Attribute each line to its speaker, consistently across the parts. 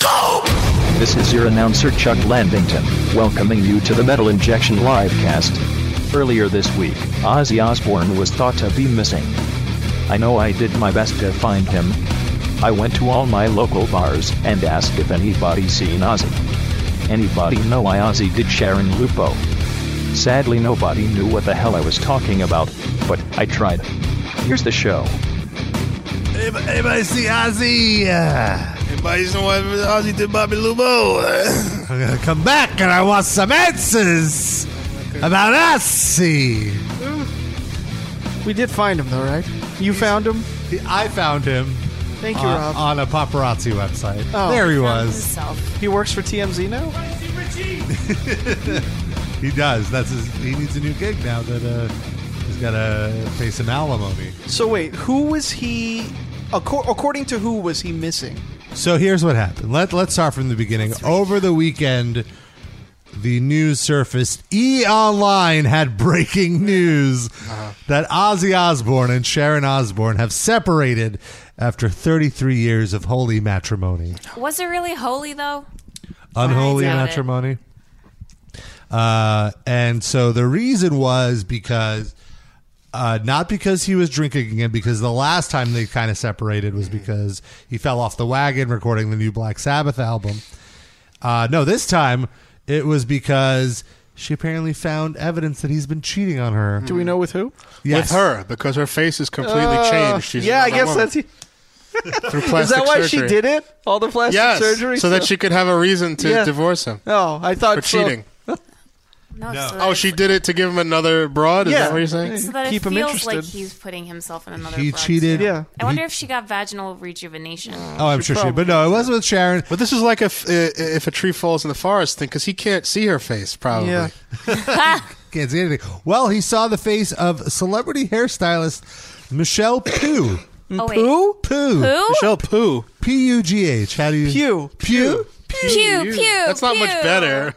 Speaker 1: go!
Speaker 2: This is your announcer Chuck Landington, welcoming you to the Metal Injection Livecast. Earlier this week, Ozzy Osbourne was thought to be missing. I know I did my best to find him. I went to all my local bars and asked if anybody seen Ozzy. Anybody know why Ozzy did Sharon Lupo? Sadly nobody knew what the hell I was talking about, but I tried. Here's the show.
Speaker 1: Anybody, anybody see Ozzy? Uh, anybody know what Ozzy did Bobby Lubo? I'm gonna come back and I want some answers about Ozzy.
Speaker 3: We did find him, though, right? You found him.
Speaker 1: I found him
Speaker 3: Thank you,
Speaker 1: on,
Speaker 3: Rob.
Speaker 1: on a paparazzi website.
Speaker 3: Oh.
Speaker 1: there he was.
Speaker 3: he works for TMZ now.
Speaker 1: He does. That's his, he needs a new gig now that uh, he's got to pay some alimony.
Speaker 3: So wait, who was he? Acor- according to who was he missing?
Speaker 1: So here's what happened. Let, let's start from the beginning. Over the weekend, the news surfaced. E Online had breaking news that Ozzy Osbourne and Sharon Osbourne have separated after 33 years of holy matrimony.
Speaker 4: Was it really holy though?
Speaker 1: Unholy
Speaker 4: I doubt it.
Speaker 1: matrimony. Uh, and so the reason was because. Uh, not because he was drinking again, because the last time they kind of separated was because he fell off the wagon recording the new Black Sabbath album. Uh, no, this time it was because she apparently found evidence that he's been cheating on her.
Speaker 3: Do we know with who?
Speaker 1: Yes.
Speaker 5: with her because her face is completely changed. She's
Speaker 3: Uh, yeah, I
Speaker 5: another
Speaker 3: guess
Speaker 5: woman
Speaker 3: that's. He-
Speaker 5: through
Speaker 3: is
Speaker 5: plastic
Speaker 3: that why
Speaker 5: surgery.
Speaker 3: she did it? All the plastic
Speaker 5: Yes,
Speaker 3: surgery.
Speaker 5: so that she could have a reason to
Speaker 3: Yeah.
Speaker 5: divorce him
Speaker 3: Oh, I thought
Speaker 5: for
Speaker 3: so.
Speaker 5: cheating.
Speaker 4: No.
Speaker 1: No.
Speaker 4: So that
Speaker 5: Oh,
Speaker 4: it-
Speaker 5: she did it to give him another broad. Is
Speaker 3: Yeah.
Speaker 5: that what you're saying?
Speaker 4: So that
Speaker 3: Keep
Speaker 4: it
Speaker 3: him
Speaker 4: feels
Speaker 3: interested.
Speaker 4: like he's putting himself in another.
Speaker 1: He
Speaker 4: broad's-
Speaker 1: cheated.
Speaker 3: Yeah.
Speaker 4: I wonder
Speaker 1: He-
Speaker 4: if she got vaginal rejuvenation.
Speaker 1: oh, I'm sure she. But no, it was with Sharon.
Speaker 5: But this is like if uh, if a tree falls in the forest thing because he can't see her face probably.
Speaker 3: Yeah.
Speaker 1: Can't see anything. Well, he saw the face of celebrity hairstylist Michelle Pugh.
Speaker 4: Oh wait.
Speaker 3: Who?
Speaker 1: Pugh.
Speaker 4: Who?
Speaker 5: Michelle Poo.
Speaker 1: P U G H. How do you?
Speaker 3: Pugh.
Speaker 1: Pew.
Speaker 4: Pew pew.
Speaker 5: That's not much
Speaker 4: pew.
Speaker 5: better.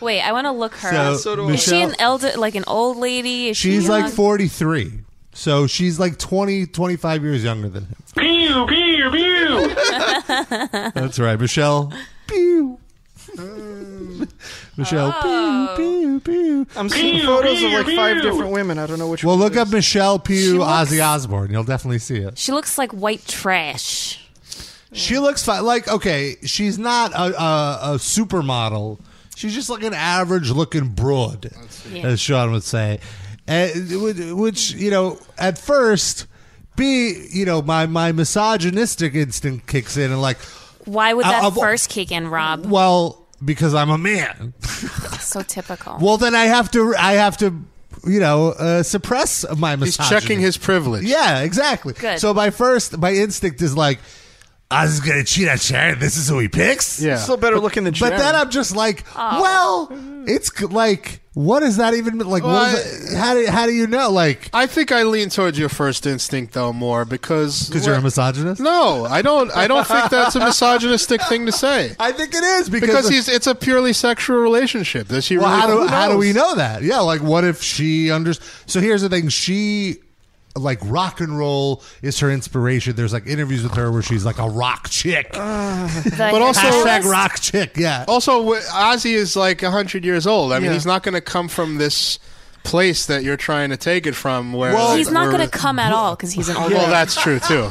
Speaker 4: Wait, I want to look her.
Speaker 1: So,
Speaker 4: up.
Speaker 3: So do I.
Speaker 4: is she
Speaker 1: Michelle,
Speaker 4: an elder, like an old lady? Is she
Speaker 1: she's like
Speaker 4: young?
Speaker 1: 43. So she's like 20, 25 years younger than him.
Speaker 5: Pew pew pew.
Speaker 1: That's right, Michelle. Pew. Michelle.
Speaker 4: Oh.
Speaker 1: Pew, pew, pew.
Speaker 3: I'm seeing photos of like five different women. I don't know which.
Speaker 1: Well,
Speaker 3: one
Speaker 1: look
Speaker 3: it
Speaker 1: up
Speaker 3: is.
Speaker 1: Michelle Pugh,
Speaker 4: She looks-
Speaker 1: Ozzy Osbourne. You'll definitely see it.
Speaker 4: She looks like white trash.
Speaker 1: She looks fine. Like, okay, she's not a, a, a supermodel. She's just like an average looking broad,
Speaker 4: Yeah.
Speaker 1: as Sean would say. And, whi- which, you know, at first, B, you know, my, my misogynistic instinct kicks in and, like,
Speaker 4: Why would that
Speaker 1: Uh, uh, wh-
Speaker 4: first kick in, Rob?
Speaker 1: well, because I'm a man.
Speaker 4: so typical.
Speaker 1: Well, then I have to, I have to, you know, uh, suppress my misogyny.
Speaker 5: He's checking his privilege.
Speaker 1: Yeah, exactly.
Speaker 4: Good.
Speaker 1: So my first, my instinct is like, I was gonna cheat on Sharon. This is who he picks. Oh.
Speaker 5: Yeah.
Speaker 3: Still better looking than.
Speaker 1: But
Speaker 3: Sharon.
Speaker 1: then I'm just like, well, it's c- like, what does that even mean? Like, what
Speaker 5: Well,
Speaker 1: is it- how do how do you know? Like,
Speaker 5: I think I lean towards your first instinct though more because
Speaker 1: because you're a misogynist.
Speaker 5: No, I don't. I don't think that's a misogynistic thing to say.
Speaker 1: I think it is because,
Speaker 5: Because he's, it's a purely sexual relationship. Does she
Speaker 1: Well,
Speaker 5: really?
Speaker 1: how
Speaker 5: who
Speaker 1: do how do
Speaker 5: knows?
Speaker 1: we know that? Yeah, like, what if she under? So here's the thing: she. Like rock and roll is her inspiration. There's like interviews with her where she's like a rock chick,
Speaker 4: but
Speaker 5: also-
Speaker 1: hashtag rock chick. Yeah,
Speaker 5: Also, wh- Ozzy is like hundred years old. I mean,
Speaker 3: Yeah.
Speaker 5: he's not going to come from this place that you're trying to take it from. Where
Speaker 1: Well-
Speaker 4: he's not
Speaker 5: where-
Speaker 4: going to come at all because he's an old.
Speaker 5: Well,
Speaker 4: man.
Speaker 5: that's true too.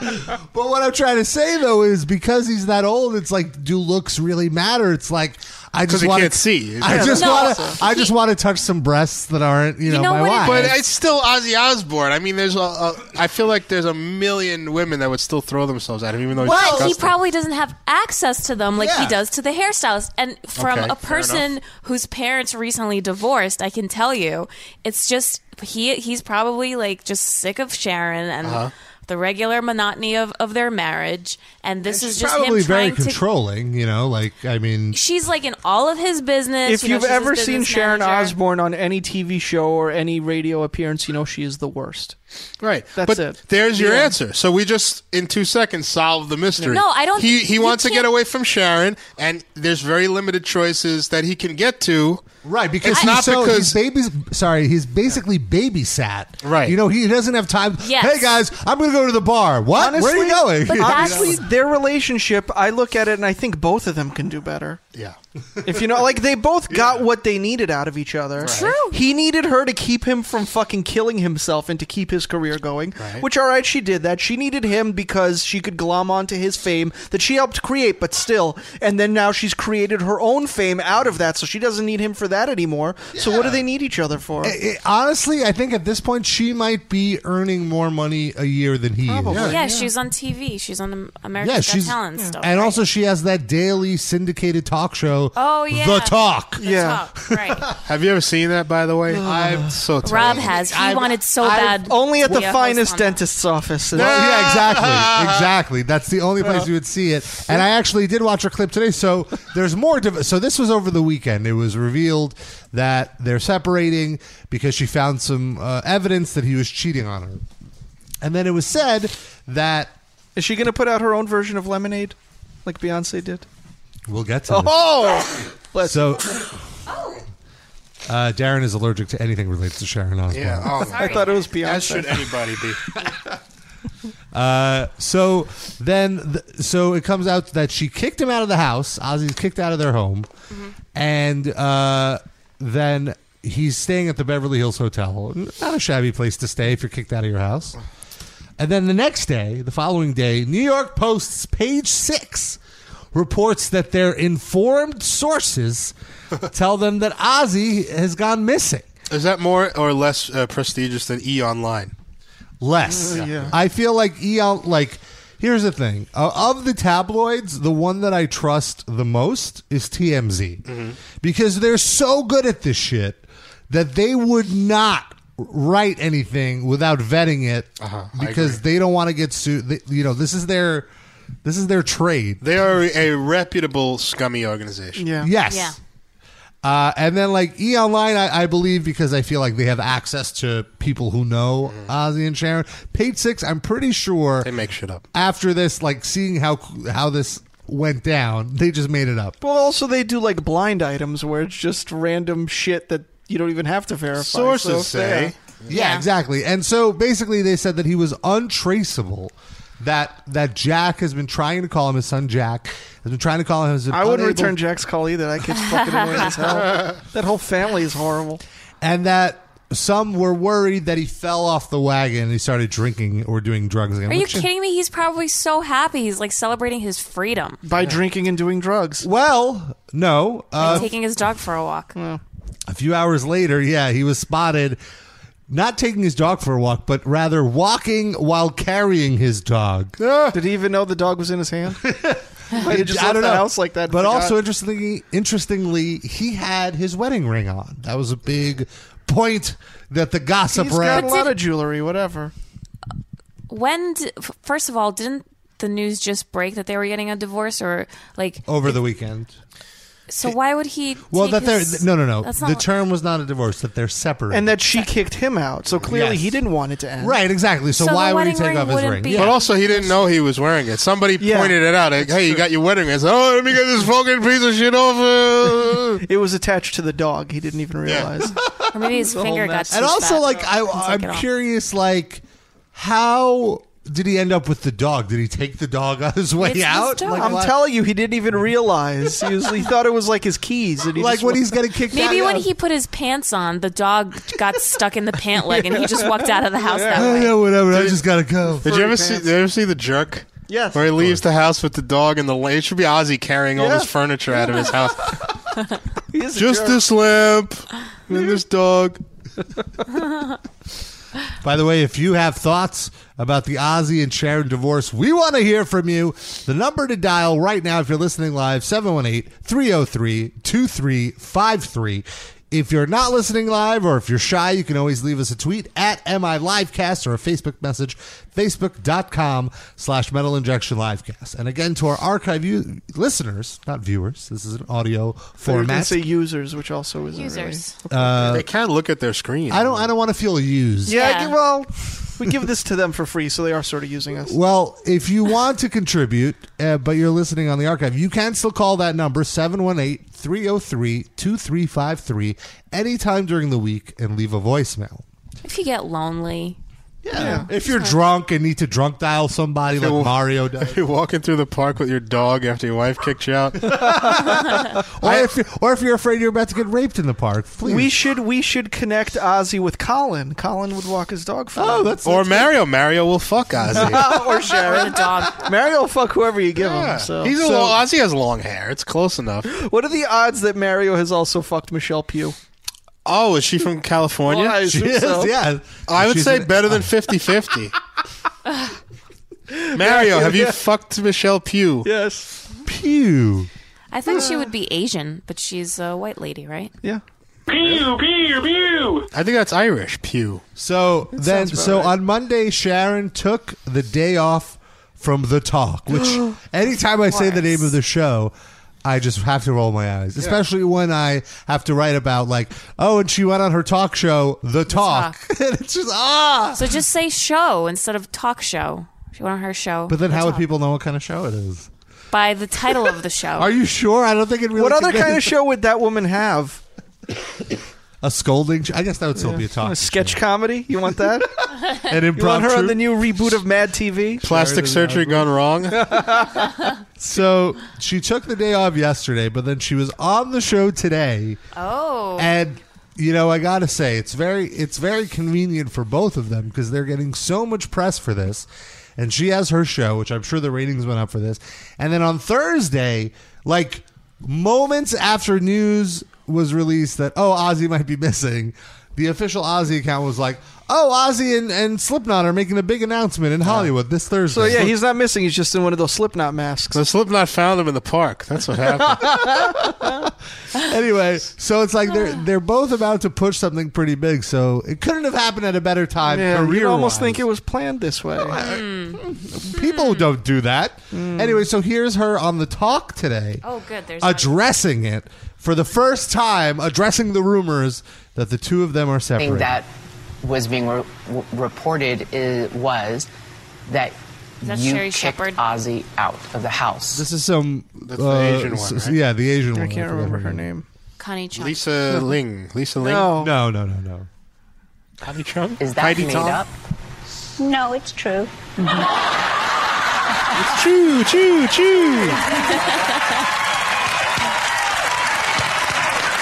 Speaker 1: But what I'm trying to say though is because he's that old, it's like do looks really matter? It's like I just
Speaker 5: he
Speaker 1: want
Speaker 5: can't see.
Speaker 1: I
Speaker 5: Yeah,
Speaker 1: just
Speaker 4: no.
Speaker 1: want to. I
Speaker 4: He-
Speaker 1: just want to touch some breasts that aren't you, know,
Speaker 4: know
Speaker 1: my
Speaker 4: what it
Speaker 1: wife.
Speaker 5: But it's still Ozzy Osbourne. I mean, there's a, a. I feel like there's a million women that would still throw themselves at him, even though he's
Speaker 4: But he
Speaker 5: disgusting.
Speaker 4: probably doesn't have access to them like he
Speaker 1: Yeah.
Speaker 4: does to the hairstylist. And from
Speaker 5: Okay,
Speaker 4: a
Speaker 5: fair
Speaker 4: person whose parents recently divorced, I can tell you, it's just he he's probably like just sick of Sharon and the regular monotony of, of their marriage. And this is
Speaker 1: She's
Speaker 4: just
Speaker 1: probably
Speaker 4: him
Speaker 1: very
Speaker 4: trying to.
Speaker 1: controlling. You know, like I mean,
Speaker 4: She's like in all of his business.
Speaker 3: If
Speaker 4: you know,
Speaker 3: you've
Speaker 4: she's his
Speaker 3: ever seen
Speaker 4: business
Speaker 3: Sharon
Speaker 4: manager.
Speaker 3: Osbourne on any TV show or any radio appearance, you know she is the worst.
Speaker 5: Right.
Speaker 3: That's
Speaker 5: but
Speaker 3: it.
Speaker 5: There's your
Speaker 3: Yeah.
Speaker 5: answer. So we just in two seconds solve the mystery.
Speaker 4: No, I don't-
Speaker 5: He he
Speaker 4: you
Speaker 5: wants to get
Speaker 4: can't-
Speaker 5: away from Sharon, and there's very limited choices that he can get to
Speaker 1: Right, because
Speaker 5: It's
Speaker 1: he's
Speaker 5: not
Speaker 1: so he's
Speaker 5: because-
Speaker 1: babies. Sorry, he's basically babysat.
Speaker 5: Right.
Speaker 1: you know he doesn't have time.
Speaker 4: Yes.
Speaker 1: Hey guys, I'm going to go to the bar. What?
Speaker 3: Honestly,
Speaker 1: Where are you going?
Speaker 4: but that's-
Speaker 3: Honestly, their relationship, I look at it and I think both of them can do better.
Speaker 5: Yeah.
Speaker 3: If you know, like they both got what they needed out of each other.
Speaker 4: True.
Speaker 3: He needed her to keep him from fucking killing himself and to keep his career going.
Speaker 5: Right.
Speaker 3: Which, all right, she did that. She needed him because she could glom onto his fame that she helped create, but still. And then now she's created her own fame out of that, so she doesn't need him for that anymore. So what do they need each other for?
Speaker 1: I- I- honestly, I think at this point she might be earning more money a year than he
Speaker 3: Probably.
Speaker 1: is.
Speaker 4: Yeah, she's on TV. She's on Am- America's
Speaker 1: Yeah,
Speaker 4: Got
Speaker 1: she's
Speaker 4: Talent and stuff.
Speaker 1: and
Speaker 4: right?
Speaker 1: also she has that daily syndicated talk show.
Speaker 4: Oh, yeah.
Speaker 1: the talk.
Speaker 4: The
Speaker 3: Yeah.
Speaker 4: Talk, right.
Speaker 5: Have you ever seen that? By the way, I'm so tired.
Speaker 4: Rob has. He wanted so bad.
Speaker 3: Only at
Speaker 4: to
Speaker 3: the
Speaker 4: be a host
Speaker 3: finest
Speaker 4: on that.
Speaker 3: dentist's office.
Speaker 1: Well, yeah, exactly, exactly. That's the only place you would see it. And I actually did watch a clip today. So there's more. Div- so this was over the weekend. It was revealed that they're separating because she found some uh, evidence that he was cheating on her. And then it was said that
Speaker 3: Is she going to put out her own version of Lemonade, like Beyonce did?
Speaker 1: we'll get to. this.
Speaker 3: Oh, bless.
Speaker 1: So, uh, Darren is allergic to anything related to Sharon Osbourne.
Speaker 5: Yeah. Oh, my
Speaker 3: I
Speaker 5: God.
Speaker 3: thought it was
Speaker 5: As should
Speaker 3: Beyonce.
Speaker 5: anybody be.
Speaker 1: Uh, so then, th- so it comes out that she kicked him out of the house. Ozzy's kicked out of their home,
Speaker 3: Mm-hmm.
Speaker 1: and uh, then he's staying at the Beverly Hills Hotel. Not a shabby place to stay if you're kicked out of your house. And then the next day, the following day, New York Post's page six reports that their informed sources tell them that Ozzy has gone missing.
Speaker 5: Is that more or less uh, prestigious than E Online?
Speaker 1: less.
Speaker 3: Uh, yeah.
Speaker 1: I feel like EL like here's the thing. Uh, of the tabloids, the one that I trust the most is TMZ. Because they're so good at this shit that they would not write anything without vetting it
Speaker 5: Uh-huh, I
Speaker 1: because they don't want to get sued. They- You know, this is their this is their trade.
Speaker 5: They are a reputable, scummy organization.
Speaker 3: Yeah.
Speaker 1: Yes.
Speaker 4: Yeah.
Speaker 1: Uh, and then like E Online, I, I believe because I feel like they have access to people who know Ozzy and Sharon. Page six, I'm pretty sure
Speaker 5: Mm-hmm. They make shit up.
Speaker 1: after this, like seeing how how this went down, they just made it up.
Speaker 3: Well, also they do like blind items where it's just random shit that you don't even have to verify. So
Speaker 5: Sources
Speaker 3: if
Speaker 5: say.
Speaker 3: they-
Speaker 1: Yeah,
Speaker 4: Yeah.
Speaker 1: exactly. And so basically, they said that he was untraceable. That that Jack has been trying to call him his son. Jack has been trying to call him. His
Speaker 3: I wouldn't return Jack's call either. That kid's fucking annoying as hell. That whole family is horrible.
Speaker 1: and that some were worried that he fell off the wagon and he started drinking or doing drugs again.
Speaker 4: Are you
Speaker 1: which-
Speaker 4: kidding me? He's probably so happy. He's like celebrating his freedom
Speaker 3: By drinking and doing drugs.
Speaker 1: Well, no.
Speaker 4: and
Speaker 1: Uh,
Speaker 4: taking his dog for a walk.
Speaker 1: a few hours later, yeah, he was spotted not taking his dog for a walk, but rather walking while carrying his dog.
Speaker 3: Did he even know the dog was in his hand? Might have just
Speaker 1: I
Speaker 3: left
Speaker 1: Ah. don't
Speaker 3: the
Speaker 1: know.
Speaker 3: house like that.
Speaker 1: But
Speaker 3: Forgot.
Speaker 1: also interestingly, interestingly, he had his wedding ring on. That was a big point that the gossip
Speaker 3: he's
Speaker 1: ran.
Speaker 3: got a lot of jewelry. Whatever.
Speaker 4: When, d- f- first of all, didn't the news just break that they were getting a divorce or like,
Speaker 1: over the weekend.
Speaker 4: so why would he?
Speaker 1: Well,
Speaker 4: take
Speaker 1: that they're
Speaker 4: his-
Speaker 1: no, no, no.
Speaker 4: That's
Speaker 1: The
Speaker 4: not what-
Speaker 1: term was not a divorce; that they're separate.
Speaker 3: And that she kicked him out. So clearly
Speaker 1: Yes.
Speaker 3: he didn't want it to end.
Speaker 1: right, exactly. So,
Speaker 4: So the
Speaker 1: why would he
Speaker 4: wedding
Speaker 1: take
Speaker 4: ring
Speaker 1: off his
Speaker 4: wouldn't
Speaker 1: ring?
Speaker 4: be-
Speaker 1: Yeah.
Speaker 5: But also, he didn't know he was wearing it. Somebody
Speaker 3: Yeah.
Speaker 5: pointed it out. Like, hey, you got your wedding ring. I said, oh, let me get this fucking piece of shit off. uh."
Speaker 3: It was attached to the dog. He didn't even realize.
Speaker 4: Or maybe his
Speaker 3: whole
Speaker 4: finger got
Speaker 3: mess.
Speaker 4: too
Speaker 1: and also,
Speaker 4: fat.
Speaker 1: like, I,
Speaker 4: it
Speaker 1: I'm
Speaker 4: off.
Speaker 1: curious, like, how did he end up with the dog? Did he take the dog on his way
Speaker 4: It's his
Speaker 1: out?
Speaker 4: dog.
Speaker 1: Like,
Speaker 3: I'm
Speaker 1: why-
Speaker 3: telling you, he didn't even realize. He, was, he thought it was like his keys. And he
Speaker 1: like
Speaker 3: just
Speaker 1: when
Speaker 3: wa-
Speaker 1: he's getting kicked out.
Speaker 4: Maybe when
Speaker 1: yeah.
Speaker 4: he put his pants on, the dog got stuck in the pant leg, and he just walked out of the house that
Speaker 1: Oh,
Speaker 4: way.
Speaker 1: yeah, whatever. I just gotta go.
Speaker 5: Did you
Speaker 3: Furry
Speaker 5: ever see?
Speaker 3: pants.
Speaker 5: Did you ever see the jerk?
Speaker 3: Yes.
Speaker 5: Where he leaves the house with the dog and the lamp. It should be Ozzy carrying all
Speaker 3: Yeah.
Speaker 5: this furniture out of his house.
Speaker 3: He is a
Speaker 5: Just
Speaker 3: jerk.
Speaker 5: this lamp and this dog.
Speaker 1: By the way, if you have thoughts about the Ozzy and Sharon divorce, we want to hear from you. The number to dial right now, if you're listening live, 718 303 2353. If you're not listening live or if you're shy, you can always leave us a tweet at MI Livecast or a Facebook message, facebook.com slash metal injection livecast. And again, to our archive u- listeners, not viewers, this is an audio
Speaker 3: Or you can
Speaker 1: format. Uh,
Speaker 3: say users, which also isn't really-
Speaker 4: Users.
Speaker 5: they can't look at their screen.
Speaker 1: I don't, I don't want to feel used.
Speaker 3: Yeah,
Speaker 4: Yeah.
Speaker 3: well, we give this to them for free, so they are sort of using us.
Speaker 1: Well, if you want to contribute, uh, but you're listening on the archive, you can still call that number, 718 303 2353, anytime during the week and leave a voicemail.
Speaker 4: If you get lonely,
Speaker 1: Yeah. If you're drunk and need to drunk dial somebody like
Speaker 5: will-
Speaker 1: Mario does,
Speaker 5: You're walking through the park with your dog after your wife kicked you out.
Speaker 1: or if, you're, or if you're afraid you're about to get raped in the park, please.
Speaker 3: We should we should connect Ozzy with Colin. Colin would walk his dog for
Speaker 1: oh,
Speaker 3: him.
Speaker 1: that's
Speaker 5: or Mario. Mario will fuck Ozzy.
Speaker 3: or Sharon.
Speaker 4: the dog.
Speaker 3: Mario will fuck whoever you give
Speaker 5: Yeah.
Speaker 3: him. So.
Speaker 5: He's a
Speaker 3: So,
Speaker 5: long, Ozzy has long hair. It's close enough.
Speaker 3: what are the odds that Mario has also fucked Michelle Pugh?
Speaker 5: Oh, is she from California?
Speaker 3: Well, I
Speaker 1: she
Speaker 3: assume
Speaker 1: is,
Speaker 3: so.
Speaker 1: yeah.
Speaker 5: I would
Speaker 1: She's
Speaker 5: say
Speaker 1: an-
Speaker 5: better than 50 50. Mario, have you fucked Michelle Pugh?
Speaker 3: Yes.
Speaker 1: Pew.
Speaker 4: I thought she would be Asian, but she's a white lady, right?
Speaker 3: Yeah.
Speaker 5: I think that's Irish, Pugh.
Speaker 1: So then, so on Monday, Sharon took the day off from the talk. Which anytime I say the name of the show, I just have to roll my eyes, especially when I have to write about like, oh, and she went on her talk show, the talk, and it's just ah.
Speaker 4: So just say show instead of talk show. She went on her show.
Speaker 1: But then,
Speaker 4: The
Speaker 1: how would
Speaker 4: Talk.
Speaker 1: people know what kind of show it is?
Speaker 4: By the title of the show.
Speaker 1: Are you sure? I don't think it really.
Speaker 3: Oh. What other
Speaker 1: could
Speaker 3: kind of
Speaker 1: be-
Speaker 3: show would that woman have?
Speaker 1: A scolding. Sh- I guess that would still be a talk.
Speaker 3: A sketch comedy? You want that?
Speaker 1: show. An
Speaker 3: You want
Speaker 1: impromptu.
Speaker 3: her on the new reboot of Mad TV?
Speaker 5: Plastic surgery gone wrong?
Speaker 1: so she took the day off yesterday, but then she was on the show today.
Speaker 4: oh.
Speaker 1: and you know i gotta say it's very it's very convenient for both of them because they're getting so much press for this and she has her show which i'm sure the ratings went up for this and then on thursday like moments after news was released that oh ozzy might be missing the official ozzy account was like oh ozzy and, and slipknot are making a big announcement in hollywood this thursday
Speaker 3: So yeah, he's not missing. He's just in one of those Slipknot masks.
Speaker 5: So Slipknot found him in the park. That's what happened.
Speaker 1: anyway so it's like they're they're both about to push something pretty big so it couldn't have happened at a better time
Speaker 3: Yeah,
Speaker 1: career
Speaker 3: you'd almost think it was planned this way. Hmm.
Speaker 1: People don't do that.
Speaker 5: Hmm.
Speaker 1: Anyway, so here's her on the talk today.
Speaker 4: Oh, good. There's not-
Speaker 1: Addressing it for the first time, addressing the rumors that the two of them are
Speaker 6: thing
Speaker 1: separated.
Speaker 6: that was being re- w- reported i- was that
Speaker 4: That's
Speaker 6: you
Speaker 4: Sherry
Speaker 6: kicked
Speaker 4: Shepherd.
Speaker 6: Ozzy out of the house.
Speaker 1: this is some uh,
Speaker 5: That's the Asian one,
Speaker 1: s-
Speaker 5: right?
Speaker 1: Yeah, the Asian one.
Speaker 3: I can't
Speaker 1: forget
Speaker 3: remember her name.
Speaker 4: Connie Chung.
Speaker 5: Lisa Ling. Lisa Ling.
Speaker 3: No.
Speaker 1: No, no, no, no.
Speaker 5: Heidi Trump?
Speaker 6: Is that
Speaker 5: Heidi
Speaker 6: made
Speaker 5: Trump?
Speaker 6: up?
Speaker 7: No, it's true.
Speaker 5: Choo, choo, choo.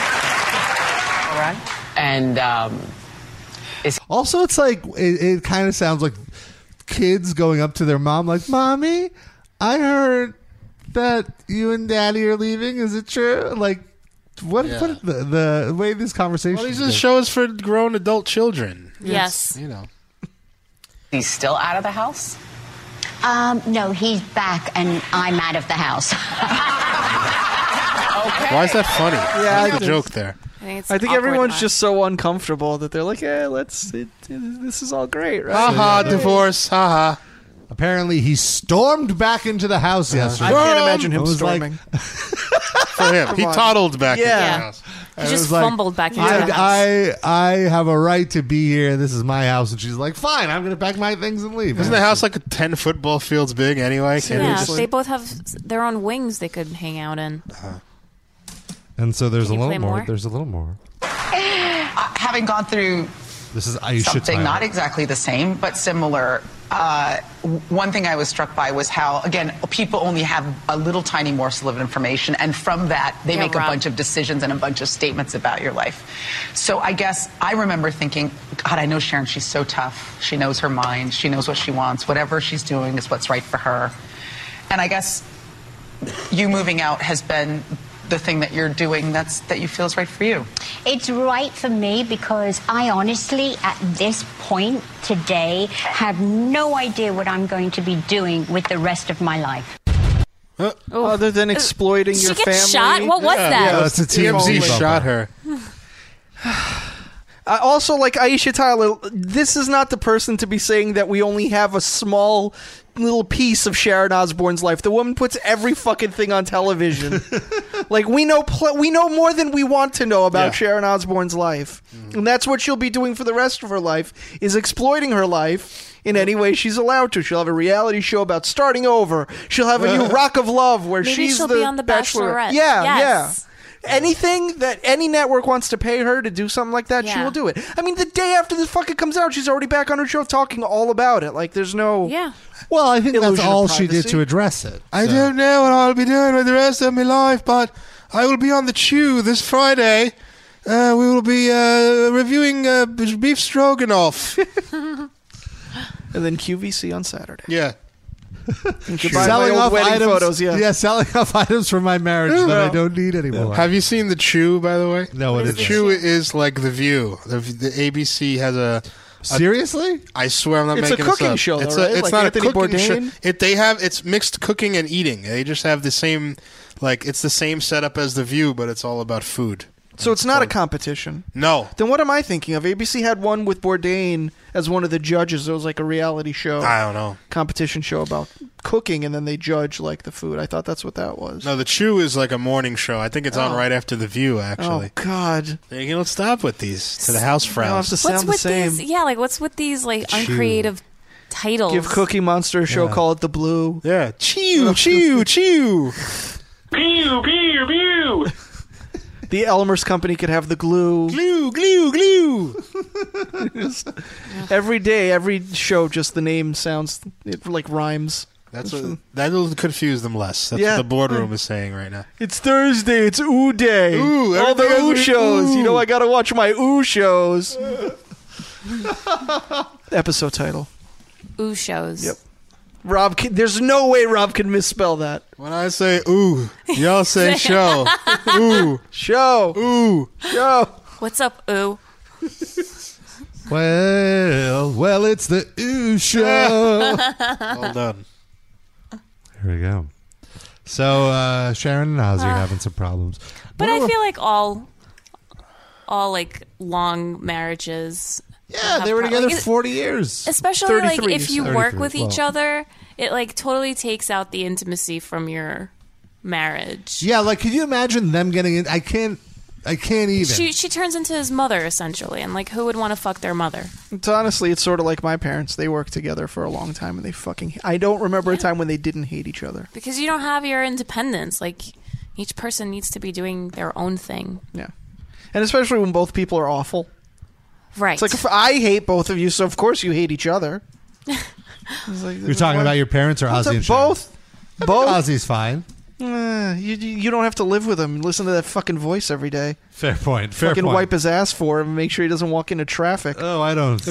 Speaker 6: All right. And um,
Speaker 1: Also, it's like it, it kind of sounds like kids going up to their mom, like, "Mommy, I heard that you and Daddy are leaving. Is it true?" Like, what?
Speaker 5: Yeah.
Speaker 1: What the, the way this conversation?
Speaker 5: Well, these are shows for grown adult children.
Speaker 4: yes.
Speaker 5: You know.
Speaker 6: he's still out of the house?
Speaker 7: Um, no, he's back and I'm out of the house.
Speaker 6: Okay.
Speaker 5: Why is that funny?
Speaker 3: Yeah, I
Speaker 5: What's the
Speaker 3: think-
Speaker 5: joke there.
Speaker 4: I think, it's
Speaker 3: I think
Speaker 4: awkward
Speaker 3: everyone's
Speaker 4: enough.
Speaker 3: just so uncomfortable that they're like, "Yeah, let's. It, it- this is all great, right?"
Speaker 5: Haha, divorce. Haha.
Speaker 1: Apparently, he stormed back into the house
Speaker 3: Uh-huh. I
Speaker 1: yesterday.
Speaker 3: can't imagine
Speaker 1: I
Speaker 3: him
Speaker 1: was like-
Speaker 3: storming.
Speaker 5: For him. He
Speaker 3: on.
Speaker 5: toddled back into
Speaker 3: Yeah.
Speaker 5: the house.
Speaker 4: He
Speaker 1: It
Speaker 4: just
Speaker 1: was like,
Speaker 4: fumbled back into the house.
Speaker 1: I, I I have a right to be here. This is my house, and she's like, "Fine, I'm going to pack my things and leave."
Speaker 5: Isn't the house like 10 football fields big anyway? Can't
Speaker 4: yeah,
Speaker 5: they just-
Speaker 4: they both have s- their own wings they could hang out in.
Speaker 1: Uh, And so there's a
Speaker 4: Can you
Speaker 1: little
Speaker 4: play
Speaker 1: more.
Speaker 4: more?
Speaker 1: There's a little more.
Speaker 6: uh,
Speaker 8: having gone through
Speaker 1: This is Aisha
Speaker 8: something
Speaker 1: Tyler.
Speaker 8: not exactly the same but similar uh, w- one thing i was struck by was how again people only have a little tiny morsel of information and from that they
Speaker 4: Yeah,
Speaker 8: make
Speaker 4: Rob.
Speaker 8: a bunch of decisions and a bunch of statements about your life so i guess i remember thinking god i know sharon she's so tough she knows her mind she knows what she wants whatever she's doing is what's right for her and i guess you moving out has been the thing that you're doing that's that you feel is right for you
Speaker 7: It's right for me because I honestly, at this point today, have no idea what I'm going to be doing with the rest of my life.
Speaker 3: Uh, Other than exploiting
Speaker 4: Did
Speaker 3: your
Speaker 4: Uh, she get
Speaker 3: family,
Speaker 4: shot? What was that?
Speaker 1: Yeah, that's a TMZ
Speaker 5: TMZ
Speaker 1: bumper.
Speaker 5: shot her.
Speaker 3: I Uh, also like Aisha Tyler. This is not the person to be saying that we only have a small little piece of Sharon Osbourne's life. The woman puts every fucking thing on television. Like we know pl- we know more than we want to know about
Speaker 5: Yeah.
Speaker 3: Sharon Osbourne's life,
Speaker 1: Mm-hmm.
Speaker 3: and that's what she'll be doing for the rest of her life is exploiting her life in any way she's allowed to. She'll have a reality show about starting over. She'll have a new Rock of Love where
Speaker 4: Maybe
Speaker 3: she's
Speaker 4: she'll
Speaker 3: the
Speaker 4: be on The
Speaker 3: bachelorette.
Speaker 4: Bachelorette.
Speaker 3: Yeah,
Speaker 4: Yes.
Speaker 3: yeah. Anything that any network wants to pay her to do something like that, she
Speaker 4: Yeah.
Speaker 3: will do it. I mean, the day after this fucking comes out, she's already back on her show talking all about it. Like, there's no.
Speaker 4: Yeah.
Speaker 1: Well, I think that's
Speaker 3: Illusion of
Speaker 1: all she did
Speaker 3: privacy.
Speaker 1: to address it.
Speaker 5: I
Speaker 1: So-
Speaker 5: don't know what I'll be doing with the rest of my life, but I will be on the chew this Friday. Uh, we will be uh, reviewing uh, b- beef stroganoff.
Speaker 3: And then QVC on Saturday.
Speaker 5: yeah.
Speaker 3: Goodbye, my old wedding photos. Yeah.
Speaker 1: selling off items for my marriage that I don't need anymore.
Speaker 5: Have you seen the Chew? By the way,
Speaker 1: No, what
Speaker 5: the
Speaker 1: is it?
Speaker 5: Chew is like the View. The, the ABC has a.
Speaker 1: Seriously?
Speaker 5: I swear I'm not
Speaker 3: It's a
Speaker 5: making this
Speaker 3: cooking
Speaker 5: up.
Speaker 3: show, though,
Speaker 5: It's,
Speaker 3: right?
Speaker 5: it's
Speaker 3: Like
Speaker 5: not
Speaker 3: Anthony
Speaker 5: a cooking
Speaker 3: Bourdain?
Speaker 5: show. It they have it's mixed cooking and eating. They just have the same like it's the same setup as the View, but it's all about food.
Speaker 3: So it's not a competition.
Speaker 5: No,
Speaker 3: Then what am I thinking of? ABC had one with Bourdain as one of the judges. It was like a reality show,
Speaker 5: I don't know.
Speaker 3: competition show about cooking, and then they judge like the food. I thought that's what that was.
Speaker 5: No, the Chew is like a morning show. I think it's on right after the View. Actually,
Speaker 3: oh God!
Speaker 5: you don't stop with these to the house
Speaker 3: Now I have
Speaker 5: frown.
Speaker 3: to
Speaker 4: What's
Speaker 3: sound the
Speaker 4: with
Speaker 3: same.
Speaker 4: these? Yeah, like what's with these like uncreative titles?
Speaker 3: Give Cookie Monster a show. Call it the Blue.
Speaker 5: Yeah, chew, chew, chew.
Speaker 3: The Elmer's Company could have the glue.
Speaker 5: Glue, glue, glue.
Speaker 3: Every day, every show, just the name sounds it like rhymes.
Speaker 5: That's what, that'll confuse them less. That's
Speaker 3: Yeah. Mm.
Speaker 5: what the boardroom is saying right now.
Speaker 3: It's Thursday. It's Ooh Day.
Speaker 5: Ooh,
Speaker 3: all the
Speaker 5: everybody
Speaker 3: Ooh
Speaker 5: has to be
Speaker 3: shows. You
Speaker 5: ooh.
Speaker 3: know, I gotta watch my Ooh shows. Episode title.
Speaker 4: Ooh shows.
Speaker 3: Yep. Rob, can, there's no way Rob can misspell that.
Speaker 5: When I say ooh, y'all say show. ooh,
Speaker 3: Show,
Speaker 5: ooh.
Speaker 3: show.
Speaker 4: What's up, ooh?
Speaker 1: Well, well, it's the ooh show.
Speaker 5: Well done.
Speaker 1: Here we go. So uh, Sharon and Ozzy are having some problems.
Speaker 4: But
Speaker 1: What
Speaker 4: I
Speaker 1: a-
Speaker 4: feel like all all like long marriages
Speaker 1: yeah,
Speaker 4: have
Speaker 1: they were
Speaker 4: prob-
Speaker 1: together
Speaker 4: like, it-
Speaker 1: forty years.
Speaker 4: especially like
Speaker 3: 33,
Speaker 4: if
Speaker 3: you
Speaker 4: you
Speaker 1: said.
Speaker 4: work
Speaker 1: 33,
Speaker 4: with each
Speaker 1: wow.
Speaker 4: other it like totally takes out the intimacy from your marriage
Speaker 1: Yeah, like can you imagine them getting in? I can't. I can't even.
Speaker 4: she she turns into his mother essentially and like who would want to fuck their mother
Speaker 3: It's honestly, it's sort of like my parents. They worked together for a long time, and they fucking. I don't remember a time when they didn't hate each other.
Speaker 4: because you don't have your independence like each person needs to be doing their own thing
Speaker 3: Yeah, and especially when both people are awful.
Speaker 4: right
Speaker 3: It's like if I hate both of you, so of course you hate each other. It's like-
Speaker 1: You're talking about your parents or
Speaker 3: It's
Speaker 1: Ozzy
Speaker 3: like
Speaker 1: and Sharon?
Speaker 3: both. Both.
Speaker 1: Ozzy's fine.
Speaker 3: Eh, you, you you don't have to live with him. and Listen to that fucking voice every day.
Speaker 1: Fair point. Fair
Speaker 3: fucking
Speaker 1: point.
Speaker 3: wipe his ass for him and make sure he doesn't walk into traffic.
Speaker 1: oh, I don't.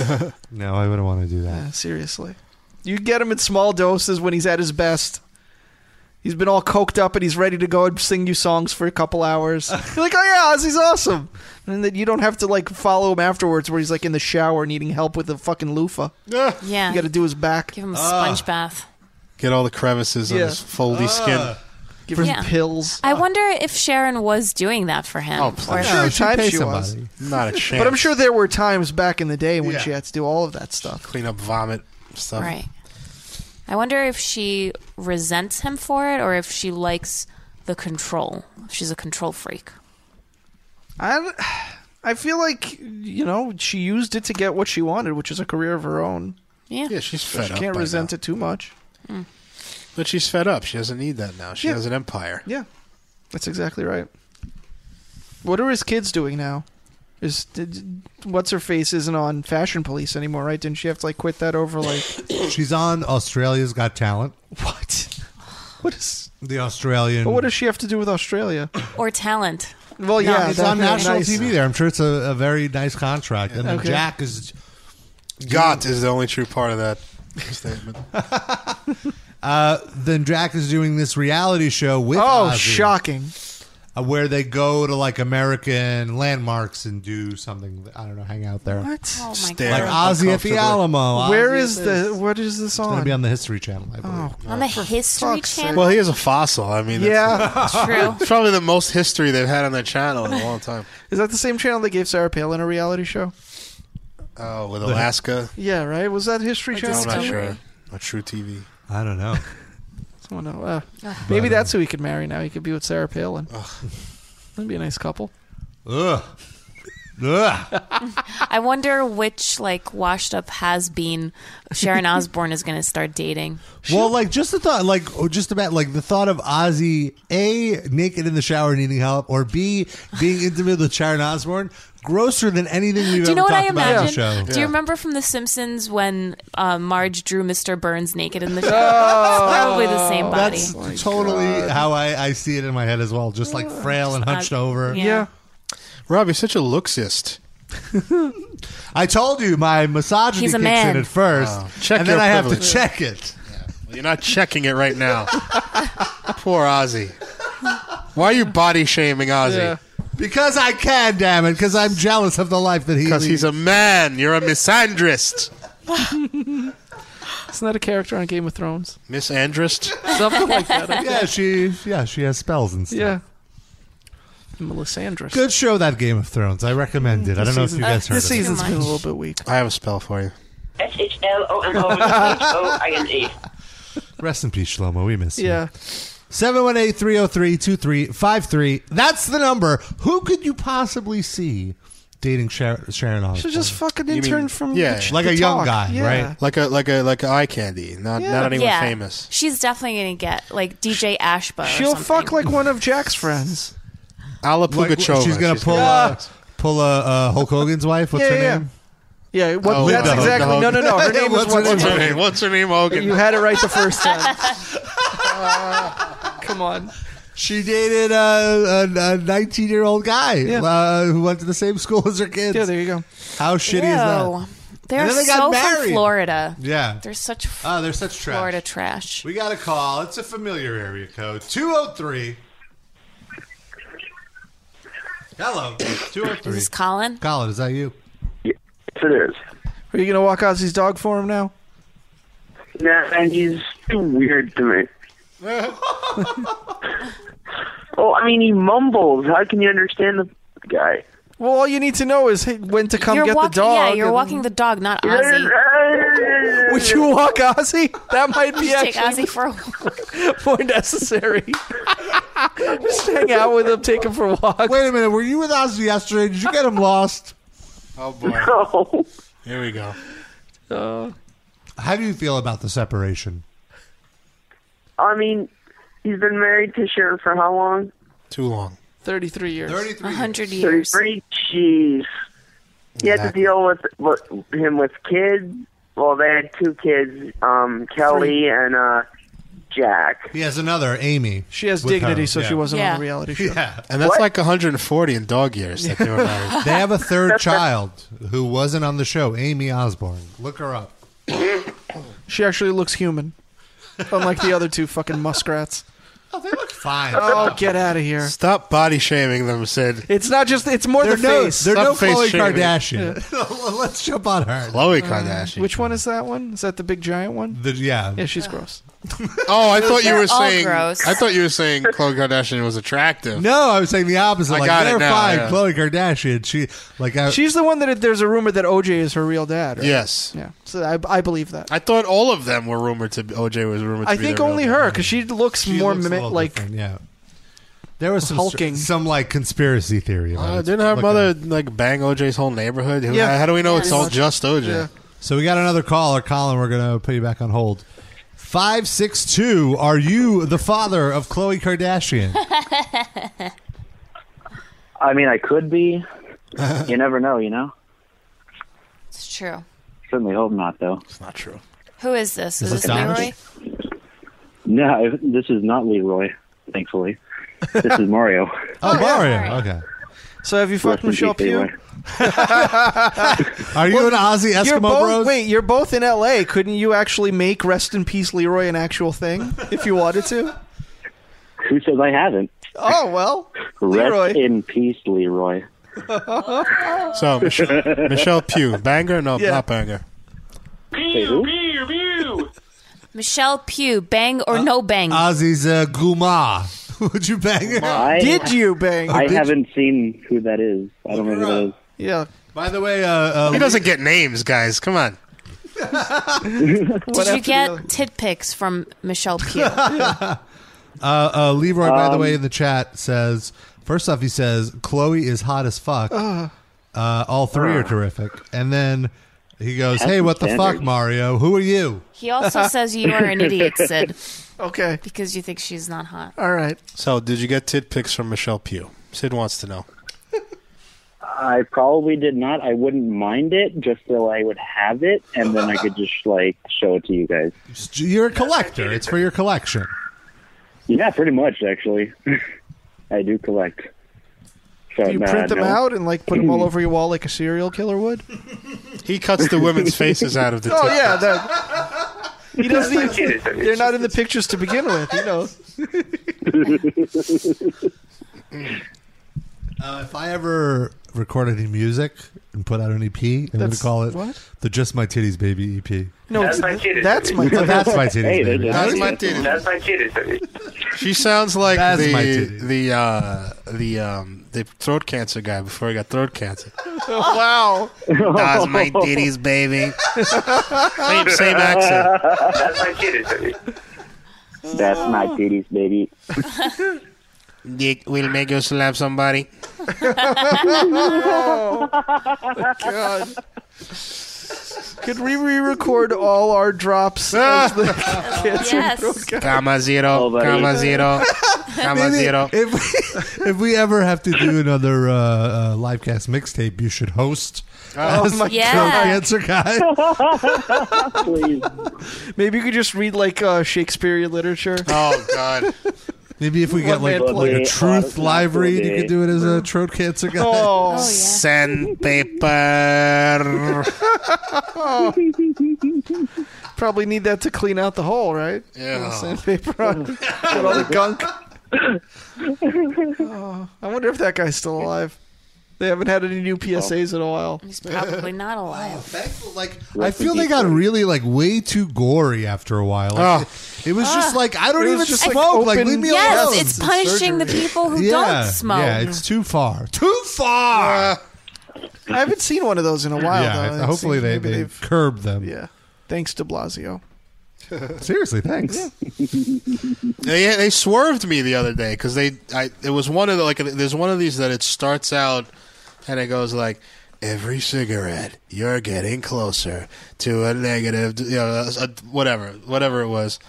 Speaker 1: no, I wouldn't want to do that.
Speaker 3: Yeah, seriously. You get him in small doses when he's at his best. He's been all coked up and he's ready to go and sing you songs for a couple hours. You're like, oh yeah, Ozzy's awesome. And then you don't have to like follow him afterwards where he's like in the shower needing help with the fucking loofah.
Speaker 4: yeah
Speaker 3: You got to do his back,
Speaker 4: give him
Speaker 1: Ah.
Speaker 4: a sponge bath
Speaker 5: Get all the crevices on
Speaker 3: Yeah. Ah.
Speaker 5: his foldy skin.
Speaker 3: give him
Speaker 4: Yeah.
Speaker 3: pills.
Speaker 4: I wonder if Sharon was doing that for him.
Speaker 5: Oh, please.
Speaker 4: or if-
Speaker 3: Sure,
Speaker 1: No, she'd
Speaker 3: time
Speaker 1: pay
Speaker 3: she was.
Speaker 1: somebody.
Speaker 5: Not a chance.
Speaker 3: But I'm sure there were times back in the day when
Speaker 1: Yeah.
Speaker 3: she had to do all of that stuff.
Speaker 5: clean up vomit stuff.
Speaker 4: Right. I wonder if she resents him for it or if she likes the control. If she's a control freak.
Speaker 3: I, I feel like you know she used it to get what she wanted, which is a career of her own.
Speaker 4: Yeah. Hmm.
Speaker 5: Yeah, she's fed
Speaker 3: she
Speaker 5: up.
Speaker 3: can't
Speaker 5: by
Speaker 3: resent
Speaker 5: now.
Speaker 3: it too much.
Speaker 5: But she's fed up. She doesn't need that now. She
Speaker 3: Yeah.
Speaker 5: has an empire.
Speaker 3: Yeah, that's exactly right. What are his kids doing now? Is did, what's her face isn't on Fashion Police anymore, right? Didn't she have to like quit that over like
Speaker 1: She's on Australia's Got Talent.
Speaker 3: what? What is?
Speaker 1: The Australian.
Speaker 3: But what does she have to do with Australia?
Speaker 4: Or talent.
Speaker 3: Well, yeah,
Speaker 1: it's
Speaker 3: that-
Speaker 1: on national
Speaker 3: nice.
Speaker 1: TV there. I'm sure it's a, a very nice contract. And then
Speaker 3: Okay.
Speaker 1: Jack is.
Speaker 5: Got is the only true part of that statement.
Speaker 1: Uh, Then Jack is doing this reality show with
Speaker 3: Oh,
Speaker 1: Ozzy,
Speaker 3: shocking!
Speaker 1: uh, where they go to like American landmarks and do something. I don't know, hang out there.
Speaker 3: What?
Speaker 4: Oh my
Speaker 5: Stare.
Speaker 1: Like
Speaker 4: god.
Speaker 1: Ozzy at the
Speaker 5: Uncomfortably.
Speaker 1: Alamo.
Speaker 3: Where
Speaker 1: Ozzy
Speaker 3: is the? What is this
Speaker 1: Going
Speaker 3: on?
Speaker 1: to be on the History Channel, I believe.
Speaker 4: On the History
Speaker 3: fuck's sake.
Speaker 4: Channel.
Speaker 5: well, he is a fossil. I mean, that's
Speaker 3: yeah,
Speaker 4: True.
Speaker 5: it's probably the most history they've had on their channel in a long time.
Speaker 3: is that the same channel that gave Sarah Palin a reality show?
Speaker 5: Oh, with Alaska.
Speaker 3: Yeah, right. Was that History
Speaker 4: Like
Speaker 3: Channel?
Speaker 5: I'm not
Speaker 4: Discovery.
Speaker 5: sure. Or True TV.
Speaker 1: I don't know.
Speaker 3: Oh, no. Uh, maybe that's who he could marry now. He could be with Sarah Palin. That'd be a nice couple.
Speaker 1: Ugh. Ugh.
Speaker 4: I wonder which like washed up has been Sharon Osbourne is going to start dating.
Speaker 1: Well, like just the thought, like oh, just about like the thought of Ozzy a naked in the shower needing help, or b being intimate with Sharon Osbourne, grosser than anything we've
Speaker 4: Do you
Speaker 1: ever
Speaker 4: know what I
Speaker 1: talked about on the
Speaker 4: imagine?
Speaker 1: show.
Speaker 4: Do you remember from The Simpsons when uh, Marge drew Mr. Burns naked in the shower? it's probably the same body.
Speaker 1: Oh. That's totally
Speaker 5: Oh
Speaker 1: how I, I see it in my head as well. Just like frail and hunched over.
Speaker 4: yeah.
Speaker 5: Rob, you're such a looksist.
Speaker 1: I told you my misogyny
Speaker 4: He's a
Speaker 1: kicks
Speaker 4: man.
Speaker 1: in at first,
Speaker 5: Oh. Check
Speaker 1: and then
Speaker 5: your
Speaker 1: I
Speaker 5: privilege.
Speaker 1: have to check it.
Speaker 5: You're not checking it right now. Poor Ozzy. Why are you body shaming Ozzy?
Speaker 1: Because I can, damn it! Because I'm jealous of the life that he
Speaker 5: Because
Speaker 1: leads.
Speaker 5: he's a man. You're a misandrist.
Speaker 3: Isn't that a character on Game of Thrones?
Speaker 5: Misandrist?
Speaker 3: Something like that. I
Speaker 1: yeah, she yeah she has spells and stuff.
Speaker 3: Yeah. Melisandre.
Speaker 1: Good show that Game of Thrones. I recommend it. I don't know if you guys heard
Speaker 3: Mm, This
Speaker 1: of it.
Speaker 3: season's been a little bit weak.
Speaker 5: I have a spell for you.
Speaker 9: S H L O M O H O I N E.
Speaker 1: Rest in peace, Shlomo. We miss you.
Speaker 3: Yeah.
Speaker 1: 718-303-2353. That's the number. Who could you possibly see dating Shar- Sharon
Speaker 3: She's
Speaker 1: Osbourne?
Speaker 3: just fucking intern
Speaker 5: mean-
Speaker 3: from
Speaker 5: Yeah.
Speaker 3: the ch-
Speaker 1: Like
Speaker 3: the
Speaker 1: a young
Speaker 3: talk.
Speaker 1: guy,
Speaker 3: Yeah.
Speaker 1: right?
Speaker 5: Like a like a like a eye candy. Not not anyone
Speaker 4: Yeah.
Speaker 5: famous.
Speaker 4: She's definitely going to get like DJ Ashba. or
Speaker 3: She'll fuck
Speaker 4: something.
Speaker 3: like one of Jack's friends.
Speaker 5: Alla
Speaker 1: Like,
Speaker 5: Pugacheva.
Speaker 1: she's gonna pull
Speaker 5: gonna-
Speaker 1: uh, pull uh, uh, Hulk Hogan's wife. What's
Speaker 3: Yeah,
Speaker 1: her
Speaker 3: yeah.
Speaker 1: name?
Speaker 3: Yeah, what,
Speaker 5: Oh,
Speaker 3: that's
Speaker 5: Linda Hogan.
Speaker 3: exactly. No, no, no. Her name was
Speaker 1: What's her
Speaker 3: what's
Speaker 5: What's
Speaker 1: name?
Speaker 5: her name? What's her name, Hogan?
Speaker 3: You had it right the first time. Come on.
Speaker 1: She dated uh, a nineteen-year-old guy
Speaker 3: Yeah.
Speaker 1: uh, who went to the same school as her kids.
Speaker 3: Yeah, there you go.
Speaker 1: How shitty
Speaker 4: Ew.
Speaker 1: is that?
Speaker 4: They're
Speaker 1: And then they got
Speaker 4: so from
Speaker 1: married.
Speaker 4: Florida.
Speaker 1: Yeah.
Speaker 4: They're such
Speaker 1: Oh, they're such trash.
Speaker 4: Florida trash.
Speaker 1: We got a call. It's a familiar area code. 203. Hello. 203.
Speaker 4: This is Colin.
Speaker 1: Colin, is that you?
Speaker 9: Yes, it is.
Speaker 3: Are you gonna walk Ozzy's dog for him now?
Speaker 9: Nah, and he's too weird to me. well, I mean, he mumbles. How can you understand the guy?
Speaker 3: Well, all you need to know is hey, when to come
Speaker 4: you're
Speaker 3: get
Speaker 4: walking,
Speaker 3: the dog.
Speaker 4: yeah, you're
Speaker 3: and-
Speaker 4: walking the dog, not Ozzy.
Speaker 3: Would you walk Ozzy? That might be
Speaker 4: Take
Speaker 3: actually
Speaker 4: Ozzy for a walk.
Speaker 3: more necessary. Just hang out with him, take him for a walk.
Speaker 1: Wait a minute. Were you with us yesterday? Did you get him lost?
Speaker 5: oh boy.
Speaker 9: No.
Speaker 5: Here we go.
Speaker 3: Uh,
Speaker 1: How do you feel about the separation?
Speaker 9: I mean, he's been married to Sharon for how long?
Speaker 5: Too long.
Speaker 3: 33 years.
Speaker 4: 100 years.
Speaker 9: 33? Jeez. He had to
Speaker 5: Exactly.
Speaker 9: deal with, with him with kids. Well, they had two kids, um, Kelly and uh, Jack.
Speaker 1: He has another, Amy.
Speaker 3: She has
Speaker 1: with
Speaker 3: dignity,
Speaker 1: her.
Speaker 3: so
Speaker 1: Yeah.
Speaker 3: she wasn't on
Speaker 4: Yeah.
Speaker 3: the reality show.
Speaker 1: Yeah.
Speaker 5: And that's like 140 in dog years that they were married.
Speaker 1: They have a third child who wasn't on the show, Amy Osborne. Look her up.
Speaker 3: She actually looks human, unlike the other two fucking muskrats.
Speaker 1: Oh, they look fine.
Speaker 3: Oh, get out of here!
Speaker 5: Stop body shaming them, Sid.
Speaker 3: It's not just. It's more
Speaker 1: They're
Speaker 3: the
Speaker 1: no,
Speaker 3: face.
Speaker 1: they're
Speaker 5: Stop
Speaker 1: no
Speaker 5: face
Speaker 1: Khloe
Speaker 5: shaming.
Speaker 1: Kardashian. Let's jump on her.
Speaker 5: Chloe Kardashian.
Speaker 3: Which one is that one? Is that the big giant one?
Speaker 1: The- yeah.
Speaker 3: Yeah, she's gross.
Speaker 5: Oh, I thought you
Speaker 4: They're
Speaker 5: were
Speaker 4: all
Speaker 5: saying.
Speaker 4: gross.
Speaker 5: I thought you were saying Khloe Kardashian was attractive.
Speaker 1: No, I was saying the opposite.
Speaker 5: I
Speaker 1: like
Speaker 5: got it
Speaker 1: they're
Speaker 5: now,
Speaker 1: fine.
Speaker 5: yeah.
Speaker 1: Khloe Kardashian. She like I,
Speaker 3: She's the one that there's a rumor that OJ is her real dad. Right?
Speaker 5: Yes.
Speaker 3: Yeah. So I, I believe that.
Speaker 5: I thought all of them were rumored to. be- OJ was rumored. to
Speaker 3: I
Speaker 5: be
Speaker 3: think
Speaker 5: their real
Speaker 3: only
Speaker 5: dad.
Speaker 3: her because she looks
Speaker 1: she
Speaker 3: more
Speaker 1: looks a
Speaker 3: mi-
Speaker 1: little
Speaker 3: like.
Speaker 1: different, yeah. There was some
Speaker 3: hulking.
Speaker 1: some like conspiracy theory. About
Speaker 5: Uh,
Speaker 1: it.
Speaker 5: didn't her
Speaker 1: Looking-
Speaker 5: mother like bang OJ's whole neighborhood? Who-
Speaker 3: Yeah.
Speaker 5: How do we know it's
Speaker 4: Yes.
Speaker 5: all just OJ?
Speaker 3: Yeah.
Speaker 1: So we got another caller, Colin. We're gonna put you back on hold. Five six two. Are you the father of Khloe Kardashian?
Speaker 9: I mean, I could be. you never know, you know?
Speaker 4: It's true.
Speaker 9: Certainly hope not, though.
Speaker 5: It's not true.
Speaker 4: Who is this?
Speaker 1: Is
Speaker 4: Is this
Speaker 1: this Dominic?
Speaker 4: Leroy?
Speaker 9: No, I- this is not Leroy, thankfully. This is Mario.
Speaker 1: oh, Mario.
Speaker 4: all right.
Speaker 1: Okay.
Speaker 3: So have you fucked
Speaker 9: Rest in
Speaker 3: Michelle
Speaker 9: peace, Leroy.
Speaker 3: Pugh?
Speaker 1: Are you an Aussie Eskimo
Speaker 3: You're both.
Speaker 1: Bros?
Speaker 3: Wait, you're both in L.A. Couldn't you actually make "Rest in Peace, Leroy" an actual thing if you wanted to?
Speaker 9: Who says I haven't?
Speaker 3: Oh well, Leroy.
Speaker 9: Rest in peace, Leroy.
Speaker 5: So Michelle, Michelle Pugh, banger? No,
Speaker 3: Yeah.
Speaker 5: not banger.
Speaker 9: Say who?
Speaker 4: Michelle Pugh, bang or no bang?
Speaker 1: Ozzy's uh, Guma. Would you bang her?
Speaker 9: I,
Speaker 3: Did you bang?
Speaker 9: I haven't seen who that is. I don't know who that is.
Speaker 3: Yeah.
Speaker 1: By the way, uh, uh,
Speaker 5: He doesn't get names, guys. Come on.
Speaker 4: Did you get tit pics from Michelle Pugh?
Speaker 1: Uh, uh, Leroy, by the
Speaker 4: Um,
Speaker 1: way, in the chat says first off, he says Chloe is hot as fuck. Uh, all three are
Speaker 4: Uh.
Speaker 1: terrific, and then he goes,
Speaker 4: That's
Speaker 1: "Hey, what the
Speaker 4: standard.
Speaker 1: fuck, Mario? Who are you?"
Speaker 4: He also says you are an idiot, Sid.
Speaker 3: Okay.
Speaker 4: Because you think she's not hot.
Speaker 3: All right.
Speaker 5: So, did you get tit pics from Michelle Pugh? Sid wants to know.
Speaker 10: I probably did not. I wouldn't mind it just so I would have it, and then I could just like show it to you guys.
Speaker 1: You're a collector. It's for your collection.
Speaker 10: Yeah, pretty much actually. I do collect. So
Speaker 3: Do you
Speaker 10: nah,
Speaker 3: print them
Speaker 10: no.
Speaker 3: out and like put them all over your wall like a serial killer would?
Speaker 5: He cuts the women's faces out of the.
Speaker 3: Oh
Speaker 5: tit
Speaker 3: yeah,
Speaker 5: pics.
Speaker 3: that, he doesn't even. They're not in the pictures to begin with, you know.
Speaker 1: Uh, if I ever record any music and put out an EP, I'm going to
Speaker 3: That's-
Speaker 1: call it
Speaker 3: what?
Speaker 1: the Just My Titties Baby EP.
Speaker 3: No,
Speaker 11: That's my
Speaker 3: it's-
Speaker 11: titties.
Speaker 3: that's my-
Speaker 1: Oh, that's my titties.
Speaker 5: Hey, there
Speaker 1: baby.
Speaker 5: you go. That's my titties.
Speaker 11: That's my titties.
Speaker 5: She sounds like
Speaker 1: That's my
Speaker 5: the
Speaker 1: titties.
Speaker 5: the uh, the um, the throat cancer guy before he got throat cancer.
Speaker 3: wow.
Speaker 5: That's my titties, baby.
Speaker 11: same,
Speaker 5: same accent.
Speaker 11: That's my titties.
Speaker 10: That's my titties, baby.
Speaker 5: Dick will make you slap somebody.
Speaker 3: God. Could we re-record all our drops as the cancer
Speaker 5: Yes.
Speaker 3: broadcast?
Speaker 5: Comma zero, comma zero, comma
Speaker 1: Maybe
Speaker 5: zero.
Speaker 1: If we, if we ever have to do another uh, uh, live cast mixtape, you should host.
Speaker 3: Oh,
Speaker 1: as
Speaker 3: my
Speaker 1: throat
Speaker 3: Yeah.
Speaker 1: cancer guy.
Speaker 10: Please.
Speaker 3: Maybe you could just read like uh, Shakespearean literature.
Speaker 5: Oh God.
Speaker 1: Maybe if we get like,
Speaker 3: One-man
Speaker 1: like
Speaker 3: play.
Speaker 1: a truth
Speaker 3: Oh,
Speaker 1: live read, you
Speaker 3: okay.
Speaker 1: could do it as a throat cancer guy.
Speaker 3: Mm-hmm. Oh. Oh, yeah.
Speaker 5: Sandpaper.
Speaker 3: Probably need that to clean out the hole, right?
Speaker 5: Yeah.
Speaker 3: With the Sandpaper on. Get all the gunk. Oh, I wonder if that guy's still alive. They haven't had any new PSAs in a while.
Speaker 4: He's probably not alive.
Speaker 1: like I feel they got really like way too gory after a while. Like,
Speaker 5: Oh.
Speaker 1: It was just
Speaker 4: Ah.
Speaker 1: like I don't
Speaker 4: It was
Speaker 1: even
Speaker 4: just, like,
Speaker 1: smoke. Like,
Speaker 4: open-
Speaker 1: leave me
Speaker 4: Yes,
Speaker 1: alone.
Speaker 4: it's punishing the people who
Speaker 1: Yeah,
Speaker 4: don't smoke.
Speaker 1: Yeah, it's too far. Too far.
Speaker 3: Uh, I haven't seen one of those in a while.
Speaker 1: yeah,
Speaker 3: though.
Speaker 1: I-
Speaker 3: It
Speaker 1: hopefully
Speaker 3: seems
Speaker 1: they
Speaker 3: maybe
Speaker 1: they
Speaker 3: they've-
Speaker 1: curbed them.
Speaker 3: Yeah. Thanks to Blasio.
Speaker 1: Seriously, thanks.
Speaker 5: They they swerved me the other day because they I it was one of the like there's one of these that it starts out and it goes like every cigarette you're getting closer to a negative you know a, whatever whatever it was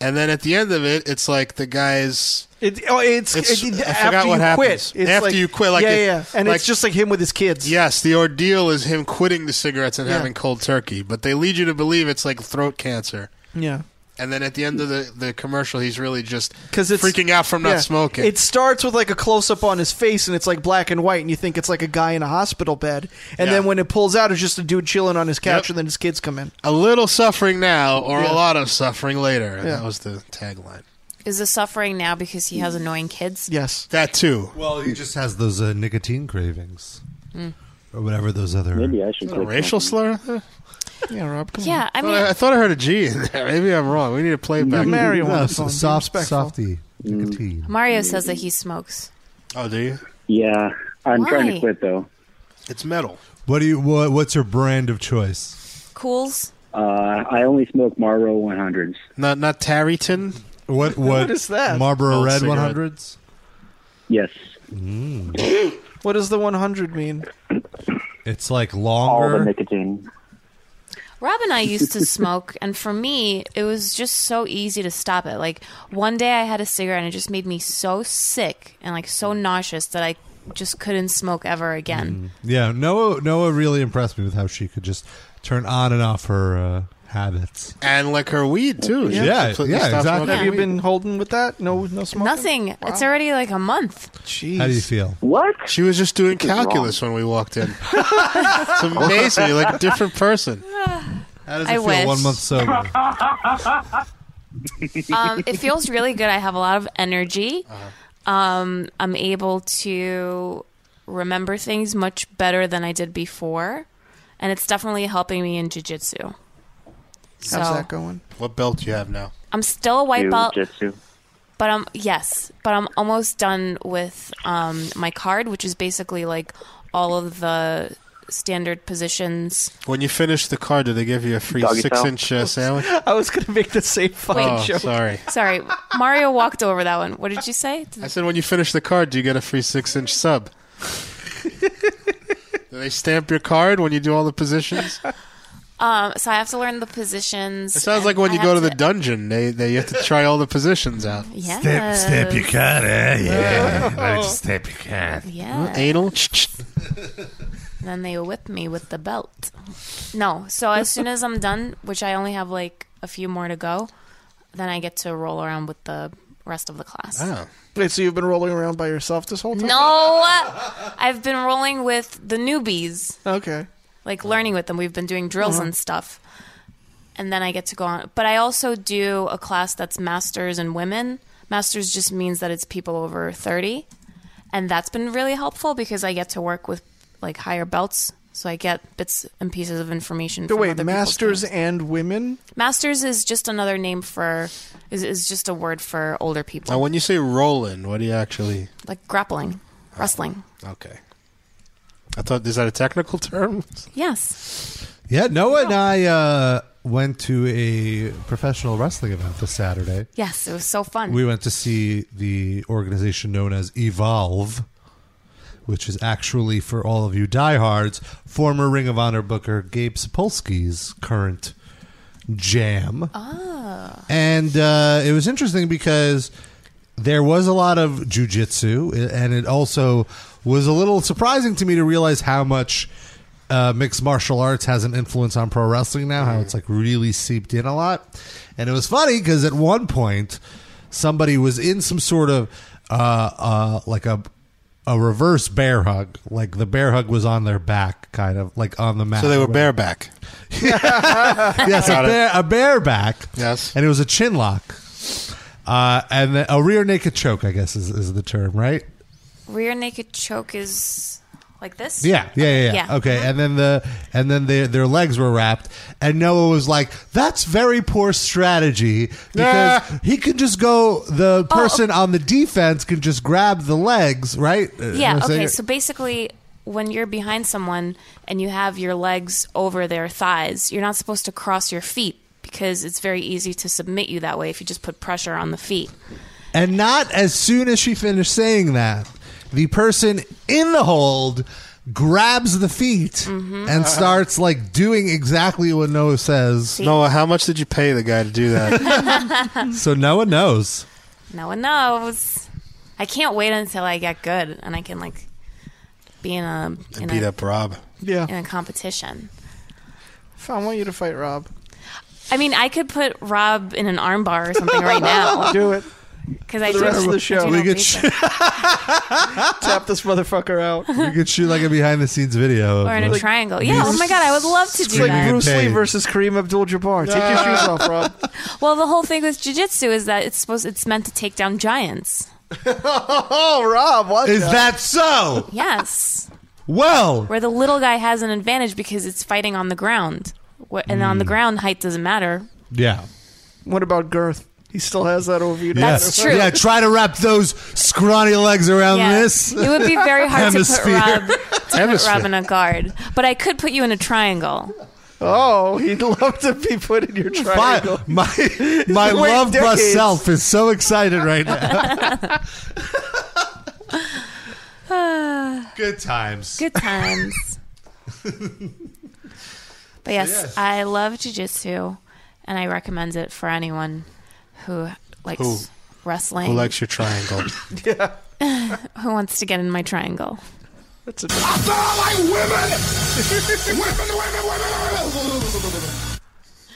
Speaker 5: and then at the end of it it's like the guy's
Speaker 3: It, oh, it's,
Speaker 5: It's-
Speaker 3: it-
Speaker 5: I
Speaker 3: after
Speaker 5: forgot
Speaker 3: you
Speaker 5: what
Speaker 3: quit.
Speaker 5: happens.
Speaker 3: It's
Speaker 5: After
Speaker 3: like-
Speaker 5: you quit, like
Speaker 3: yeah,
Speaker 5: it-
Speaker 3: yeah, and
Speaker 5: like-
Speaker 3: it's just like him with his kids.
Speaker 5: yes the ordeal is him quitting the cigarettes and
Speaker 3: Yeah.
Speaker 5: having cold turkey but they lead you to believe it's like throat cancer
Speaker 3: Yeah,
Speaker 5: and then at the end of the, the commercial he's really just
Speaker 3: because it's
Speaker 5: freaking out from not
Speaker 3: yeah.
Speaker 5: smoking
Speaker 3: It starts with like a close up on his face, and it's like black and white, and you think it's like a guy in a hospital bed, and
Speaker 5: Yeah.
Speaker 3: then when it pulls out, it's just a dude chilling on his couch,
Speaker 5: Yep.
Speaker 3: and then his kids come in.
Speaker 5: a little suffering now or
Speaker 3: Yeah.
Speaker 5: a lot of suffering later.
Speaker 3: Yeah.
Speaker 5: That was the tagline.
Speaker 4: Is the suffering now because he has annoying kids?
Speaker 3: Yes.
Speaker 5: That too.
Speaker 1: Well, he just has those uh, nicotine cravings
Speaker 4: Mm.
Speaker 1: or whatever those other.
Speaker 10: Maybe I should
Speaker 5: A
Speaker 10: click
Speaker 5: racial slur?
Speaker 3: Yeah, Rob. Come
Speaker 4: Yeah, I
Speaker 5: Thought
Speaker 4: mean,
Speaker 5: I, thought I heard a G in there. Maybe I'm wrong. We need a playback.
Speaker 3: Mario on
Speaker 1: No,
Speaker 3: the
Speaker 1: s-
Speaker 3: phone. Be
Speaker 1: soft,
Speaker 3: respectful.
Speaker 1: softy nicotine.
Speaker 4: Mario says that he smokes.
Speaker 5: Oh, do you?
Speaker 10: Yeah, I'm trying
Speaker 4: Why?
Speaker 10: to quit though.
Speaker 5: It's metal.
Speaker 1: What do you? What, what's your brand of choice?
Speaker 4: Cools?
Speaker 10: Uh, I only smoke Marlboro 100s.
Speaker 5: Not not Tarryton.
Speaker 1: What what,
Speaker 3: What is that?
Speaker 1: Marlboro
Speaker 5: Old
Speaker 1: Red
Speaker 5: cigarette.
Speaker 1: one hundreds.
Speaker 10: Yes.
Speaker 3: What does the 100 mean?
Speaker 1: It's like longer.
Speaker 10: All the nicotine.
Speaker 4: Rob and I used to smoke, and for me, it was just so easy to stop it. Like, one day I had a cigarette, and it just made me so sick and, like, so nauseous that I just couldn't smoke ever again.
Speaker 1: Yeah, Noah Noah really impressed me with how she could just turn on and off her uh, habits.
Speaker 5: And like her weed too. She
Speaker 1: Yeah,
Speaker 5: completely
Speaker 1: yeah,
Speaker 5: stopped
Speaker 1: exactly.
Speaker 5: smoking
Speaker 3: Have you
Speaker 5: weed.
Speaker 3: been holding with that? No, no smoking.
Speaker 4: Nothing. It's already, like, a month.
Speaker 3: Jeez.
Speaker 1: Mm. How do you feel?
Speaker 10: What?
Speaker 5: She was just doing calculus when we walked in. it's amazing. You're like a different person.
Speaker 1: How does it
Speaker 4: I
Speaker 1: feel
Speaker 4: wish.
Speaker 1: one month sober?
Speaker 4: um, it feels really good. I have a lot of energy. Um, I'm able to remember things much better than I did before, and it's definitely helping me in jujitsu. So
Speaker 5: How's that
Speaker 3: going?
Speaker 5: What belt do you have now?
Speaker 4: I'm still a white belt,
Speaker 10: Jujitsu.
Speaker 4: but I'm yes, but I'm almost done with um, my card, which is basically like all of the standard positions.
Speaker 5: When you finish the car, do they give you a free
Speaker 4: Doggy style.
Speaker 5: six-inch uh, sandwich?
Speaker 3: I was going to make the same fucking
Speaker 5: oh,
Speaker 3: joke.
Speaker 5: sorry.
Speaker 4: Sorry, Mario walked over that one. What did you say?
Speaker 5: I said, when you finish the card, do you get a free six-inch sub? do they stamp your card when you do all the positions?
Speaker 4: Um, so I have to learn the positions.
Speaker 5: It sounds like when you go to the dungeon, they, they you have to try all the positions out.
Speaker 4: Yeah.
Speaker 1: Step, step your cat, eh? Yeah.
Speaker 4: Oh.
Speaker 1: Right, step your cat.
Speaker 4: Yeah.
Speaker 5: Anal.
Speaker 4: then they whip me with the belt. No, so as soon as I'm done, which I only have like a few more to go, then I get to roll around with the rest of the class.
Speaker 3: Wait, so you've been rolling around by yourself this whole time?
Speaker 4: No, I've been rolling with the newbies.
Speaker 3: Okay. Uh-huh.
Speaker 4: Like learning with them. We've been doing drills and stuff. And then I get to go on. But I also do a class that's masters and women. Masters just means that it's people over 30. And that's been really helpful because I get to work with like higher belts. So I get bits and pieces of information.
Speaker 3: But
Speaker 4: from
Speaker 3: wait,
Speaker 4: other people's
Speaker 3: masters and women?
Speaker 4: Masters is just another name for is, is just a word for older people.
Speaker 5: Now, when you say rolling, what do you actually?
Speaker 4: like grappling, wrestling.
Speaker 5: Okay. I thought is that a technical term?
Speaker 4: Yes.
Speaker 1: Yeah, Noah and I uh, went to a professional wrestling event this Saturday.
Speaker 4: Yes, it was so fun.
Speaker 1: We went to see the organization known as Evolve, which is actually for all of you diehards, former Ring of Honor booker Gabe Sapolsky's current jam.
Speaker 4: Ah.
Speaker 1: And uh, it was interesting because there was a lot of jujitsu, and it also was a little surprising to me to realize how much uh, mixed martial arts has an influence on pro wrestling now,
Speaker 5: Mm.
Speaker 1: how it's like really seeped in a lot. And it was funny because at one point, somebody was in some sort of uh, uh, like a a reverse bear hug, like the bear hug was on their back, kind of like on the mat.
Speaker 5: So they were
Speaker 1: bareback
Speaker 5: bareback.
Speaker 1: yes, a
Speaker 5: Got it.
Speaker 1: bear, a bareback.
Speaker 5: Yes.
Speaker 1: and it was a chin lock, uh, and the, a rear naked choke. I guess is, is the term, right?
Speaker 4: Rear naked choke is like this.
Speaker 1: Yeah, yeah, yeah. yeah.
Speaker 4: Yeah. Uh-huh.
Speaker 1: Okay, and then the and then their their legs were wrapped, and Noah was like, "That's very poor strategy because
Speaker 4: Ah.
Speaker 1: he can just go. The
Speaker 4: Oh,
Speaker 1: person on the defense can just grab the legs, right? Uh,
Speaker 4: Yeah.
Speaker 1: am I saying
Speaker 4: Okay.
Speaker 1: it-
Speaker 4: So basically, when you're behind someone and you have your legs over their thighs, you're not supposed to cross your feet because it's very easy to submit you that way if you just put pressure on the feet.
Speaker 1: And not as soon as she finished saying that, the person in the hold grabs the feet
Speaker 4: Mm-hmm.
Speaker 1: and starts like doing exactly what Noah says.
Speaker 5: Noah, how much did you pay the guy to do
Speaker 1: so Noah knows.
Speaker 4: No one knows. I can't wait until I get good and I can like be in a in
Speaker 5: Beat
Speaker 4: a,
Speaker 5: up Rob.
Speaker 3: Yeah.
Speaker 4: in a competition.
Speaker 3: I want you to fight Rob.
Speaker 4: I mean, I could put Rob in an armbar or something right now.
Speaker 3: Do it.
Speaker 4: Because I
Speaker 3: For the
Speaker 4: do-
Speaker 3: rest of
Speaker 4: I
Speaker 3: the
Speaker 4: do
Speaker 3: show.
Speaker 4: know
Speaker 1: We could
Speaker 4: basic.
Speaker 3: Tap this motherfucker out.
Speaker 1: You could shoot like a behind the scenes video. of
Speaker 4: Or in a
Speaker 1: us.
Speaker 4: triangle. Yeah, oh my God, I would love to
Speaker 3: It's
Speaker 4: do
Speaker 3: like
Speaker 4: that.
Speaker 3: Bruce Lee
Speaker 1: Pain.
Speaker 3: versus Kareem Abdul-Jabbar. Take your shoes off, Rob.
Speaker 4: Well, the whole thing with jujitsu is that it's supposed it's meant to take down giants.
Speaker 3: oh, Rob, what?
Speaker 1: Is that so?
Speaker 4: Yes,
Speaker 1: Well,
Speaker 4: where the little guy has an advantage because it's fighting on the ground, Wh- and on the
Speaker 1: Hmm.
Speaker 4: ground height doesn't matter.
Speaker 1: yeah.
Speaker 3: What about girth? He still has that over you. no
Speaker 4: That's
Speaker 1: yeah.
Speaker 4: true.
Speaker 1: Yeah, try to wrap those scrawny legs around
Speaker 4: Yeah.
Speaker 1: this.
Speaker 4: It would be very hard to put
Speaker 1: hemisphere.
Speaker 4: Rob to put
Speaker 1: Hemisphere.
Speaker 4: Rob in a guard, but I could put you in a triangle.
Speaker 3: Oh, he'd love to be put in your triangle.
Speaker 1: My, my
Speaker 3: Wait
Speaker 1: love bus
Speaker 3: decades.
Speaker 1: self is so excited right now.
Speaker 4: Ah,
Speaker 1: Good times.
Speaker 4: Good times. but yes,
Speaker 1: yes.
Speaker 4: I love jujitsu, and I recommend it for anyone who likes
Speaker 5: Who?
Speaker 4: wrestling.
Speaker 5: Who likes your triangle?
Speaker 3: yeah.
Speaker 4: who wants to get in my triangle?
Speaker 3: That's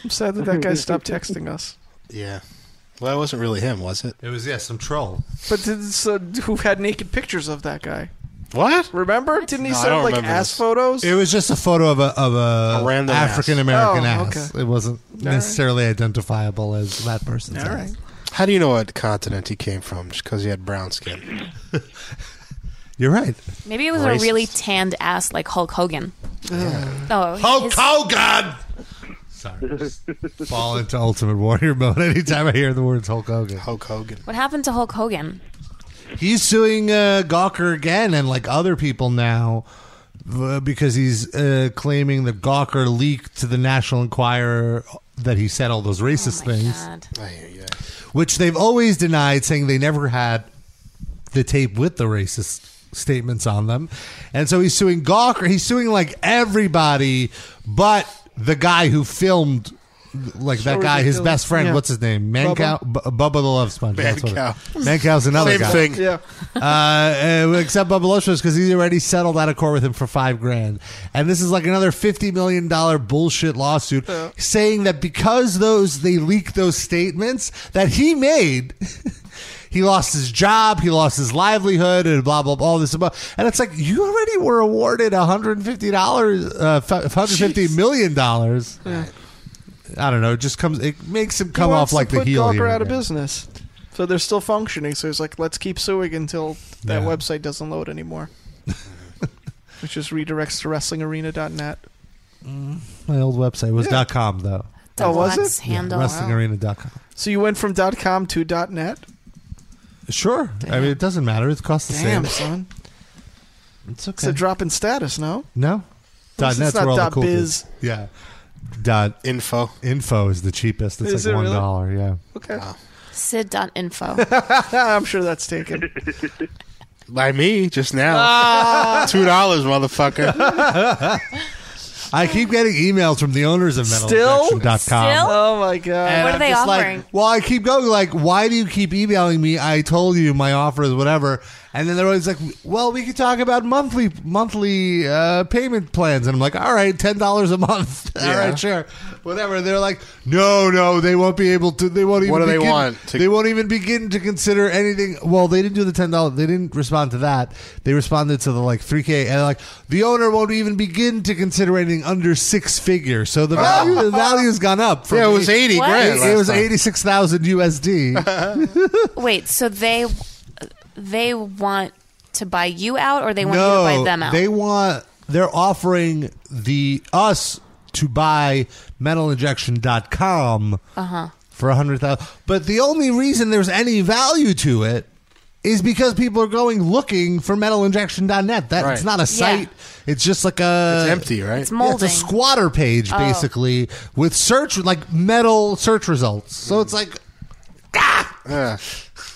Speaker 3: I'm sad that that guy stopped texting us.
Speaker 5: yeah. Well, that wasn't really him, was it?
Speaker 1: It was yeah, some troll.
Speaker 3: But this, uh, who had naked pictures of that guy?
Speaker 5: What?
Speaker 3: Remember? Didn't he
Speaker 5: No, I
Speaker 3: send
Speaker 5: don't
Speaker 3: like
Speaker 5: remember
Speaker 3: ass
Speaker 5: this.
Speaker 3: photos?
Speaker 1: It was just a photo of a of a,
Speaker 5: A random ass.
Speaker 1: African American
Speaker 3: Oh,
Speaker 1: ass. It wasn't
Speaker 3: right.
Speaker 1: necessarily identifiable as that person's
Speaker 3: All
Speaker 1: ass.
Speaker 3: right.
Speaker 5: How do you know what continent he came from? Just because he had brown skin?
Speaker 1: You're right.
Speaker 4: Maybe it was
Speaker 5: Racist.
Speaker 4: a really tanned ass like Hulk Hogan. Oh, his-
Speaker 1: Hogan. Sorry, just fall into Ultimate Warrior mode anytime I hear the words Hulk Hogan.
Speaker 5: Hulk Hogan.
Speaker 4: What happened to Hulk Hogan?
Speaker 1: He's suing uh, Gawker again and like other people now uh, because he's uh, claiming that Gawker leaked to the National Enquirer that he said all those racist things, which they've always denied, saying they never had the tape with the racist statements on them. And so he's suing Gawker. He's suing like everybody, but the guy who filmed. Like that guy, his
Speaker 5: ridiculous.
Speaker 1: best friend.
Speaker 5: Yeah.
Speaker 1: What's his name? Mancow,
Speaker 5: Bubba?
Speaker 1: B- Bubba the Love Sponge. that's what it-
Speaker 5: Mancow.
Speaker 1: Mancow's another
Speaker 5: Same
Speaker 1: guy.
Speaker 5: thing.
Speaker 3: Yeah.
Speaker 1: Uh, uh, except Bubba Luttress because he's already settled out of court with him for five grand, and this is like another fifty million dollar bullshit lawsuit saying that because those they leaked those statements that he made, he lost his job, he lost his livelihood, and blah blah blah. All this about, and it's like you already were awarded one hundred and fifty dollars, uh, hundred fifty million dollars. I don't know. It just comes. It makes him come
Speaker 3: He
Speaker 1: off
Speaker 3: wants
Speaker 1: like
Speaker 3: to put
Speaker 1: the heel
Speaker 3: Gawker
Speaker 1: here.
Speaker 3: out of business. So they're still functioning. So he's like, let's keep suing until that
Speaker 1: Yeah.
Speaker 3: website doesn't load anymore. Which just redirects to wrestlingarena.net.
Speaker 1: My old website was dot .com though.
Speaker 3: Oh, was
Speaker 1: Yeah,
Speaker 3: it? Handle.
Speaker 1: WrestlingArena.com.
Speaker 3: So you went from .com to .net.
Speaker 1: Sure. I mean, it doesn't matter. It costs the
Speaker 3: Damn,
Speaker 1: same.
Speaker 3: son.
Speaker 1: It's
Speaker 3: It's a drop in status, no?
Speaker 1: No. Dot
Speaker 3: At least it's
Speaker 1: net's where
Speaker 3: not
Speaker 1: all the
Speaker 3: dot
Speaker 1: cool
Speaker 3: biz.
Speaker 1: kids- Yeah. Dot
Speaker 5: info.
Speaker 1: Info is the cheapest. It's
Speaker 3: Is
Speaker 1: like
Speaker 3: it
Speaker 1: one
Speaker 3: really?
Speaker 1: dollar. Yeah.
Speaker 3: Okay.
Speaker 4: Sid.info.
Speaker 3: I'm sure that's
Speaker 1: Um,
Speaker 3: taken.
Speaker 5: By me just now.
Speaker 3: Ah.
Speaker 5: Two dollars, motherfucker.
Speaker 1: I keep getting emails from the owners of
Speaker 3: Still?
Speaker 1: MetalInjection.com.
Speaker 3: Oh my god.
Speaker 1: And I'm just Like, well, I keep going. Like, why do you keep emailing me? I told you my offer is whatever. And then they're always like, "Well, we could talk about monthly monthly uh, payment plans." And I'm like, "All right, ten dollars a month. All
Speaker 5: Yeah.
Speaker 1: right, sure, whatever." They're like, "No, no, they won't be able to. They won't even.
Speaker 5: What do they
Speaker 1: begin-
Speaker 5: want to-
Speaker 1: they won't even begin to consider anything." Well, they didn't do the ten dollars. They didn't respond to that. They responded to the like three k and like the owner won't even begin to consider anything under six figures. So the value the value's gone up. from
Speaker 5: Yeah, it was 80 What? grand
Speaker 1: It,
Speaker 5: last
Speaker 1: was
Speaker 5: time.
Speaker 1: eighty six thousand USD.
Speaker 4: Wait, so they they want to buy you out, or they want
Speaker 1: no,
Speaker 4: you to buy them out?
Speaker 1: they want. They're offering the us to buy metalinjection.com
Speaker 4: uh huh.
Speaker 1: for a hundred thousand. But the only reason there's any value to it is because people are going looking for metalinjection.net. That's
Speaker 5: Right.
Speaker 1: not a site. It's just like a
Speaker 5: It's empty, right? It's
Speaker 1: Yeah, it's a
Speaker 5: molding.
Speaker 1: squatter page
Speaker 5: Oh.
Speaker 1: basically with search like metal search results. So it's like
Speaker 5: Yeah.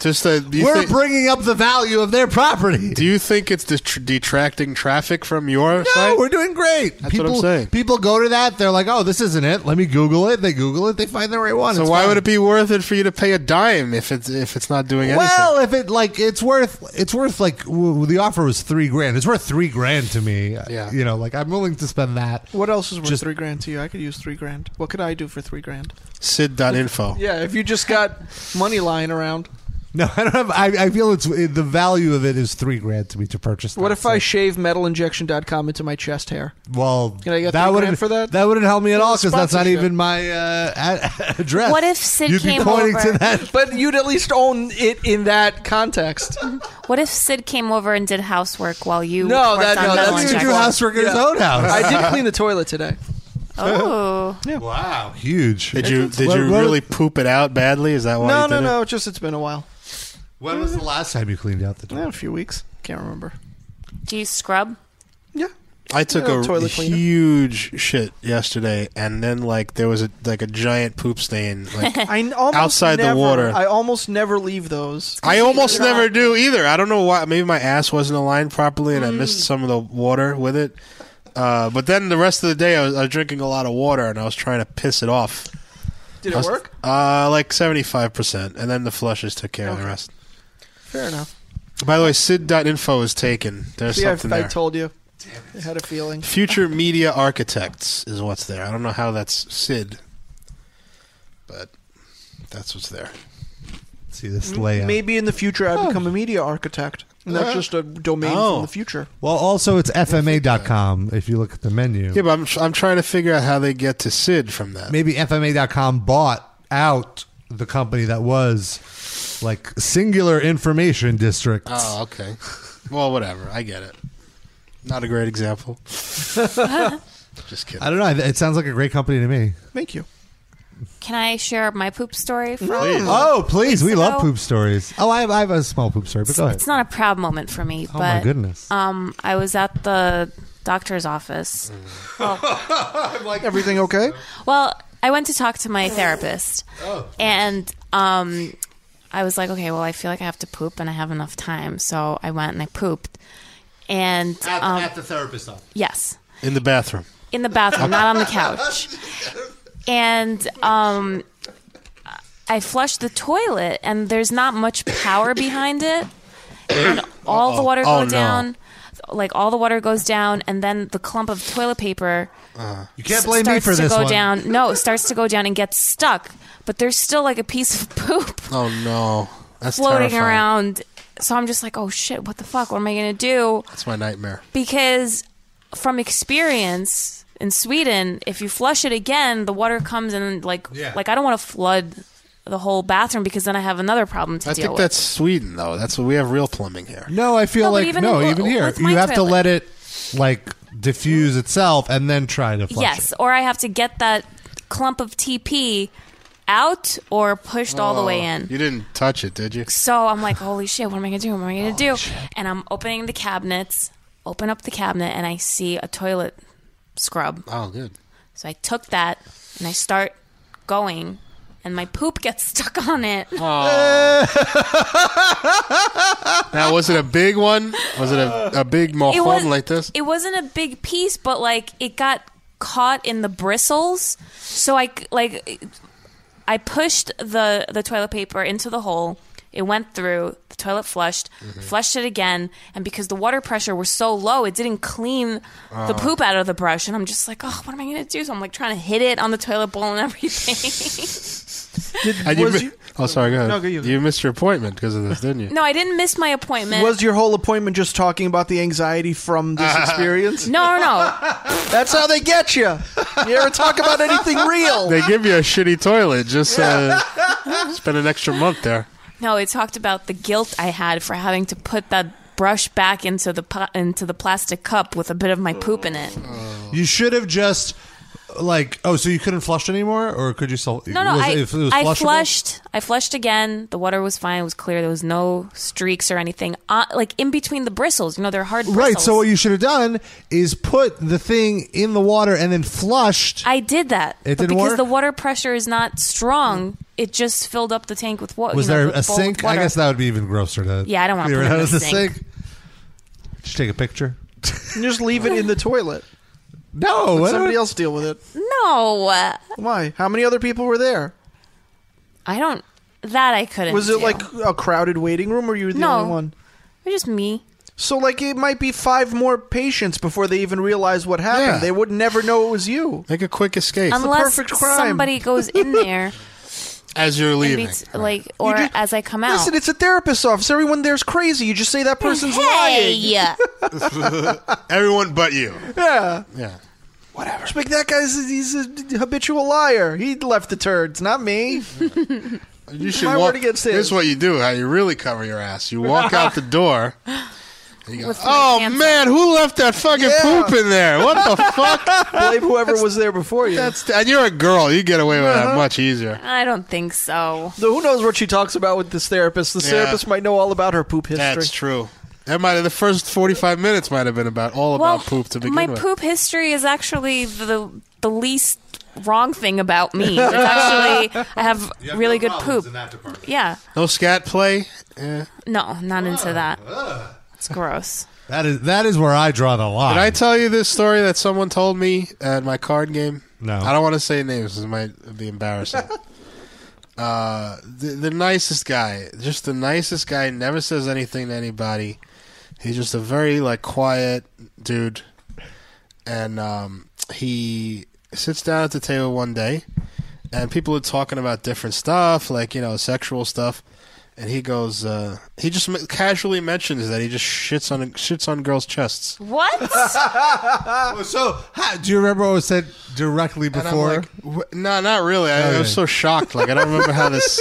Speaker 5: Just a, do you
Speaker 1: we're
Speaker 5: think-
Speaker 1: bringing up the value of their property.
Speaker 5: Do you think it's det- detracting traffic from your
Speaker 1: No,
Speaker 5: site?
Speaker 1: Oh, we're doing great.
Speaker 5: That's
Speaker 1: people,
Speaker 5: what I'm saying.
Speaker 1: People go to that. They're like, oh, this isn't it. Let me Google it. They Google it. They find the right one.
Speaker 5: So
Speaker 1: It's
Speaker 5: why
Speaker 1: fine.
Speaker 5: would it be worth it for you to pay a dime if it's if it's not doing anything?
Speaker 1: Well, if it like it's worth it's worth like w- the offer was three grand. It's worth three grand to me. uh,
Speaker 3: Yeah.
Speaker 1: you know, like I'm willing to spend that.
Speaker 3: What else is worth
Speaker 1: Just-
Speaker 3: three grand to you? I could use three grand. What could I do for three grand?
Speaker 5: Sid.info.
Speaker 3: Yeah, if you just got money lying around.
Speaker 1: No, I don't have. I, I feel it's the value of it is three grand to me to purchase.
Speaker 3: What
Speaker 1: that.
Speaker 3: if I shave metalinjection.com into my chest hair?
Speaker 1: Well,
Speaker 3: Can I get
Speaker 1: that
Speaker 3: three
Speaker 1: wouldn't
Speaker 3: grand for that?
Speaker 1: wouldn't help me at all because that's not
Speaker 3: Sponsorship.
Speaker 1: even my uh, ad- address.
Speaker 4: What if Sid
Speaker 1: You'd
Speaker 4: came
Speaker 1: be pointing
Speaker 4: over?
Speaker 1: to that
Speaker 3: But you'd at least own it in that context.
Speaker 4: What if Sid came over and did housework while you?
Speaker 3: No,
Speaker 4: worked
Speaker 3: that
Speaker 4: on
Speaker 3: no,
Speaker 4: Metal
Speaker 3: that's
Speaker 4: Injection?
Speaker 1: do housework in his own house.
Speaker 3: I did clean the toilet today.
Speaker 4: Oh,
Speaker 1: Wow, huge!
Speaker 5: Did you did
Speaker 1: What-
Speaker 5: you
Speaker 1: what-
Speaker 5: really poop it out badly? Is
Speaker 4: Oh,
Speaker 5: that why?
Speaker 3: No,
Speaker 5: you
Speaker 3: no,
Speaker 5: did
Speaker 3: no. Just it's been a while.
Speaker 1: When was the last time you cleaned out the
Speaker 3: toilet? a few weeks. Can't remember.
Speaker 4: do you scrub?
Speaker 5: It? I took
Speaker 4: Yeah,
Speaker 5: a
Speaker 4: toilet cleaner.
Speaker 5: huge shit yesterday, and then like there was a like a giant poop stain. Like,
Speaker 3: I n- almost
Speaker 5: outside the
Speaker 3: never-
Speaker 5: water.
Speaker 3: I almost never leave those.
Speaker 5: I almost never do either. I don't know why. Maybe my ass wasn't aligned properly, and I missed
Speaker 4: Mm.
Speaker 5: some of the water with it. Uh, but then the rest of the day, I was, I was drinking a lot of water, and I was trying to piss it off.
Speaker 3: Did it
Speaker 5: I was-
Speaker 3: work?
Speaker 5: Uh, like seventy-five percent, and then the flushes took care of the rest.
Speaker 3: Fair enough.
Speaker 5: By the way, Sid.info is taken. There's
Speaker 3: See, I,
Speaker 5: something
Speaker 3: I
Speaker 5: there.
Speaker 3: told you. I had a feeling.
Speaker 5: Future Media Architects is what's there. I don't know how that's Sid, but that's what's there.
Speaker 1: See this layout.
Speaker 3: Maybe in the future I become a media architect. And that's
Speaker 5: Uh,
Speaker 3: just a domain
Speaker 5: oh.
Speaker 3: from the future.
Speaker 1: Well, also it's FMA.com if you look at the menu.
Speaker 5: Yeah, but I'm I'm trying to figure out how they get to Sid from that.
Speaker 1: Maybe FMA.com bought out the company that was like Singular Information District.
Speaker 5: Oh, okay. Well, whatever. I get it. Not a great example. Just kidding.
Speaker 1: I don't know. It sounds like a great company to me.
Speaker 3: Thank you.
Speaker 4: Can I share my poop story? From
Speaker 1: Oh, please. We love
Speaker 4: So-
Speaker 1: poop stories. Oh, I have, I have a small poop story, but go ahead.
Speaker 4: It's not a proud moment for me,
Speaker 1: Oh,
Speaker 4: but
Speaker 1: my goodness.
Speaker 4: Um, I was at the doctor's office.
Speaker 1: Mm.
Speaker 3: Everything okay?
Speaker 4: Well, I went to talk to my therapist,
Speaker 3: Oh.
Speaker 4: and um, I was like, okay, well, I feel like I have to poop, and I have enough time, so I went and I pooped, and um,
Speaker 1: therapist office.
Speaker 4: yes,
Speaker 5: In the bathroom.
Speaker 4: in the bathroom, not on the couch. And um, I flushed the toilet, and there's not much power behind it. And all the
Speaker 12: Uh-oh.
Speaker 4: water
Speaker 12: Oh,
Speaker 4: goes
Speaker 12: no.
Speaker 4: down, like all the water goes down, and then the clump of toilet paper
Speaker 1: you can't blame me
Speaker 4: starts
Speaker 1: for
Speaker 4: to
Speaker 1: this
Speaker 4: go
Speaker 1: one.
Speaker 4: down. No, it starts to go down and gets stuck, but there's still like a piece of poop
Speaker 5: Oh no, that's
Speaker 4: floating
Speaker 5: terrifying.
Speaker 4: around. So I'm just like, oh shit, what the fuck? What am I gonna do?
Speaker 5: That's my nightmare.
Speaker 4: Because from experience in Sweden, if you flush it again, the water comes and like
Speaker 5: Yeah.
Speaker 4: like I don't want to flood the whole bathroom because then I have another problem to
Speaker 5: I
Speaker 4: deal
Speaker 5: think
Speaker 4: with.
Speaker 5: that's Sweden though. That's we have real plumbing here.
Speaker 1: No, I feel
Speaker 4: No, but
Speaker 1: like
Speaker 4: even
Speaker 1: no,
Speaker 4: in-
Speaker 1: even here
Speaker 4: with my
Speaker 1: you have to
Speaker 4: toilet.
Speaker 1: let it like diffuse itself and then try to flush
Speaker 4: yes,
Speaker 1: it.
Speaker 4: or I have to get that clump of TP out or pushed all the way
Speaker 5: Oh,
Speaker 4: in.
Speaker 5: You didn't touch it, did you?
Speaker 4: So I'm like, holy shit, what am I gonna do? What am I gonna do? And I'm opening the cabinets, open up the cabinet, and I see a toilet scrub.
Speaker 5: Oh, good.
Speaker 4: So I took that and I start going, and my poop gets stuck on it.
Speaker 5: Now was it a big one? Was it a, a big
Speaker 4: It
Speaker 5: mojon
Speaker 4: was-
Speaker 5: like this?
Speaker 4: It wasn't a big piece, but like it got caught in the bristles. So I c- like I pushed the the toilet paper into the hole. It went through. The toilet flushed, flushed it again, and because the water pressure was so low, it didn't clean
Speaker 12: Oh.
Speaker 4: the poop out of the brush. And I'm just like, oh, what am I gonna do? So I'm like trying to hit it on the toilet bowl and everything.
Speaker 5: And you,
Speaker 3: was
Speaker 5: mi-
Speaker 3: you-
Speaker 5: oh, sorry. Go ahead.
Speaker 3: No, go,
Speaker 5: you, missed your appointment because of this, didn't you?
Speaker 4: no, I didn't miss my appointment.
Speaker 3: Was your whole appointment just talking about the anxiety from this experience?
Speaker 4: no, no, no.
Speaker 3: That's how they get you. You ever talk about anything real?
Speaker 5: They give you a shitty toilet. Just uh, spend an extra month there.
Speaker 4: No, it talked about the guilt I had for having to put that brush back into the po- into the plastic cup with a bit of my poop in it.
Speaker 1: You should have just like oh, so you couldn't flush anymore, or could you still?
Speaker 4: No, no,
Speaker 1: was-
Speaker 4: I,
Speaker 1: if it was
Speaker 4: I
Speaker 1: flushable?
Speaker 4: flushed. I flushed again. The water was fine. It was clear. There was no streaks or anything. Uh, like in between the bristles, you know, they're hard. Bristles.
Speaker 1: Right. So what you should have done is put the thing in the water and then flushed.
Speaker 4: I did that.
Speaker 1: It
Speaker 4: but
Speaker 1: didn't
Speaker 4: because
Speaker 1: work?
Speaker 4: the water pressure is not strong. It just filled up the tank with water.
Speaker 1: Was
Speaker 4: you know,
Speaker 1: there
Speaker 4: with
Speaker 1: a
Speaker 4: bowl with
Speaker 1: sink? I
Speaker 4: water.
Speaker 1: guess that would be even grosser to.
Speaker 4: Yeah, I don't wanna
Speaker 1: clear it
Speaker 4: put it in
Speaker 1: out of
Speaker 4: the
Speaker 1: the
Speaker 4: sink.
Speaker 1: sink. Just take a picture.
Speaker 3: just leave it in the toilet.
Speaker 1: No,
Speaker 3: Let
Speaker 1: what-
Speaker 3: somebody else deal with it.
Speaker 4: No.
Speaker 3: Why? How many other people were there?
Speaker 4: I don't. That I couldn't.
Speaker 3: Was it
Speaker 4: do.
Speaker 3: like a crowded waiting room, or you were the
Speaker 4: No.
Speaker 3: only one?
Speaker 4: It was just me.
Speaker 3: So like it might be five more patients before they even realize what happened. They would never know it was you.
Speaker 5: Make a quick escape.
Speaker 4: unless
Speaker 3: perfect crime.
Speaker 4: somebody goes in there,
Speaker 5: As you're
Speaker 4: and
Speaker 5: leaving,
Speaker 4: beats, like, or
Speaker 3: just-
Speaker 4: as I come out.
Speaker 3: Listen, it's a therapist's office. Everyone there's crazy. You just say that person's lying.
Speaker 4: Hey!
Speaker 5: everyone but you.
Speaker 3: Yeah.
Speaker 5: Yeah.
Speaker 3: Just make that guy's he's a habitual liar. He left the turds, not me.
Speaker 5: You should
Speaker 3: My
Speaker 5: walk.
Speaker 3: word against his.
Speaker 5: This is what you do. How you really cover your ass. You walk out the door. and you go,
Speaker 3: With my
Speaker 5: oh
Speaker 3: hands
Speaker 5: man, who left that fucking
Speaker 3: Yeah.
Speaker 5: poop in there? What the fuck?
Speaker 3: Blame whoever was there before you.
Speaker 5: That's and you're a girl. You get away with that much easier.
Speaker 4: I don't think so.
Speaker 3: Uh-huh. So who knows what she talks about with this therapist? This
Speaker 5: Yeah.
Speaker 3: therapist might know all about her poop history.
Speaker 5: That's true. That might have the first forty five minutes might have been about all
Speaker 4: Well,
Speaker 5: about poop to begin
Speaker 4: My
Speaker 5: with.
Speaker 4: poop history is actually the the least wrong thing about me. It's actually I have, really good poop. Yeah,
Speaker 5: No scat play.
Speaker 4: no, not into that. It's gross.
Speaker 1: That is that is where I draw the line.
Speaker 5: Did I tell you this story that someone told me at my card game?
Speaker 1: No.
Speaker 5: I don't want to say names. This might be embarrassing. uh, the, the nicest guy, just the nicest guy, never says anything to anybody. He's just a very like quiet dude, and um, he sits down at the table one day, and people are talking about different stuff, like you know, sexual stuff. And he goes, uh, he just m- casually mentions that he just shits on shits on girls' chests.
Speaker 1: What? so ha- do you remember what was said directly
Speaker 5: And I'm
Speaker 1: before?
Speaker 5: like, "Wh- no, not really. I, I
Speaker 1: Okay.
Speaker 5: was so shocked. Like I don't remember how this.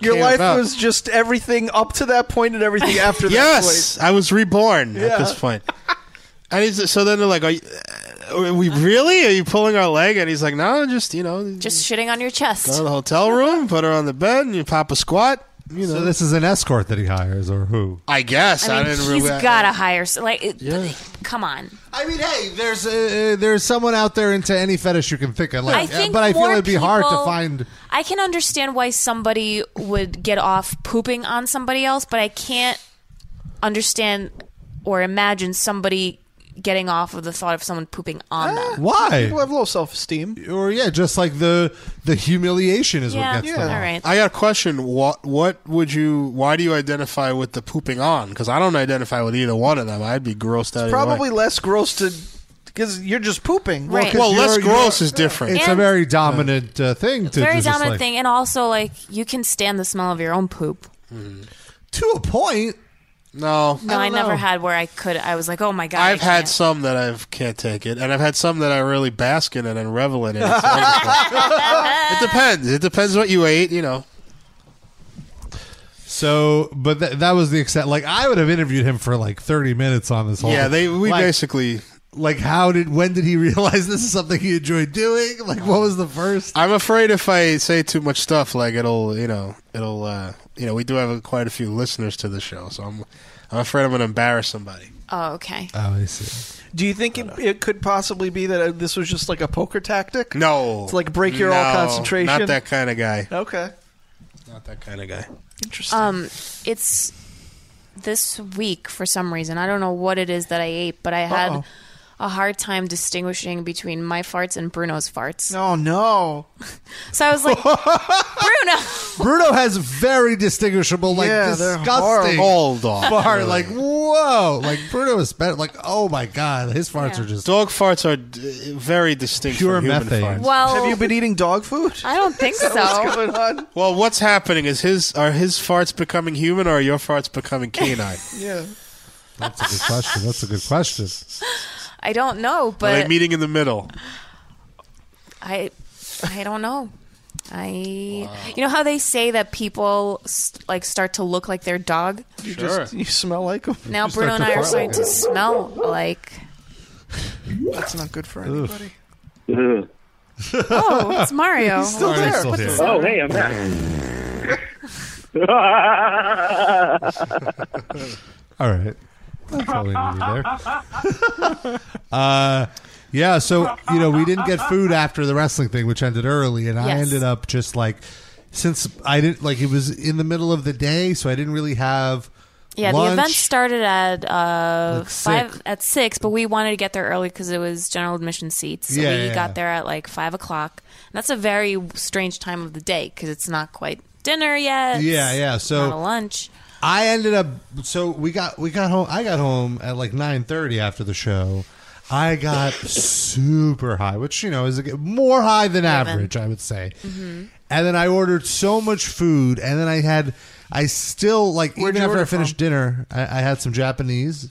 Speaker 3: Your
Speaker 5: came
Speaker 3: life
Speaker 5: about.
Speaker 3: was just everything up to that point and everything after that
Speaker 5: yes, I was reborn
Speaker 3: Yeah.
Speaker 5: at this point. And he's, so then they're like, are you, uh, Are we really? Are you pulling our leg? And he's like, no, just you know,
Speaker 4: Just shitting on your
Speaker 5: go to
Speaker 4: chest.
Speaker 5: the hotel room, put her on the bed, and you pop a squat. You know,
Speaker 1: So this is an escort that he hires, or who?
Speaker 5: I guess I,
Speaker 4: I mean,
Speaker 5: didn't.
Speaker 4: he's
Speaker 5: really,
Speaker 4: got to hire. So, like, it- come on.
Speaker 1: I mean, hey, there's uh, there's someone out there into any fetish you can think of. Like,
Speaker 4: I think
Speaker 1: but I feel
Speaker 4: more
Speaker 1: it'd be hard to
Speaker 4: people-
Speaker 1: find.
Speaker 4: I can understand why somebody would get off pooping on somebody else, but I can't understand or imagine somebody getting off of the thought of someone pooping on them.
Speaker 1: Why?
Speaker 3: People have low self esteem.
Speaker 1: Or yeah, just like the the humiliation is
Speaker 4: Yeah,
Speaker 1: what gets
Speaker 4: yeah.
Speaker 1: them.
Speaker 4: All right.
Speaker 5: I got a question. What what would you? Why do you identify with the pooping on? Because I don't identify with either one of them. I'd be grossed out. either way.
Speaker 3: Probably less gross to because you're just pooping.
Speaker 5: Well, Right. 'cause Well, less you're- gross is different.
Speaker 1: It's a
Speaker 4: And-
Speaker 1: very dominant uh, thing to
Speaker 4: Very
Speaker 1: just
Speaker 4: dominant
Speaker 1: like,
Speaker 4: thing, and also like you can stand the smell of your own poop.
Speaker 1: to a point.
Speaker 5: No,
Speaker 4: No, I, never had where I could. I was like, oh my god, I
Speaker 5: I've had
Speaker 4: can't.
Speaker 5: some that I can't take it, and I've had some that I really bask in it and revel in it. It's wonderful. it depends. It depends what you ate. You know,
Speaker 1: So, but th- that was the extent. Like, I would have interviewed him for like thirty minutes on this whole.
Speaker 5: Yeah, they- we
Speaker 1: basically like how did when did he realize this is something he enjoyed doing? Like, what was the first?
Speaker 5: I'm afraid if I say too much stuff, like it'll, you know, it'll, uh, you know, we do have a, quite a few listeners to the show, so I'm, I'm afraid I'm going to embarrass somebody.
Speaker 4: Oh, okay.
Speaker 1: Oh, I see.
Speaker 3: Do you think it, it could possibly be that uh, this was just like a poker tactic?
Speaker 5: No,
Speaker 3: to like break your all
Speaker 5: No,
Speaker 3: concentration.
Speaker 5: Not that kind of guy.
Speaker 3: Okay.
Speaker 5: Not that kind of guy.
Speaker 3: Interesting.
Speaker 4: Um, it's this week for some reason. I don't know what it is that I ate, but I had
Speaker 3: Uh-oh.
Speaker 4: a hard time distinguishing between my farts and Bruno's farts.
Speaker 3: Oh no!
Speaker 4: So I was like, Bruno.
Speaker 1: Bruno has very distinguishable, like
Speaker 4: Yeah, they're
Speaker 1: disgusting
Speaker 5: horrible. Hold on,
Speaker 1: fart.
Speaker 5: really.
Speaker 1: Like, whoa! Like Bruno is better. Like, oh my god, his farts
Speaker 4: Yeah.
Speaker 1: are just
Speaker 5: Dog farts are d- very distinct
Speaker 1: Pure
Speaker 5: from human
Speaker 1: methane.
Speaker 5: farts.
Speaker 4: Well-
Speaker 3: have you been eating dog food?
Speaker 4: I don't think so.
Speaker 3: What's going on?
Speaker 5: Well, what's happening is his are his farts becoming human or are your farts becoming canine?
Speaker 3: Yeah.
Speaker 1: That's a good question. That's a good question.
Speaker 4: I don't know,
Speaker 5: are they
Speaker 4: but
Speaker 5: meeting in the middle?
Speaker 4: I, I don't know. I, you know how they say that people s like start to look like their dog.
Speaker 3: You just you smell like them.
Speaker 4: Now Bruno and I are starting to smell like.
Speaker 3: That's not good for anybody.
Speaker 10: Ugh.
Speaker 4: Oh, it's Mario.
Speaker 3: He's still
Speaker 4: What the-
Speaker 3: there.
Speaker 4: what the-
Speaker 10: Oh, hey, I'm back.
Speaker 1: All right. That's all we needed there. uh, yeah, so, you know, we didn't get food after the wrestling thing, which ended early, and I
Speaker 5: Yes.
Speaker 1: ended up just like, since I didn't, like, it was in the middle of the day, so I didn't really have.
Speaker 4: Yeah,
Speaker 1: lunch.
Speaker 4: the event started at uh,
Speaker 1: Like
Speaker 4: five
Speaker 1: six.
Speaker 4: at six, but we wanted to get there early because it was general admission seats. So
Speaker 1: Yeah,
Speaker 4: we
Speaker 1: yeah, yeah.
Speaker 4: got there at like five o'clock. And that's a very strange time of the day because it's not quite dinner yet.
Speaker 1: Yeah, yeah,
Speaker 4: It's
Speaker 1: so-
Speaker 4: not a lunch.
Speaker 1: I ended up so we got we got home I got home at like 9:30 after the show. I got super high, which you know is like, more high than average, I would say.
Speaker 4: Mm-hmm.
Speaker 1: And then I ordered so much food, and then I had I still like
Speaker 3: Where'd
Speaker 1: even
Speaker 3: you
Speaker 1: after I
Speaker 3: order
Speaker 1: finished dinner, I, I had some Japanese.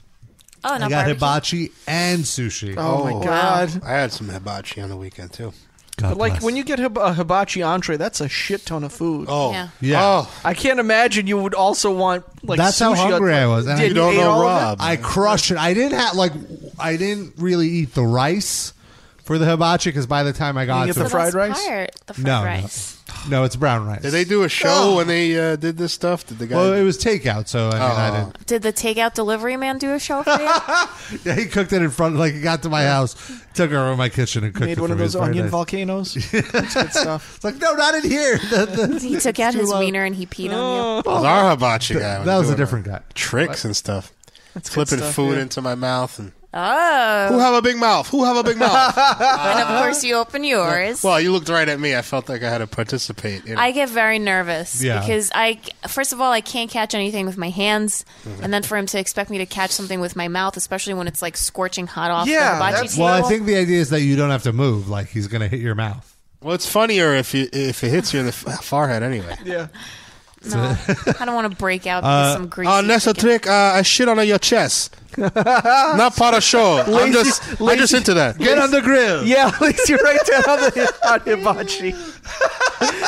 Speaker 4: Oh,
Speaker 1: I
Speaker 4: not
Speaker 1: got
Speaker 4: barbecue.
Speaker 1: hibachi and sushi.
Speaker 3: Oh, my god!
Speaker 5: I had some hibachi on the weekend too.
Speaker 3: But like when you get hib- a hibachi entree, that's a shit ton of food.
Speaker 5: Oh
Speaker 3: yeah.
Speaker 1: Yeah.
Speaker 3: I can't imagine you would also want like.
Speaker 1: That's how
Speaker 3: sushi on-
Speaker 1: hungry I was. And
Speaker 3: Did
Speaker 1: I
Speaker 3: ate all of it?
Speaker 1: I crushed it. I didn't have like I didn't really eat the rice for the hibachi because by the time I got
Speaker 5: get
Speaker 1: to
Speaker 5: the
Speaker 1: it-
Speaker 5: fried
Speaker 4: That's part, the fried
Speaker 1: no,
Speaker 4: rice.
Speaker 1: no, no, it's brown rice.
Speaker 5: Did they do a
Speaker 4: Oh.
Speaker 5: show when they uh, did this stuff? Did the guy?
Speaker 1: Well, it was takeout, so I mean, I
Speaker 5: Oh.
Speaker 1: didn't.
Speaker 4: Did the takeout delivery man do a show for you?
Speaker 1: Yeah, he cooked it in front. Like he got to my house, took it over to my kitchen, and cooked
Speaker 3: Made
Speaker 1: it
Speaker 3: one
Speaker 1: for
Speaker 3: of
Speaker 1: me.
Speaker 3: those
Speaker 1: It was very
Speaker 3: onion
Speaker 1: nice.
Speaker 3: volcanoes. That's good stuff.
Speaker 1: It's like no, not in here. The- the-
Speaker 4: he took out his wiener and he peed on you.
Speaker 5: It
Speaker 1: Oh.
Speaker 5: was our hibachi guy.
Speaker 1: that was a
Speaker 5: doing
Speaker 1: different guy.
Speaker 5: Tricks and stuff.
Speaker 3: good
Speaker 5: Flipping
Speaker 3: stuff,
Speaker 5: food
Speaker 3: yeah.
Speaker 5: into my mouth and
Speaker 4: Oh.
Speaker 5: who have a big mouth? Who have a big mouth?
Speaker 4: and of course, you open yours.
Speaker 5: well, you looked right at me. I felt like I had to participate. You know?
Speaker 4: I get very nervous
Speaker 5: Yeah.
Speaker 4: because I, first of all, I can't catch anything with my hands,
Speaker 3: Mm-hmm.
Speaker 4: and then for him to expect me to catch something with my mouth, especially when it's like scorching hot off
Speaker 3: Yeah,
Speaker 4: the hibachi
Speaker 3: that's-
Speaker 4: table.
Speaker 1: well, I think the idea is that you don't have to move. Like he's gonna hit your mouth.
Speaker 5: well, it's funnier if you if it hits you in the f- forehead anyway.
Speaker 3: Yeah.
Speaker 4: no, I don't want to break out with
Speaker 5: Uh,
Speaker 4: some greasy.
Speaker 5: uh, next a trick, uh, I shit on your chest. Not part of show. I'm
Speaker 3: Lazy-
Speaker 5: just, I'm
Speaker 3: lazy-
Speaker 5: just into that.
Speaker 3: Get on the
Speaker 1: grill.
Speaker 3: Yeah, at least you write down on the on hibachi.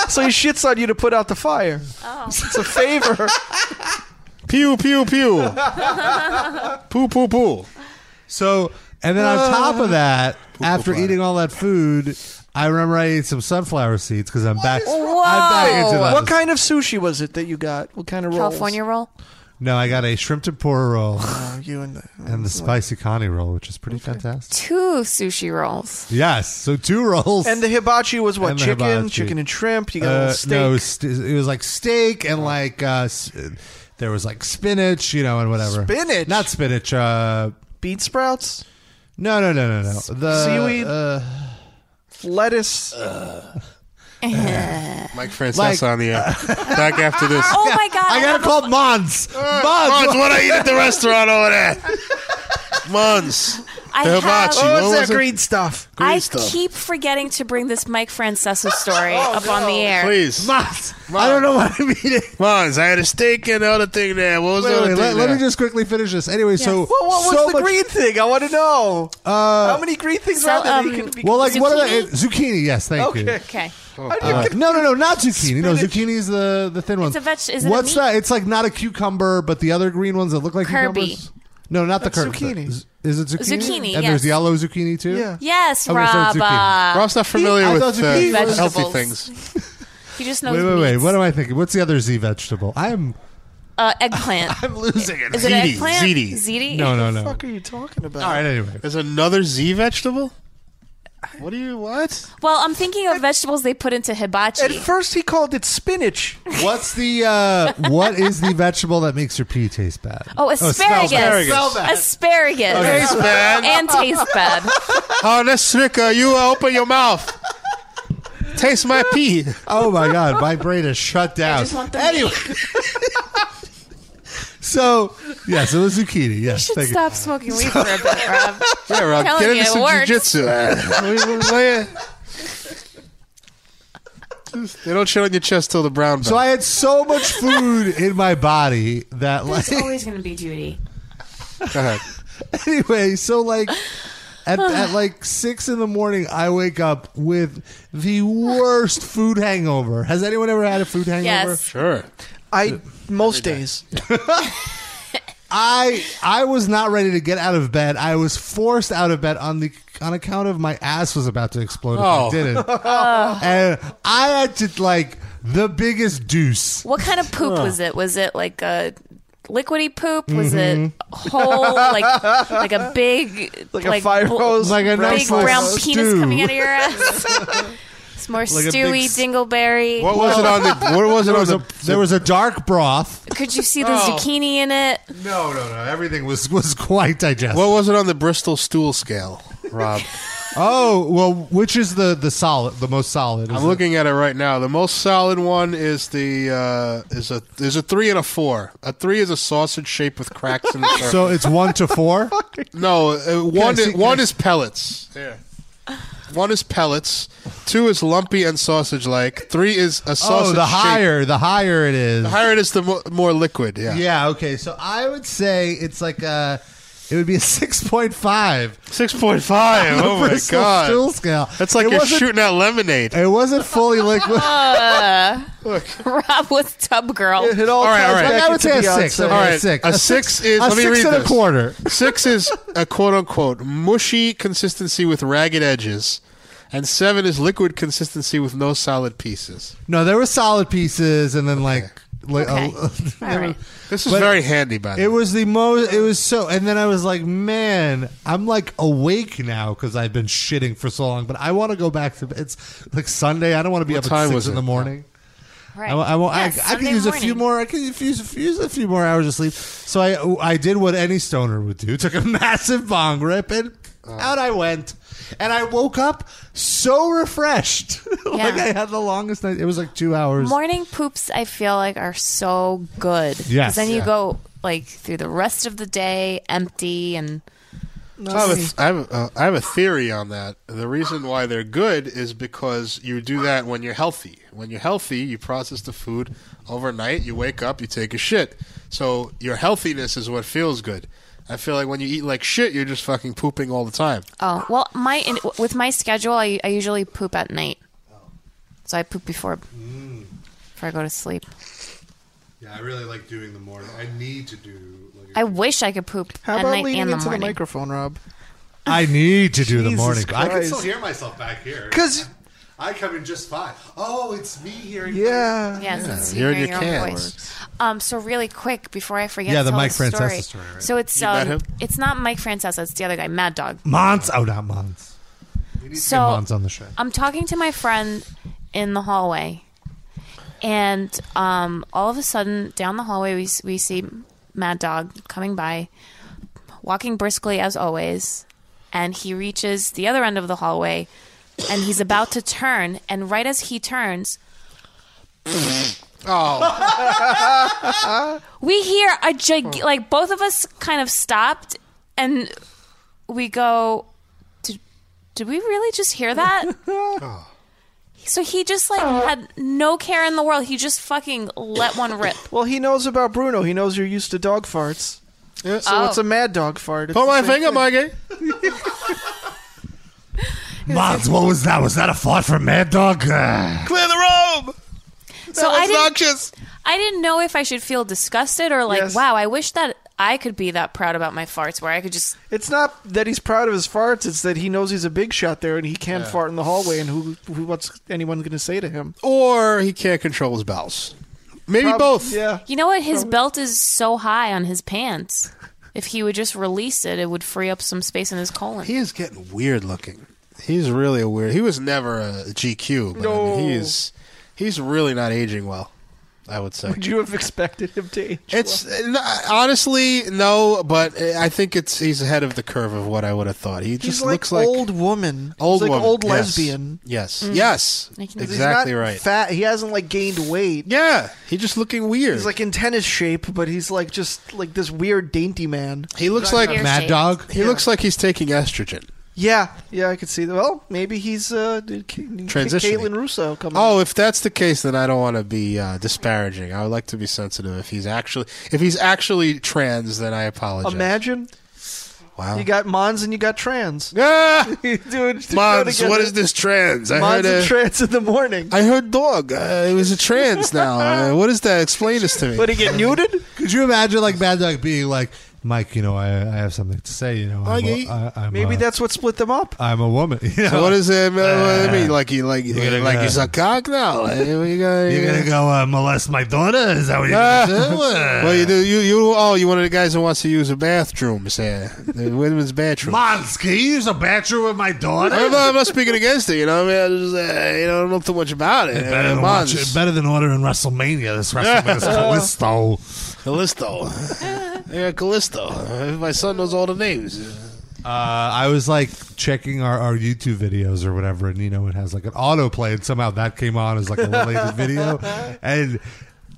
Speaker 3: so he shits on you to put out the fire. Oh. It's a favor.
Speaker 5: Pew pew pew. poo poo poo.
Speaker 1: So And then on
Speaker 3: Uh,
Speaker 5: Ah.
Speaker 1: top of that, after eating all that food, I remember I ate some sunflower seeds because I'm back. I'm back into that.
Speaker 3: What kind of sushi was it that you got? What kind of rolls?
Speaker 4: California roll.
Speaker 1: No, I got a shrimp tempura roll
Speaker 3: Oh, You and the,
Speaker 1: and the spicy connie roll, which is pretty fantastic.
Speaker 4: two sushi rolls.
Speaker 1: Yes, so two rolls.
Speaker 3: And the hibachi was what?
Speaker 1: And the
Speaker 3: Chicken,
Speaker 1: hibachi.
Speaker 3: chicken and shrimp. You got a
Speaker 1: Uh,
Speaker 3: little steak. Oh.
Speaker 1: No, it was, st- it was like steak and like uh, s- there was like spinach, you know, and whatever.
Speaker 3: Spinach?
Speaker 1: not spinach. Uh,
Speaker 3: Beet sprouts.
Speaker 1: No, no, no, no, no. The
Speaker 3: Seaweed?
Speaker 1: uh,
Speaker 3: Lettuce.
Speaker 4: Uh-huh.
Speaker 5: Mike Francesa on the air. Back after this.
Speaker 4: Oh my god!
Speaker 1: I gotta call Mons. Mons,
Speaker 5: Mons, what I eat at the restaurant over there? Mons.
Speaker 4: I
Speaker 5: the
Speaker 4: have-
Speaker 5: hibachi.
Speaker 4: Oh,
Speaker 5: What
Speaker 4: it's that
Speaker 5: was it?
Speaker 4: green
Speaker 3: stuff?
Speaker 5: Green
Speaker 4: I
Speaker 5: stuff.
Speaker 4: keep forgetting to bring this Mike Francesso story
Speaker 3: Oh,
Speaker 4: up on the air.
Speaker 5: Please.
Speaker 1: Mons. I don't know what I mean. it.
Speaker 5: Mons, I had a steak and the other thing there. What was
Speaker 1: Wait,
Speaker 5: the
Speaker 1: wait,
Speaker 5: other thing
Speaker 1: let, let
Speaker 5: there?
Speaker 1: me just quickly finish this. Anyway, so
Speaker 3: What, what was
Speaker 1: so
Speaker 3: the
Speaker 1: much-
Speaker 3: green thing? I want to know.
Speaker 1: Uh,
Speaker 3: How many green things
Speaker 4: so,
Speaker 3: are there? that
Speaker 4: um,
Speaker 3: you can be
Speaker 1: Well, like what are they? Zucchini. Yes, thank you.
Speaker 3: Okay.
Speaker 4: Okay.
Speaker 1: Uh, no, no, no, not zucchini. No, zucchini is the the thin one.
Speaker 4: a veg- is it a
Speaker 1: What's
Speaker 4: meat?
Speaker 1: that? It's like not a cucumber, but the other green ones that look like
Speaker 4: Kirby.
Speaker 1: cucumbers. No, not
Speaker 4: That's
Speaker 1: the Kirby.
Speaker 4: zucchini.
Speaker 1: Is- Is it zucchini?
Speaker 4: Zucchini,
Speaker 1: And there's
Speaker 4: yes.
Speaker 1: yellow zucchini too. Yeah.
Speaker 4: Yes,
Speaker 1: Okay, so it's
Speaker 4: Rob.
Speaker 1: zucchini.
Speaker 4: uh,
Speaker 1: Rob's not familiar I with, thought uh, zucchini was- healthy
Speaker 4: vegetables. He just knows.
Speaker 1: Wait, wait, wait.
Speaker 4: meats.
Speaker 1: What am I thinking? What's the other Z vegetable? I'm
Speaker 4: Uh, eggplant.
Speaker 1: I'm losing it.
Speaker 4: Is it
Speaker 1: Ziti,
Speaker 4: eggplant?
Speaker 1: ziti.
Speaker 4: Ziti.
Speaker 1: No, no, no.
Speaker 3: What are you talking about?
Speaker 1: All right. Anyway,
Speaker 5: there's another Z vegetable. What do you what?
Speaker 4: Well, I'm thinking of vegetables they put into hibachi. At
Speaker 3: first, he called it spinach.
Speaker 1: What's the uh, what is the vegetable that makes your pee taste bad?
Speaker 4: Oh,
Speaker 1: it smells
Speaker 4: asparagus.
Speaker 1: bad.
Speaker 4: Asparagus.
Speaker 1: Okay. Taste bad.
Speaker 4: And taste bad.
Speaker 5: Oh, that's snicker. You uh, open your mouth. Taste my pee.
Speaker 1: Oh my god, my brain is shut down.
Speaker 4: anyway,
Speaker 1: So yes, it was zucchini. Yes,
Speaker 4: should
Speaker 1: thank you.
Speaker 4: stop smoking weed for a bit, Rob.
Speaker 5: Yeah, Rob,
Speaker 4: Telling
Speaker 5: get
Speaker 4: you,
Speaker 5: into
Speaker 4: it
Speaker 5: some
Speaker 4: works.
Speaker 5: jujitsu. they don't shit on your chest till the brown belt.
Speaker 1: So I had so much food in my body that like
Speaker 4: There's always going to be Judy.
Speaker 5: Go ahead.
Speaker 1: anyway, so like at, at like six in the morning, I wake up with the worst food hangover. Has anyone ever had a food hangover?
Speaker 5: Sure.
Speaker 3: I most days.
Speaker 1: I I was not ready to get out of bed. I was forced out of bed on the on account of my ass was about to explode if
Speaker 5: Oh.
Speaker 1: I didn't.
Speaker 4: Oh.
Speaker 1: and I had to like the biggest deuce.
Speaker 4: What kind of poop was it? Was it like a liquidy poop? Was
Speaker 1: Mhm.
Speaker 4: it whole like like a big
Speaker 1: Like a fire
Speaker 4: bl-
Speaker 1: hose, Like a nice
Speaker 4: big brown
Speaker 1: little
Speaker 4: penis
Speaker 1: stew.
Speaker 4: coming out of your ass? it's more
Speaker 1: Like a big
Speaker 4: stewy
Speaker 1: s-
Speaker 4: dingleberry.
Speaker 1: What
Speaker 5: was it on the? What was it
Speaker 1: there
Speaker 5: on
Speaker 1: was
Speaker 5: the?
Speaker 1: A, there was a dark broth.
Speaker 4: Could you see the
Speaker 1: Oh.
Speaker 4: zucchini in it?
Speaker 1: No, no,
Speaker 5: Uh,
Speaker 1: no. Everything was was quite digestible.
Speaker 5: What was it on the Bristol stool scale, Rob?
Speaker 1: Oh well, which is the the solid, the most solid?
Speaker 5: I'm looking at it right now. The most solid one is the uh, is a is a three and a four. A three is a sausage shape with cracks in the surface.
Speaker 1: So it's one to four.
Speaker 5: no uh, one
Speaker 1: see-
Speaker 5: is, one is pellets. Yeah. One is pellets. Two is lumpy and sausage like. Three is a sausage.
Speaker 1: oh, the
Speaker 5: shape.
Speaker 1: higher, the higher it is.
Speaker 5: The higher it is, the mo- more liquid. Yeah.
Speaker 1: Yeah. Okay. So I would say it's like a. It would be a six point five.
Speaker 5: Six point five. Oh my god.
Speaker 1: Stool scale.
Speaker 5: That's like
Speaker 1: It
Speaker 5: you're
Speaker 1: wasn't-
Speaker 5: shooting out lemonade.
Speaker 1: It wasn't fully liquid.
Speaker 4: Uh, Rob was tub girl.
Speaker 3: It all
Speaker 1: Like, I would say a six.
Speaker 5: All
Speaker 1: Okay,
Speaker 5: right,
Speaker 1: a six.
Speaker 5: A, six is
Speaker 1: a
Speaker 5: let me
Speaker 1: six
Speaker 5: read
Speaker 1: and
Speaker 5: this.
Speaker 1: a quarter.
Speaker 5: Six is a quote unquote mushy consistency with ragged edges, and seven is liquid consistency with no solid pieces.
Speaker 1: No, there were solid pieces, and then like. like a-
Speaker 4: All right.
Speaker 5: This is
Speaker 1: But-
Speaker 5: very handy, by the way.
Speaker 1: It was the most. It was so. And then I was like, man, I'm like awake now because I've been shitting for so long. But I want to go back to. It's like Sunday. I don't want to be
Speaker 5: What
Speaker 1: up
Speaker 5: time
Speaker 1: at six
Speaker 5: was
Speaker 1: in
Speaker 5: it?
Speaker 1: the morning.
Speaker 4: Right.
Speaker 1: I, I, won't- I-
Speaker 4: Yes,
Speaker 1: I could
Speaker 4: Sunday
Speaker 1: use a few
Speaker 4: morning.
Speaker 1: more. I could use, use a few more hours of sleep. So I I did what any stoner would do. Took a massive bong rip and out I went. And I woke up so refreshed. like
Speaker 4: Yeah.
Speaker 1: I had the longest night. It was like two hours.
Speaker 4: Morning poops, I feel like, are so good. 'Cause
Speaker 1: Yes.
Speaker 4: Then you
Speaker 1: Yeah.
Speaker 4: go like through the rest of the day empty and.
Speaker 5: I have, a th- I, have a, uh, I have a theory on that. The reason why they're good is because you do that when you're healthy. When you're healthy, you process the food overnight. You wake up, you take a shit. So your healthiness is what feels good. I feel like when you eat like shit, you're just fucking pooping all the time.
Speaker 4: Oh well, my in, with my schedule, I, I usually poop at night,
Speaker 1: Oh.
Speaker 4: so I poop before
Speaker 1: Mm.
Speaker 4: before I go to sleep.
Speaker 1: Yeah, I really like doing the morning. I need to do.
Speaker 4: I wish I could poop
Speaker 3: How
Speaker 4: at
Speaker 3: about
Speaker 4: night
Speaker 3: leaning
Speaker 4: and the
Speaker 3: into the
Speaker 4: morning.
Speaker 3: microphone, Rob?
Speaker 1: I need to do the
Speaker 5: Jesus
Speaker 1: morning. I can
Speaker 5: Christ.
Speaker 1: still hear myself back here.
Speaker 5: 'Cause-
Speaker 1: I come in just fine. Oh, it's me hearing.
Speaker 5: Yeah.
Speaker 4: Yes,
Speaker 5: Yeah,
Speaker 4: it's
Speaker 5: you're in
Speaker 4: hearing
Speaker 5: your
Speaker 4: your own
Speaker 5: can.
Speaker 4: voice. Um, so really quick before I forget,
Speaker 1: Yeah,
Speaker 4: to
Speaker 1: the
Speaker 4: tell
Speaker 1: Mike
Speaker 4: story.
Speaker 1: Francesa story, right?
Speaker 4: So it's
Speaker 1: You met
Speaker 4: um,
Speaker 1: him?
Speaker 4: it's not Mike Francesa, it's the other guy, Mad Dog.
Speaker 1: Mons. Oh, not Mons. We need to
Speaker 4: So-
Speaker 1: get Mons on the show.
Speaker 4: I'm talking to my friend in the hallway, and um, all of a sudden, down the hallway, we s- we see Mad Dog coming by, walking briskly as always, and he reaches the other end of the hallway, and he's about to turn, and right as he turns,
Speaker 11: Oh.
Speaker 4: we hear a gig like both of us kind of stopped and we go did, did we really just hear that
Speaker 5: Oh.
Speaker 4: so he just like had no care in the world he just fucking let one rip
Speaker 3: Well, he knows about Bruno. He knows you're used to dog farts. So
Speaker 4: Oh.
Speaker 3: it's a mad dog fart. It's
Speaker 5: Pull
Speaker 3: the
Speaker 5: my
Speaker 3: same
Speaker 5: finger,
Speaker 3: thing.
Speaker 5: Mikey.
Speaker 1: Mons, what was that? Was that a fart from Mad Dog? Ah.
Speaker 5: Clear the room.
Speaker 4: so I didn't, I didn't know if I should feel disgusted or like
Speaker 3: Yes.
Speaker 4: wow I wish that I could be that proud about my farts where I could just
Speaker 3: It's not that he's proud of his farts. It's that he knows he's a big shot there, and he can't
Speaker 5: Yeah.
Speaker 3: fart in the hallway. And who, who what's anyone going to say to him?
Speaker 5: Or he can't control his bowels. Maybe
Speaker 4: Prob-
Speaker 5: both.
Speaker 3: Yeah.
Speaker 4: you know what his belt is so high on his pants if he would just release it it would free up some space in his colon
Speaker 5: He is getting Weird looking. He's really a weird. He was never a GQ, but I mean, he's he's really not aging well. I would say.
Speaker 3: Would you have expected him to age?
Speaker 5: It's n- honestly no, but I think it's he's ahead of the curve of what I would have thought. He
Speaker 3: He's
Speaker 5: just
Speaker 3: like
Speaker 5: looks like
Speaker 3: old woman.
Speaker 5: old
Speaker 3: he's like
Speaker 5: woman,
Speaker 3: old
Speaker 5: yes.
Speaker 3: lesbian.
Speaker 5: Yes,
Speaker 3: Mm.
Speaker 5: yes,
Speaker 3: He's
Speaker 5: exactly
Speaker 3: not
Speaker 5: right.
Speaker 3: Fat. He hasn't like gained weight.
Speaker 5: Yeah, he's just looking weird.
Speaker 3: He's like in tennis shape, but he's like just like this weird dainty man.
Speaker 5: He looks like He
Speaker 3: Yeah.
Speaker 5: looks like he's taking estrogen.
Speaker 3: Yeah, yeah, I could see that. Well, maybe he's uh, transitioning.
Speaker 5: Transitioning.
Speaker 3: Caitlin Russo coming.
Speaker 5: Oh, if that's the case, then I don't want to be uh, disparaging. I would like to be sensitive. If he's actually if he's actually trans, then I apologize.
Speaker 3: imagine
Speaker 5: Wow.
Speaker 3: you got Mons and you got trans.
Speaker 5: Yeah,
Speaker 3: dude.
Speaker 5: Mons, what is this trans? I
Speaker 3: I Mons
Speaker 5: heard,
Speaker 3: and
Speaker 5: uh,
Speaker 3: trans in the morning.
Speaker 5: I heard dog. Uh, it was a trans now. Uh, what is that? Explain this to me.
Speaker 3: Would he get neutered?
Speaker 1: Could you imagine like Mad Dog being like, Mike? You know, I, I have something to say. You know, I'm
Speaker 5: Mikey,
Speaker 1: a- I, am
Speaker 3: Maybe
Speaker 1: a,
Speaker 3: that's what split them up.
Speaker 1: I'm a woman.
Speaker 5: So what is it? Uh, what do you mean? Like you like you
Speaker 1: gonna
Speaker 5: like
Speaker 1: go-
Speaker 5: he's a cock now? Uh, you gonna-
Speaker 1: You're gonna go uh, molest my daughter? Is that what you're
Speaker 5: Ah.
Speaker 1: gonna do? Uh,
Speaker 5: well, you do. You you oh, you one of the guys that wants to use a bathroom, say the women's bathroom.
Speaker 1: Mons, can you use a bathroom with my daughter?
Speaker 5: I'm not, I'm not speaking against it. You know, I mean, I just, uh, you know, I don't know too much about it.
Speaker 1: better,
Speaker 5: Uh,
Speaker 1: than
Speaker 5: Mons.
Speaker 1: watch, better than ordering WrestleMania. This WrestleMania is Callisto.
Speaker 5: Callisto. yeah, Callisto. Uh, My son knows all the names.
Speaker 1: Uh, I was like checking our, our YouTube videos or whatever, and you know it has like an autoplay, and somehow that came on as like a related video, and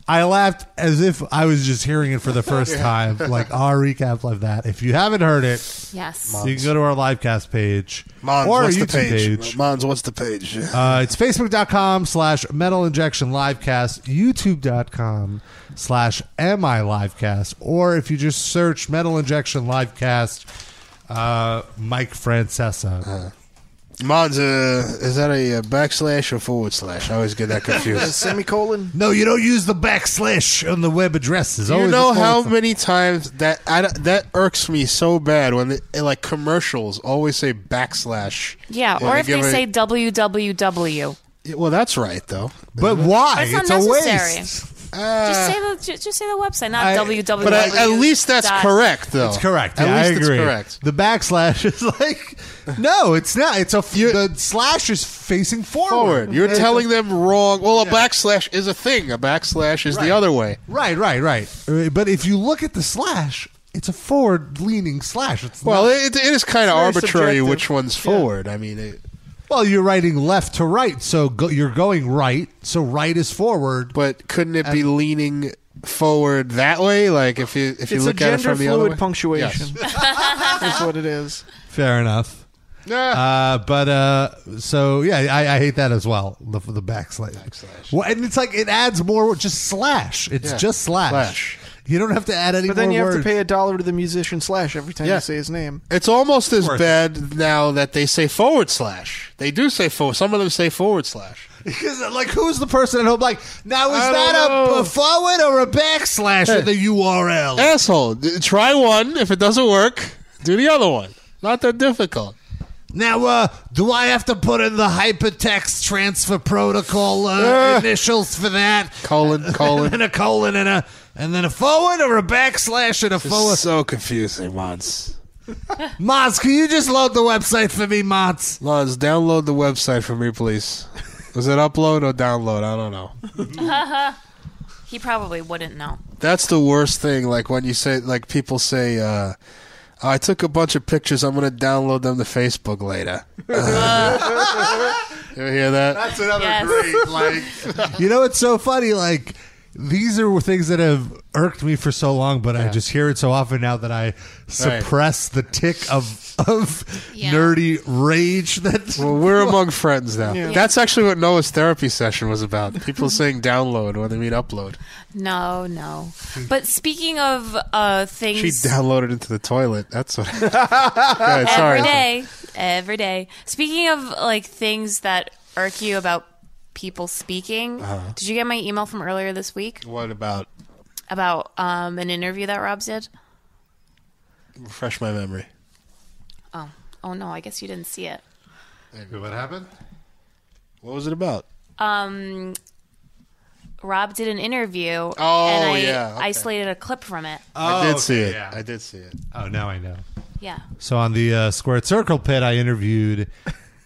Speaker 1: I laughed as if I was just hearing it for the first
Speaker 4: Yeah.
Speaker 1: time. Like our recap of that. If you haven't heard it,
Speaker 4: Yes.
Speaker 1: you can go to our livecast page
Speaker 5: Mons,
Speaker 1: or our
Speaker 5: what's the
Speaker 1: YouTube
Speaker 5: page?
Speaker 1: page.
Speaker 5: Mons, what's the page?
Speaker 1: Uh, it's facebook.com slash metal injection livecast, youtube.com slash mi livecast, or if you just search metal injection livecast, uh, Mike Francesa.
Speaker 5: Mons, uh, is that a, uh backslash or forward slash? I always get that
Speaker 3: A
Speaker 5: confused.
Speaker 3: semicolon.
Speaker 1: no, you don't use the backslash on the web addresses.
Speaker 5: Do you
Speaker 1: Always
Speaker 5: know
Speaker 1: a forward
Speaker 5: how
Speaker 1: slash.
Speaker 5: many times that I, don't- that irks me so bad when the, like commercials always say backslash.
Speaker 4: yeah
Speaker 5: when
Speaker 4: or if they
Speaker 5: give a-
Speaker 4: say www
Speaker 5: Yeah, well, that's right though.
Speaker 1: But why?
Speaker 4: That's not necessary. just say the ju- just say the website, not www.
Speaker 5: Ah. But at- at least that's
Speaker 4: dot-
Speaker 5: correct, though.
Speaker 1: It's correct.
Speaker 5: At
Speaker 1: Yeah,
Speaker 5: least
Speaker 1: I agree.
Speaker 5: it's correct.
Speaker 1: The backslash is like, no, it's not. It's a f- the slash is facing forward.
Speaker 5: Forward. You're telling them wrong. Well, a backslash is a thing. A backslash is the other way.
Speaker 1: Right, right, right. Uh, But if you look at the slash, it's a forward leaning slash. It's
Speaker 5: Well,
Speaker 1: not-
Speaker 5: it, it is kind of
Speaker 1: very
Speaker 5: arbitrary
Speaker 1: subjective.
Speaker 5: which one's forward. I mean, it,
Speaker 1: well, you're writing left to right, so go, you're going right, so right is forward.
Speaker 5: But couldn't it be leaning forward that way? Like if you if you
Speaker 3: It's a
Speaker 5: look at it
Speaker 3: gender
Speaker 5: from the other
Speaker 3: fluid
Speaker 5: way?
Speaker 3: punctuation.
Speaker 5: Yes.
Speaker 3: That's what it is.
Speaker 1: Fair enough. Uh, but uh, so yeah, I, I hate that as well. The, the backslash. Well, and it's like it adds more. Just slash. It's
Speaker 3: Yeah.
Speaker 1: just slash.
Speaker 5: Slash.
Speaker 1: You don't have to add any
Speaker 3: But then
Speaker 1: more
Speaker 3: you have to
Speaker 1: words.
Speaker 3: pay a dollar to the musician Slash every time
Speaker 5: Yeah.
Speaker 3: you say his name.
Speaker 5: It's almost as
Speaker 3: Worth it.
Speaker 5: bad now that they say forward slash. They do say forward. Some of them say forward slash.
Speaker 1: Because like, who's the person at home? Like, now is
Speaker 5: I
Speaker 1: that
Speaker 5: don't
Speaker 1: a,
Speaker 5: know.
Speaker 1: a forward or a backslash with a URL?
Speaker 5: Asshole. D- try one. If it doesn't work, do the other one. Not that difficult.
Speaker 12: Now, uh, do I have to put in the hypertext transfer protocol uh,
Speaker 5: Uh.
Speaker 12: initials for that?
Speaker 5: Colon, colon.
Speaker 12: and then a colon and a and then a forward or a backslash and a forward.
Speaker 5: so confusing, Mons.
Speaker 12: Mons, can you just load the website for me, Mons?
Speaker 5: Lons, download the website for me, please. Was it upload or download? I don't know.
Speaker 4: he probably wouldn't know.
Speaker 5: That's the worst thing. Like when you say, like people say, uh, I took a bunch of pictures. I'm going to download them to Facebook later. You ever hear that?
Speaker 1: That's another great like.
Speaker 12: you
Speaker 1: know, it's so funny. Like these are things that have irked me for so long, but I
Speaker 12: Yeah.
Speaker 1: just hear it so often now that I suppress the tick of of
Speaker 5: Yeah.
Speaker 1: nerdy rage. That
Speaker 5: Well, we're among friends now.
Speaker 4: Yeah.
Speaker 5: That's actually what Noah's therapy session was about. People saying download when they mean upload.
Speaker 4: No, no. But speaking of uh, things,
Speaker 5: She downloaded into the toilet. That's what. Good, sorry.
Speaker 4: every day, every day. Speaking of like things that irk you about people speaking,
Speaker 5: Uh-huh.
Speaker 4: did you get my email from earlier this week
Speaker 5: What about?
Speaker 4: about um, an interview that Rob's did?
Speaker 5: Refresh my memory.
Speaker 4: Oh, oh no, I guess you didn't see it.
Speaker 1: What happened?
Speaker 5: What was it about?
Speaker 4: Um, Rob did an interview.
Speaker 5: Oh,
Speaker 4: and I
Speaker 5: yeah, okay.
Speaker 4: isolated a clip from it.
Speaker 5: I did
Speaker 1: Oh, okay,
Speaker 5: see it.
Speaker 1: yeah.
Speaker 5: I did see it.
Speaker 1: Oh, now I know.
Speaker 4: Yeah.
Speaker 1: So on the uh, Squared Circle pit, I interviewed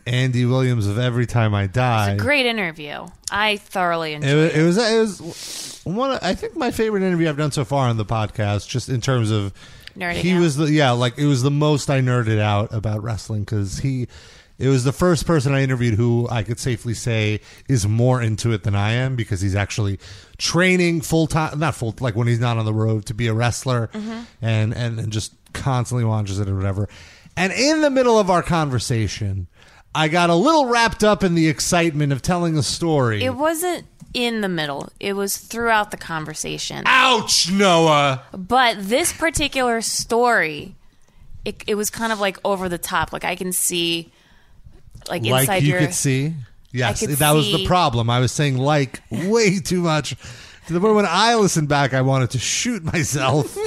Speaker 1: Andy Williams of Every Time I Die.
Speaker 4: Great interview. I thoroughly enjoyed
Speaker 1: It
Speaker 4: it.
Speaker 1: was, it was it was one. Of, I think my favorite interview I've done so far on the podcast, just in terms of
Speaker 4: Nerding
Speaker 1: he
Speaker 4: out.
Speaker 1: was the yeah like it was the most I nerded out about wrestling because he it was the first person I interviewed who I could safely say is more into it than I am because he's actually training full time not full like when he's not on the road to be a wrestler
Speaker 4: Mm-hmm.
Speaker 12: Mhm.
Speaker 1: and, and and just constantly watches it or whatever. And in the middle of our conversation. I got a little wrapped up in the excitement of telling a story.
Speaker 4: It wasn't in the middle. It was throughout the conversation.
Speaker 1: Ouch, Noah.
Speaker 4: But this particular story, it, it was kind of like over the top. Like I can see, like inside
Speaker 1: Like you
Speaker 4: your.
Speaker 1: could see. Yes,
Speaker 4: could
Speaker 1: that was the
Speaker 4: see-
Speaker 1: problem. I was saying like way too much. To the point when I listened back, I wanted to shoot myself.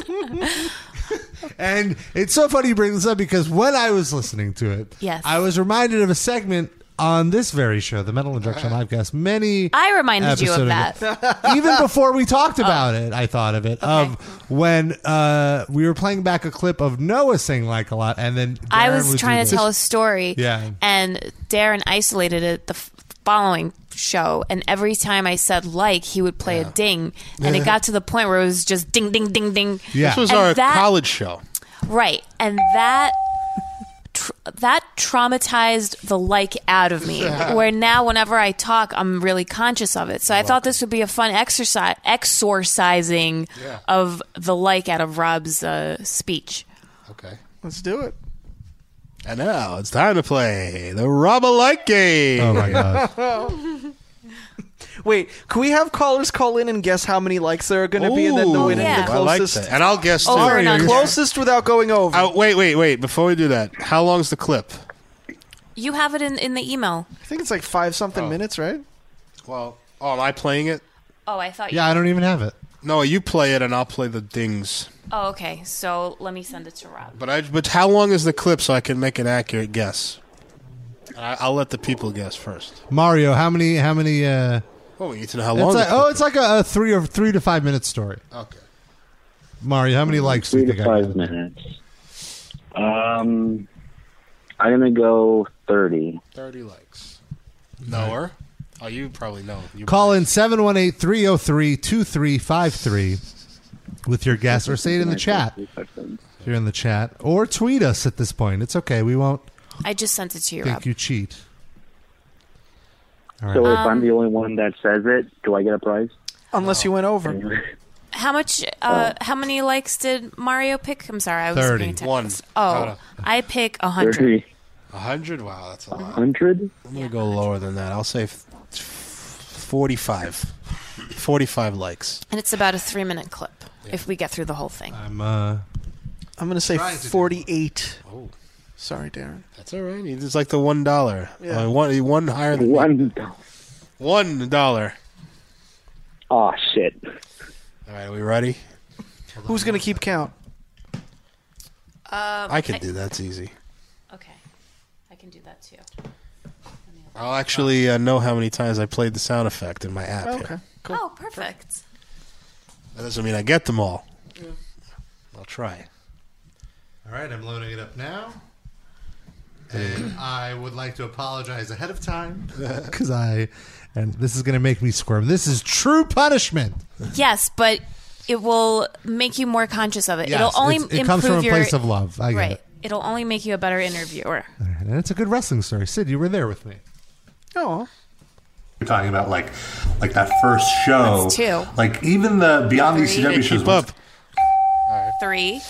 Speaker 1: and it's so funny you bring this up because when I was listening to it,
Speaker 4: Yes.
Speaker 1: I was reminded of a segment on this very show, the Metal Injection Livecast. Many
Speaker 4: I reminded you
Speaker 1: episode
Speaker 4: of
Speaker 1: it.
Speaker 4: that. Oh.
Speaker 1: even before we talked about it, I thought of it of when uh, we were playing back a clip of Noah saying like a lot, and then
Speaker 4: I
Speaker 1: Darren
Speaker 4: was
Speaker 1: would do
Speaker 4: trying to
Speaker 1: this.
Speaker 4: tell a story.
Speaker 1: Yeah.
Speaker 4: And Darren isolated it the f- following show. And every time I said like, he would play a ding. And it got to the point where it was just ding, ding, ding, ding.
Speaker 5: This was
Speaker 4: And
Speaker 5: our
Speaker 4: that-
Speaker 5: college show.
Speaker 4: Right. And that. tr- That traumatized the like out of me. Where now, whenever I talk, I'm really conscious of it. So I thought this would be a fun exercise, exorcising
Speaker 3: Yeah.
Speaker 4: of the like out of Rob's uh, speech.
Speaker 5: Okay.
Speaker 3: Let's do it.
Speaker 5: And now it's time to play the Rob Like game.
Speaker 1: Oh my god.
Speaker 3: Wait, can we have callers call in and guess how many likes there are going to be, and then the winner the
Speaker 5: Oh, I like
Speaker 3: closest?
Speaker 5: that. And I'll guess too.
Speaker 3: Over and under. Closest without going over.
Speaker 5: Oh, wait, wait, wait. Before we do that, how long's the clip?
Speaker 4: You have it in, in the email.
Speaker 3: I think it's like five something minutes, right?
Speaker 5: Oh. Well, oh, am I playing it?
Speaker 4: Oh, I thought.
Speaker 1: I don't e-, even have it.
Speaker 5: No, you play it and I'll play the dings.
Speaker 4: Oh, okay. So let me send it to Rob.
Speaker 5: But I, but how long is the clip so I can make an accurate guess? I, I'll let the people guess first.
Speaker 1: Mario, how many? How many? Uh,
Speaker 5: Well, we need to know how
Speaker 1: it's
Speaker 5: long.
Speaker 1: like-
Speaker 5: the clip
Speaker 1: oh, it's like a, a three or three to five minute story.
Speaker 13: Oh,
Speaker 5: Okay.
Speaker 1: Mario, how many likes do you
Speaker 10: Three
Speaker 1: think
Speaker 10: to
Speaker 1: I
Speaker 10: five minutes. Um, I'm gonna go thirty.
Speaker 5: Thirty likes. No, or oh, you probably know. You
Speaker 1: Call in 718 303 2353 with your guess or say it in the chat. If you're in the chat. Or tweet us at this point. It's okay. We won't
Speaker 4: I just sent it to you, Rob.
Speaker 1: think you cheat. All right.
Speaker 10: So if
Speaker 4: Um,
Speaker 10: I'm the only one that says it, do I get a prize?
Speaker 3: Unless you went over.
Speaker 4: How much? Uh,
Speaker 10: Oh.
Speaker 4: how many likes did Mario pick? I'm sorry, I was
Speaker 10: Thirty.
Speaker 4: paying attention.
Speaker 10: One.
Speaker 4: Oh,
Speaker 10: Got it.
Speaker 4: I pick a hundred.
Speaker 5: A hundred? Wow, that's a lot.
Speaker 10: Hundred?
Speaker 5: I'm gonna go lower than that. I'll say f- f- forty-five. Forty-five likes.
Speaker 4: And it's about a three minute clip if we get through the whole thing.
Speaker 1: I'm uh,
Speaker 3: I'm going to say
Speaker 5: Trying to do Oh.
Speaker 3: 48. Sorry, Darren.
Speaker 5: That's all right. It's like the one dollar.
Speaker 3: Yeah.
Speaker 5: Uh, one, one higher than
Speaker 10: one.
Speaker 5: One dollar.
Speaker 10: Oh shit!
Speaker 5: All right, are we ready?
Speaker 3: Who's going to keep count?
Speaker 5: Um, I can do that. It's easy.
Speaker 4: can do that too.
Speaker 5: I'll actually uh, know how many times I played the sound effect in my app. here.
Speaker 4: Oh, perfect.
Speaker 5: That doesn't mean I get them all. I'll try.
Speaker 13: All right, I'm loading it up now. And I would like to apologize ahead of time because I, and this is going to make me squirm. This is true punishment.
Speaker 4: Yes, but it will make you more conscious of it.
Speaker 13: Yes,
Speaker 4: It'll only
Speaker 13: it's-
Speaker 4: improve
Speaker 13: it comes from a
Speaker 4: your,
Speaker 13: place of love. I get
Speaker 4: right.
Speaker 13: it.
Speaker 4: will only make you a better interviewer.
Speaker 13: All right, and it's a good wrestling story. Sid, you were there with me.
Speaker 4: Oh.
Speaker 1: We're talking about like like that first show.
Speaker 4: That's two.
Speaker 1: Like even the beyond the ECW shows. once
Speaker 4: Three.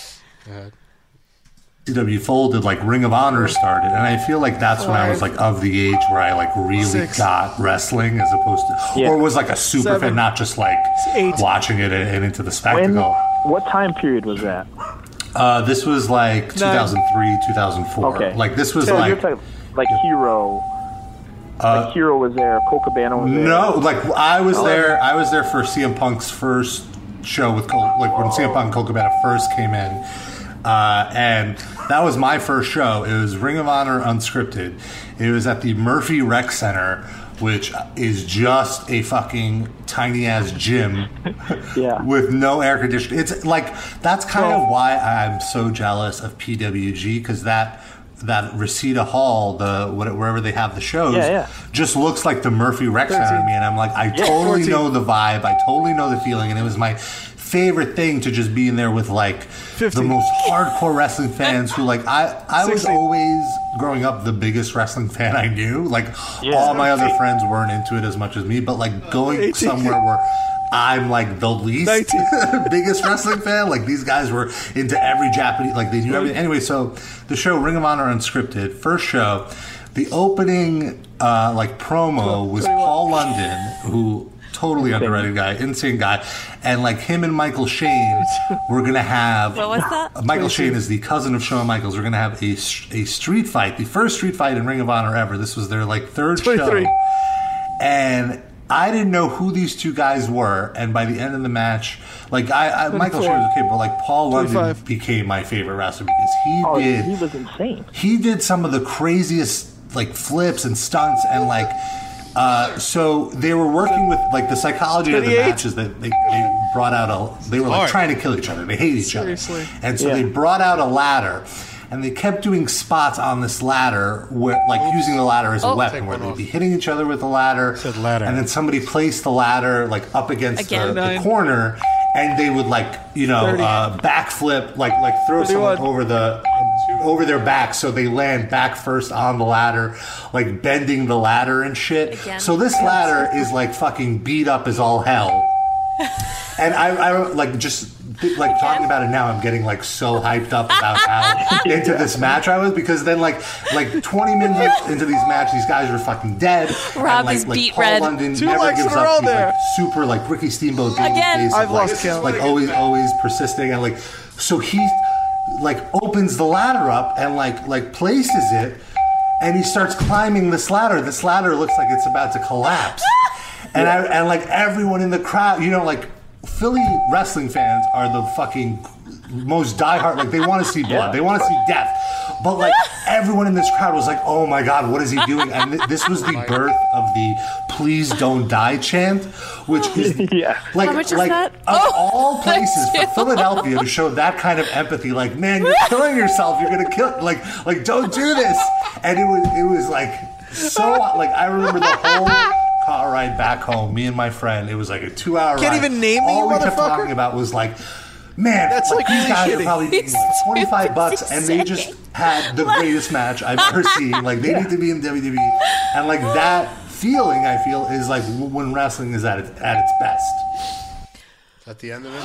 Speaker 1: ECW E folded, like Ring of Honor started, and I feel like that's when I was like of the age where I like really
Speaker 5: Six.
Speaker 1: got wrestling as opposed to,
Speaker 5: Yeah.
Speaker 1: or was like a super
Speaker 5: Seven.
Speaker 1: fan, not just like watching it and, and into the spectacle.
Speaker 10: What time period was that?
Speaker 1: Uh, this was like 2003, 2004.
Speaker 10: Okay.
Speaker 1: Like this was
Speaker 10: So
Speaker 1: like Uh,
Speaker 10: you're talking, like Hero. like Hero was there. Cole Cabana was there.
Speaker 1: No, like I was
Speaker 10: Oh,
Speaker 1: there. I was there for CM Punk's first show with Col- like when CM Punk and Cole Cabana first came in, uh, and that was my first show. It was Ring of Honor Unscripted. It was at the Murphy Rec Center, which is just a fucking tiny ass gym with no air conditioning. It's like that's kind of why I'm so jealous of PWG because that that Reseda Hall, the what- wherever they have the shows,
Speaker 10: Yeah, yeah.
Speaker 1: just looks like the Murphy Rec Center to me, and I'm like, I
Speaker 10: Yeah,
Speaker 1: totally
Speaker 10: 14.
Speaker 1: know the vibe, I totally know the feeling, and it was my favorite thing to just be in there with like the most hardcore wrestling fans who like I I was
Speaker 5: 16.
Speaker 1: always growing up the biggest wrestling fan I knew like
Speaker 5: Yeah.
Speaker 1: all my other friends weren't into it as much as me but like going
Speaker 5: 18.
Speaker 1: somewhere where I'm like the least biggest wrestling fan. Like these guys were into every Japanese, like they knew everything. Anyway, so the show Ring of Honor Unscripted, first show, the opening uh, like promo was Paul London, who totally underrated guy, insane guy, and like him and Michael Shane were gonna have.
Speaker 4: What was that?
Speaker 1: Michael Shane is the cousin of Shawn Michaels. We're going to have a, s- a street fight, the first street fight in Ring of Honor ever. This was their like third show. And I didn't know who these two guys were. And by the end of the match, like I, I Michael
Speaker 10: 24.
Speaker 1: Shane was okay, but like Paul London
Speaker 10: 25.
Speaker 1: became my favorite wrestler because he
Speaker 10: Oh,
Speaker 1: did
Speaker 10: he was insane.
Speaker 1: he did some of the craziest like flips and stunts and like uh, so they were working with like the psychology of the
Speaker 5: 38.
Speaker 1: matches that they, they brought out a they were like
Speaker 5: Hard.
Speaker 1: trying to kill each other they hate each
Speaker 5: Seriously.
Speaker 1: other and so
Speaker 5: Yeah.
Speaker 1: they brought out a ladder and they kept doing spots on this ladder where like using the ladder as a
Speaker 5: Oh.
Speaker 1: weapon
Speaker 5: Take
Speaker 1: where
Speaker 5: one
Speaker 1: they'd
Speaker 5: off.
Speaker 1: be hitting each other with the ladder, ladder and then somebody placed the ladder like up against the,
Speaker 5: Again.
Speaker 1: the
Speaker 5: Nine.
Speaker 1: corner and they would like you know
Speaker 5: Thirty.
Speaker 1: uh, backflip like like throw someone over the over their back so they land back first on the ladder like bending the ladder and shit
Speaker 5: Again.
Speaker 1: so this ladder is like fucking beat up as all hell and I, I like just like talking about it now. I'm getting like so hyped up about how into this match I was because then like like 20 minutes into these match, these guys were fucking dead. And,
Speaker 4: Rob
Speaker 1: like,
Speaker 4: is
Speaker 1: like,
Speaker 4: beat
Speaker 1: Paul
Speaker 4: red.
Speaker 1: London
Speaker 4: Two
Speaker 1: never
Speaker 4: legs
Speaker 1: gives
Speaker 4: in a
Speaker 1: up.
Speaker 4: row
Speaker 1: He's,
Speaker 4: there.
Speaker 1: like, super like Ricky Steamboat being
Speaker 4: Again.
Speaker 1: the face of,
Speaker 4: I've
Speaker 1: like,
Speaker 4: lost count.
Speaker 1: Like always, always persisting and like so he like opens the ladder up and like like places it. And he starts climbing this ladder. This ladder looks like it's about to collapse and I, and like everyone in the crowd, you know, like Philly wrestling fans are the fucking most diehard. Like they want to see blood, they want to see death. But like everyone in this crowd was like, "Oh my god, what is he doing?" And th- this
Speaker 5: Oh
Speaker 1: was the birth of the "Please don't die" chant, which is Oh. like
Speaker 5: How much is
Speaker 1: like
Speaker 5: that? Oh.
Speaker 1: of all places for Philadelphia to show that kind of empathy. Like, man, you're killing yourself. You're gonna kill. Like, like don't do this. And it was it was like so like I remember the whole car ride back home. Me and my friend. It was like a two hour.
Speaker 5: Can't even name me,
Speaker 1: All
Speaker 5: you
Speaker 1: we kept
Speaker 5: motherfucker?
Speaker 1: talking about was like, man, that's
Speaker 5: That's,
Speaker 1: like, these
Speaker 5: like, really
Speaker 1: guys are
Speaker 5: shitty.
Speaker 1: probably making, like twenty five bucks, and they just had the greatest match I've ever seen. Like they need to be in WWE, and like that feeling I feel is like w- when wrestling is at its, at its best.
Speaker 5: At the end of it.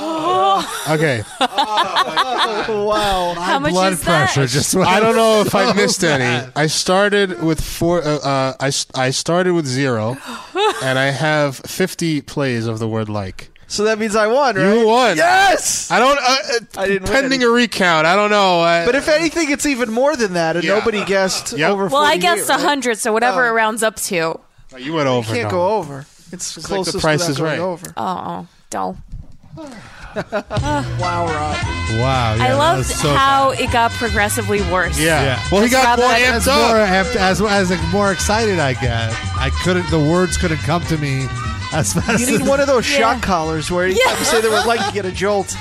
Speaker 1: Okay.
Speaker 13: Oh,
Speaker 5: wow.
Speaker 13: How much blood is that? pressure just went
Speaker 5: I don't know if I
Speaker 13: so
Speaker 5: missed any.
Speaker 13: bad.
Speaker 5: I started with four. Uh, uh, I s- I started with zero, and I have fifty plays of the word like.
Speaker 3: So that means I won, right?
Speaker 5: You won.
Speaker 3: Yes.
Speaker 5: I don't. Uh,
Speaker 3: I didn't. win
Speaker 5: pending a recount. I don't know. I,
Speaker 3: But if anything, it's even more than that, and
Speaker 5: Yeah.
Speaker 3: nobody guessed
Speaker 5: Yep.
Speaker 3: over.
Speaker 4: Well, I
Speaker 3: 48,
Speaker 4: guessed a
Speaker 3: right?
Speaker 4: 100, so whatever it rounds up to.
Speaker 5: you went over.
Speaker 3: Can't
Speaker 5: no.
Speaker 3: go over. It's,
Speaker 5: like the
Speaker 3: closest
Speaker 5: Price
Speaker 3: without
Speaker 5: is
Speaker 3: going
Speaker 5: Right.
Speaker 3: over.
Speaker 4: Oh, don't.
Speaker 3: wow, Rob.
Speaker 1: Wow. Yeah,
Speaker 4: I
Speaker 1: that
Speaker 4: loved
Speaker 1: was so
Speaker 4: how it got progressively worse.
Speaker 1: as More amped, as as like, more excited I get. I couldn't. The words couldn't come to me as fast.
Speaker 3: You need
Speaker 1: as-
Speaker 3: one of those shock collars where you
Speaker 4: Yeah.
Speaker 3: have to say they would like to get a jolt.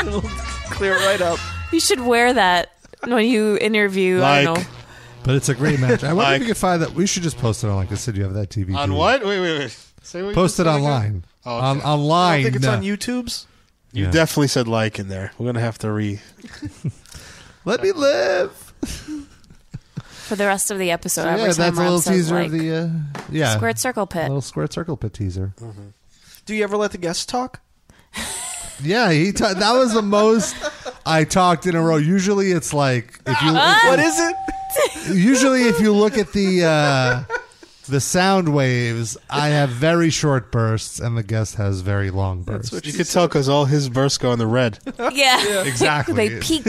Speaker 3: It'll clear it right up.
Speaker 4: You should wear that when you interview. I don't know.
Speaker 1: But it's a great match. I wonder
Speaker 5: Like-
Speaker 1: if you could find that. We should just post it on like a city of that TV.
Speaker 5: On
Speaker 1: dude.
Speaker 5: what? Wait, wait, wait. Say what you
Speaker 1: Post
Speaker 5: said
Speaker 1: it
Speaker 5: again.
Speaker 1: online.
Speaker 5: Oh, okay.
Speaker 1: on, online. uh,
Speaker 3: YouTube's.
Speaker 5: You
Speaker 1: Yeah.
Speaker 5: definitely said like in there. We're gonna have to re.
Speaker 1: Let me live.
Speaker 4: for the rest of the episode.
Speaker 1: So,
Speaker 4: every
Speaker 1: yeah,
Speaker 4: time
Speaker 1: that's a little
Speaker 4: Rob says,
Speaker 1: teaser
Speaker 4: like,
Speaker 1: of the uh, yeah
Speaker 4: squared circle pit.
Speaker 1: little squared circle pit teaser.
Speaker 3: Do you ever let the guests talk?
Speaker 1: Yeah, he ta- that was the most I talked in a row. Usually, it's like if you
Speaker 3: what is it?
Speaker 1: Usually, if you look at the uh, the sound waves, I have very short bursts, and the guest has very long bursts.
Speaker 5: You could tell because all his bursts go in the red.
Speaker 4: Yeah.
Speaker 1: Exactly.
Speaker 4: they peak.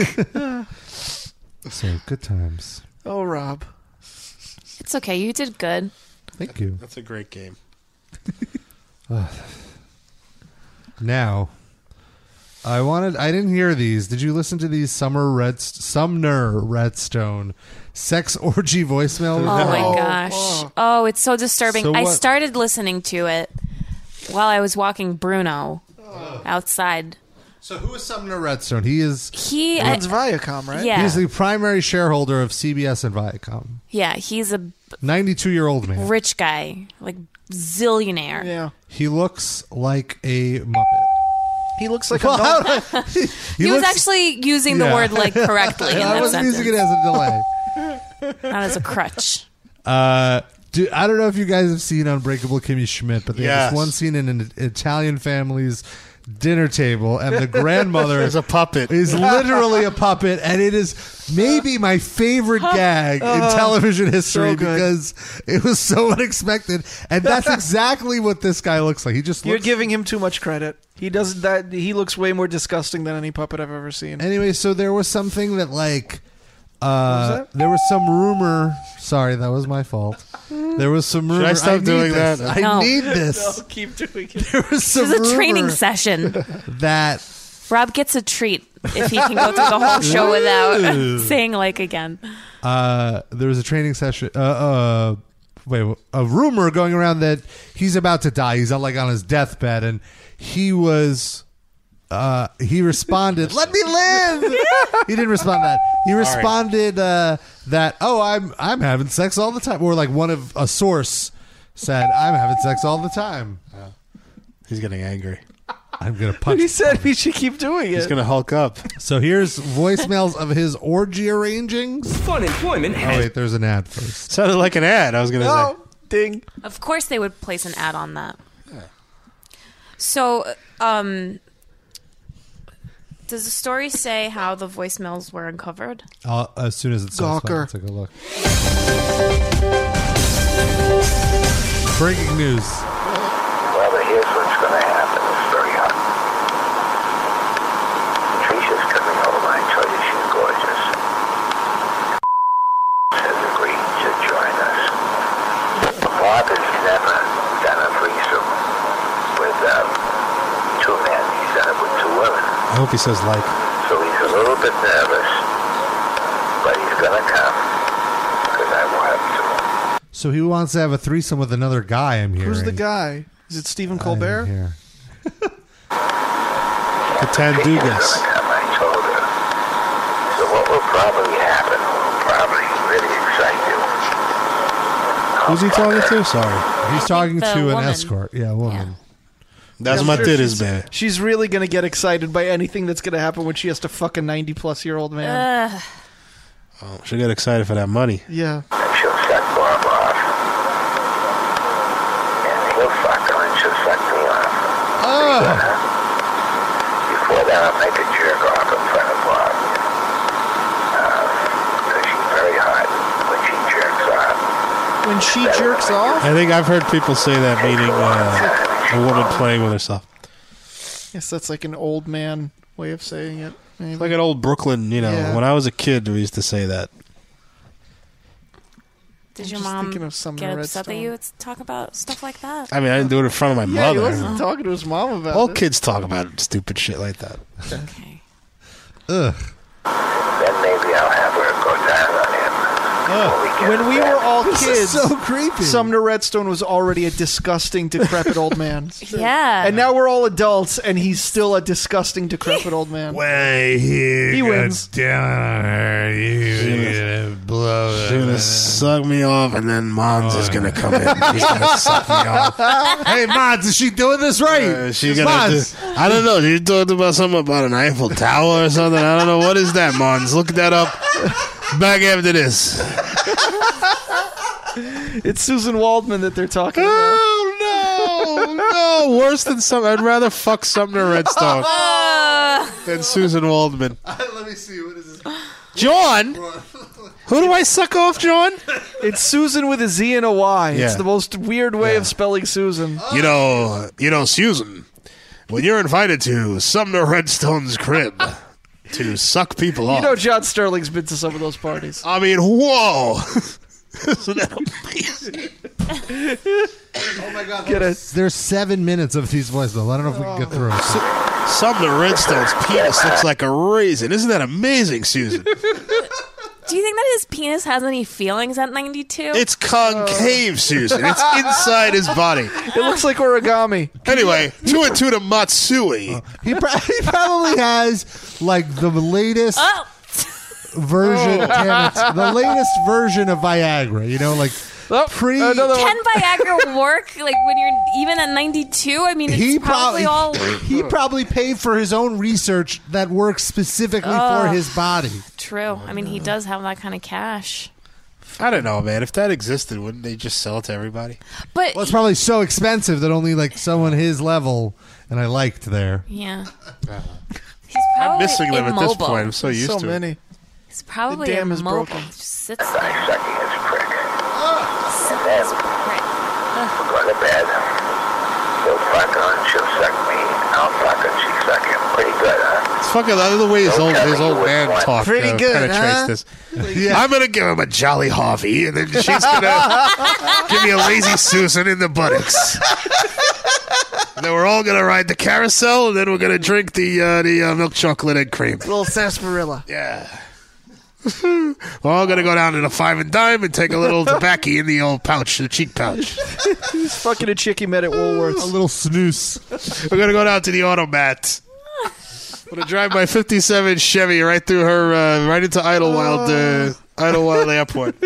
Speaker 1: So good times.
Speaker 3: oh, Rob.
Speaker 4: It's okay. You did good.
Speaker 1: Thank you.
Speaker 5: That's a great game.
Speaker 1: Now, I wanted. I didn't hear these. Did you listen to these Summer Red Sumner Redstone sex orgy voicemail?
Speaker 4: Oh my gosh. Oh, it's so disturbing.
Speaker 1: So
Speaker 4: I
Speaker 1: what-
Speaker 4: started listening to it while I was walking Bruno
Speaker 1: Oh.
Speaker 4: outside.
Speaker 1: So who is Sumner Redstone. He is
Speaker 4: He
Speaker 3: Owns Viacom, right?
Speaker 4: Yeah.
Speaker 1: He's the primary shareholder of CBS and Viacom.
Speaker 4: Yeah, he's a
Speaker 1: Ninety-two-year-old man.
Speaker 4: rich guy, like zillionaire.
Speaker 3: Yeah.
Speaker 1: He looks like a muppet.
Speaker 3: He looks like
Speaker 1: Well,
Speaker 3: a
Speaker 1: how- he
Speaker 4: He, was
Speaker 1: looks-
Speaker 4: actually using the
Speaker 1: Yeah.
Speaker 4: word like correctly. in
Speaker 1: I
Speaker 4: that
Speaker 1: wasn't using it
Speaker 4: sentence.
Speaker 1: as a delay.
Speaker 4: Not as a crutch.
Speaker 1: Uh, do, I don't know if you guys have seen Unbreakable Kimmy Schmidt, but there's
Speaker 5: Yes.
Speaker 1: this one scene in an Italian family's dinner table, and the grandmother
Speaker 5: Is a puppet.
Speaker 1: Is literally a puppet, and it is maybe my favorite gag in
Speaker 5: Oh,
Speaker 1: television history
Speaker 5: so good.
Speaker 1: because it was so unexpected, and that's exactly what this guy looks like. He just
Speaker 3: You're
Speaker 1: looks.
Speaker 3: giving him too much credit. He does that. He looks way more disgusting than any puppet I've ever seen.
Speaker 1: Anyway, so there was something that like uh, there was some rumor. Sorry, that was my fault. There was some rumor.
Speaker 5: Should I stop
Speaker 1: need
Speaker 5: doing
Speaker 1: this.
Speaker 5: that?
Speaker 1: I
Speaker 4: No.
Speaker 1: need this.
Speaker 3: No, keep doing it.
Speaker 1: There was
Speaker 4: This
Speaker 1: some
Speaker 4: is a training
Speaker 1: rumor
Speaker 4: session.
Speaker 1: That
Speaker 4: Rob gets a treat if he can go through the whole show
Speaker 1: Ooh.
Speaker 4: without saying like again.
Speaker 1: uh, there was a training session. Uh, uh, wait, a rumor going around that he's about to die. He's uh, like on his deathbed, and he was. Uh, he responded. Let me live. he didn't respond that. He
Speaker 12: All right.
Speaker 1: responded uh, that, "Oh, I'm I'm having sex all the time," or like one of a source said, "I'm having sex all the time."
Speaker 5: He's getting angry.
Speaker 1: I'm gonna punch.
Speaker 3: He said we should keep doing it.
Speaker 5: He's gonna Hulk up.
Speaker 1: So here's voicemails of his orgy arrangings.
Speaker 5: Fun employment.
Speaker 1: Oh wait, there's an ad first.
Speaker 5: Sounded like an ad. I was gonna say.
Speaker 3: Oh, ding.
Speaker 4: Of course, they would place an ad on that. So, um, does the story say how the voicemails were uncovered?
Speaker 1: I'll, Uh, as soon as it's
Speaker 4: Gawker.
Speaker 1: satisfied, I'll take a look. Breaking news.
Speaker 14: Well, here's what's going to happen. It's very hot. Patricia's coming over. I tell you, she's gorgeous. Has agreed to join us. Bob has never done a threesome with um, two men. He's done it with two women.
Speaker 5: I hope he says like.
Speaker 14: So he's a little bit nervous, but he's going to come because I want him to.
Speaker 1: So he wants to have a threesome with another guy. I'm hearing.
Speaker 3: Who's the guy? Is it Stephen Colbert?
Speaker 1: Here.
Speaker 5: The Tandugas.
Speaker 14: So what will probably happen will probably really excite you.
Speaker 5: Who's he talking to? Sorry.
Speaker 1: He's talking
Speaker 3: the
Speaker 1: to an
Speaker 3: woman.
Speaker 1: escort. Yeah, a woman.
Speaker 5: That's
Speaker 3: Yeah,
Speaker 5: my
Speaker 3: sure,
Speaker 5: titties,
Speaker 3: she's-
Speaker 5: man.
Speaker 3: She's really gonna get excited by anything that's gonna happen when she has to fuck a ninety-plus-year-old man.
Speaker 4: Ugh.
Speaker 5: Oh, she got excited for that money.
Speaker 3: yeah.
Speaker 14: He'll fuck her and she'll suck me off. uh, Before that, I'll make a jerk off in front of Bob. Because she's very hot when she jerks off.
Speaker 4: Uh.
Speaker 3: When she jerks off,
Speaker 5: I think I've heard people say that meaning uh, a woman playing with herself.
Speaker 3: yes, that's like an old man way of saying it. maybe.
Speaker 5: Like an old Brooklyn, you know.
Speaker 3: Yeah.
Speaker 5: When I was a kid, we used to say that.
Speaker 4: Did
Speaker 3: I'm
Speaker 4: your
Speaker 3: just
Speaker 4: mom
Speaker 3: thinking of some
Speaker 4: get
Speaker 3: Red
Speaker 4: upset that
Speaker 3: Storm.
Speaker 4: you talk about stuff like that?
Speaker 5: I mean, I didn't do it in front of my
Speaker 3: Yeah, he
Speaker 5: mother.
Speaker 3: wasn't talking to his mom about
Speaker 5: All
Speaker 3: it.
Speaker 5: kids talk about stupid shit like that.
Speaker 4: Okay.
Speaker 1: Ugh.
Speaker 14: Then maybe I'll have her go down on him.
Speaker 3: When we were all
Speaker 14: This
Speaker 3: kids,
Speaker 14: is so
Speaker 3: creepy. Sumner Redstone was already a disgusting, decrepit old man.
Speaker 4: Yeah.
Speaker 3: And now we're all adults, and he's still a disgusting, decrepit old man.
Speaker 1: Way here.
Speaker 3: He wins.
Speaker 1: Down on her. You're gonna blow
Speaker 5: She's gonna suck me off, and then Mons is gonna come in. She's gonna suck me off.
Speaker 1: Oh,
Speaker 5: Uh,
Speaker 1: hey, Mons, is she doing this right?
Speaker 5: She's gonna. Do, I don't know. You talked about something about an Eiffel Tower or something. I don't know what is that, Mons. Look that up. Back after this.
Speaker 3: It's Susan Waldman that they're talking about.
Speaker 5: Oh no, no! Worse than some. I'd rather fuck Sumner Redstone than Susan Waldman.
Speaker 1: Let me see. What is this?
Speaker 5: John, who do I suck off, John?
Speaker 3: It's Susan with a Z and a Y. It's
Speaker 5: Yeah.
Speaker 3: the most weird way of spelling Susan.
Speaker 5: You know, you know, Susan. When you're invited to Sumner Redstone's crib to suck people
Speaker 3: You
Speaker 5: off,
Speaker 3: know, John Sterling's been to some of those parties.
Speaker 5: I mean, whoa! Isn't that
Speaker 1: Oh my god.
Speaker 3: Get it.
Speaker 1: There's seven minutes of these voices. I don't know if
Speaker 3: Oh.
Speaker 1: we can get through. them.
Speaker 5: Sumner Redstone's penis looks like a raisin. Isn't that amazing, Susan?
Speaker 4: Do you think that his penis has any feelings at 92?
Speaker 5: It's concave, Susan. It's inside his body. It
Speaker 3: Oh. looks like origami.
Speaker 5: Anyway, two and two to Matsui.
Speaker 1: Oh. He, pro- he probably has like the latest
Speaker 4: Uh. Oh.
Speaker 1: version.
Speaker 5: Oh.
Speaker 1: Damn it, the latest version of Viagra. You know, like pre.
Speaker 4: Can Viagra work like when you're even at 92? I mean, it's
Speaker 1: he probably
Speaker 4: probably, all.
Speaker 1: he probably paid for his own research that works specifically for
Speaker 4: Ugh.
Speaker 1: his body.
Speaker 4: True. I mean, he does have that kind of cash.
Speaker 5: I don't know, man. If that existed, wouldn't they just sell it to everybody?
Speaker 4: But
Speaker 1: Well, it's probably so expensive that only like someone his level and I liked there.
Speaker 4: yeah, he's
Speaker 5: I'm
Speaker 4: probably
Speaker 5: missing them at this
Speaker 4: immobile.
Speaker 5: point. I'm so used to it.
Speaker 4: He's probably
Speaker 5: The dam is
Speaker 4: immobile.
Speaker 5: broken.
Speaker 4: He just sits there.
Speaker 14: And then we'll go to bed. He'll fuck on, she'll suck me. I'll fuck and she suck him. Pretty good, huh?
Speaker 5: It's fucking out of the way his
Speaker 14: Don't
Speaker 5: old
Speaker 14: tell me
Speaker 5: his
Speaker 14: you
Speaker 5: old
Speaker 14: wouldn't
Speaker 5: man
Speaker 14: want-
Speaker 5: talk.
Speaker 14: Pretty
Speaker 5: uh,
Speaker 14: good,
Speaker 5: penetrates
Speaker 14: huh?
Speaker 5: this. I'm gonna give him a jolly Harvey, and then she's gonna give me a lazy Susan in the buttocks. And then we're all gonna ride the carousel, and then we're gonna drink the uh, the uh, milk chocolate and cream.
Speaker 3: Little sarsaparilla.
Speaker 5: Yeah. We're all gonna go down to the five and dime and take a little tobacco in the old pouch, the cheek pouch.
Speaker 3: He's fucking a chick he met at Woolworths.
Speaker 1: A little snooze.
Speaker 5: We're gonna go down to the automat. I'm gonna drive my '57 Chevy right through her, uh, right into Idlewild,
Speaker 3: Oh.
Speaker 5: uh, Idlewild Airport.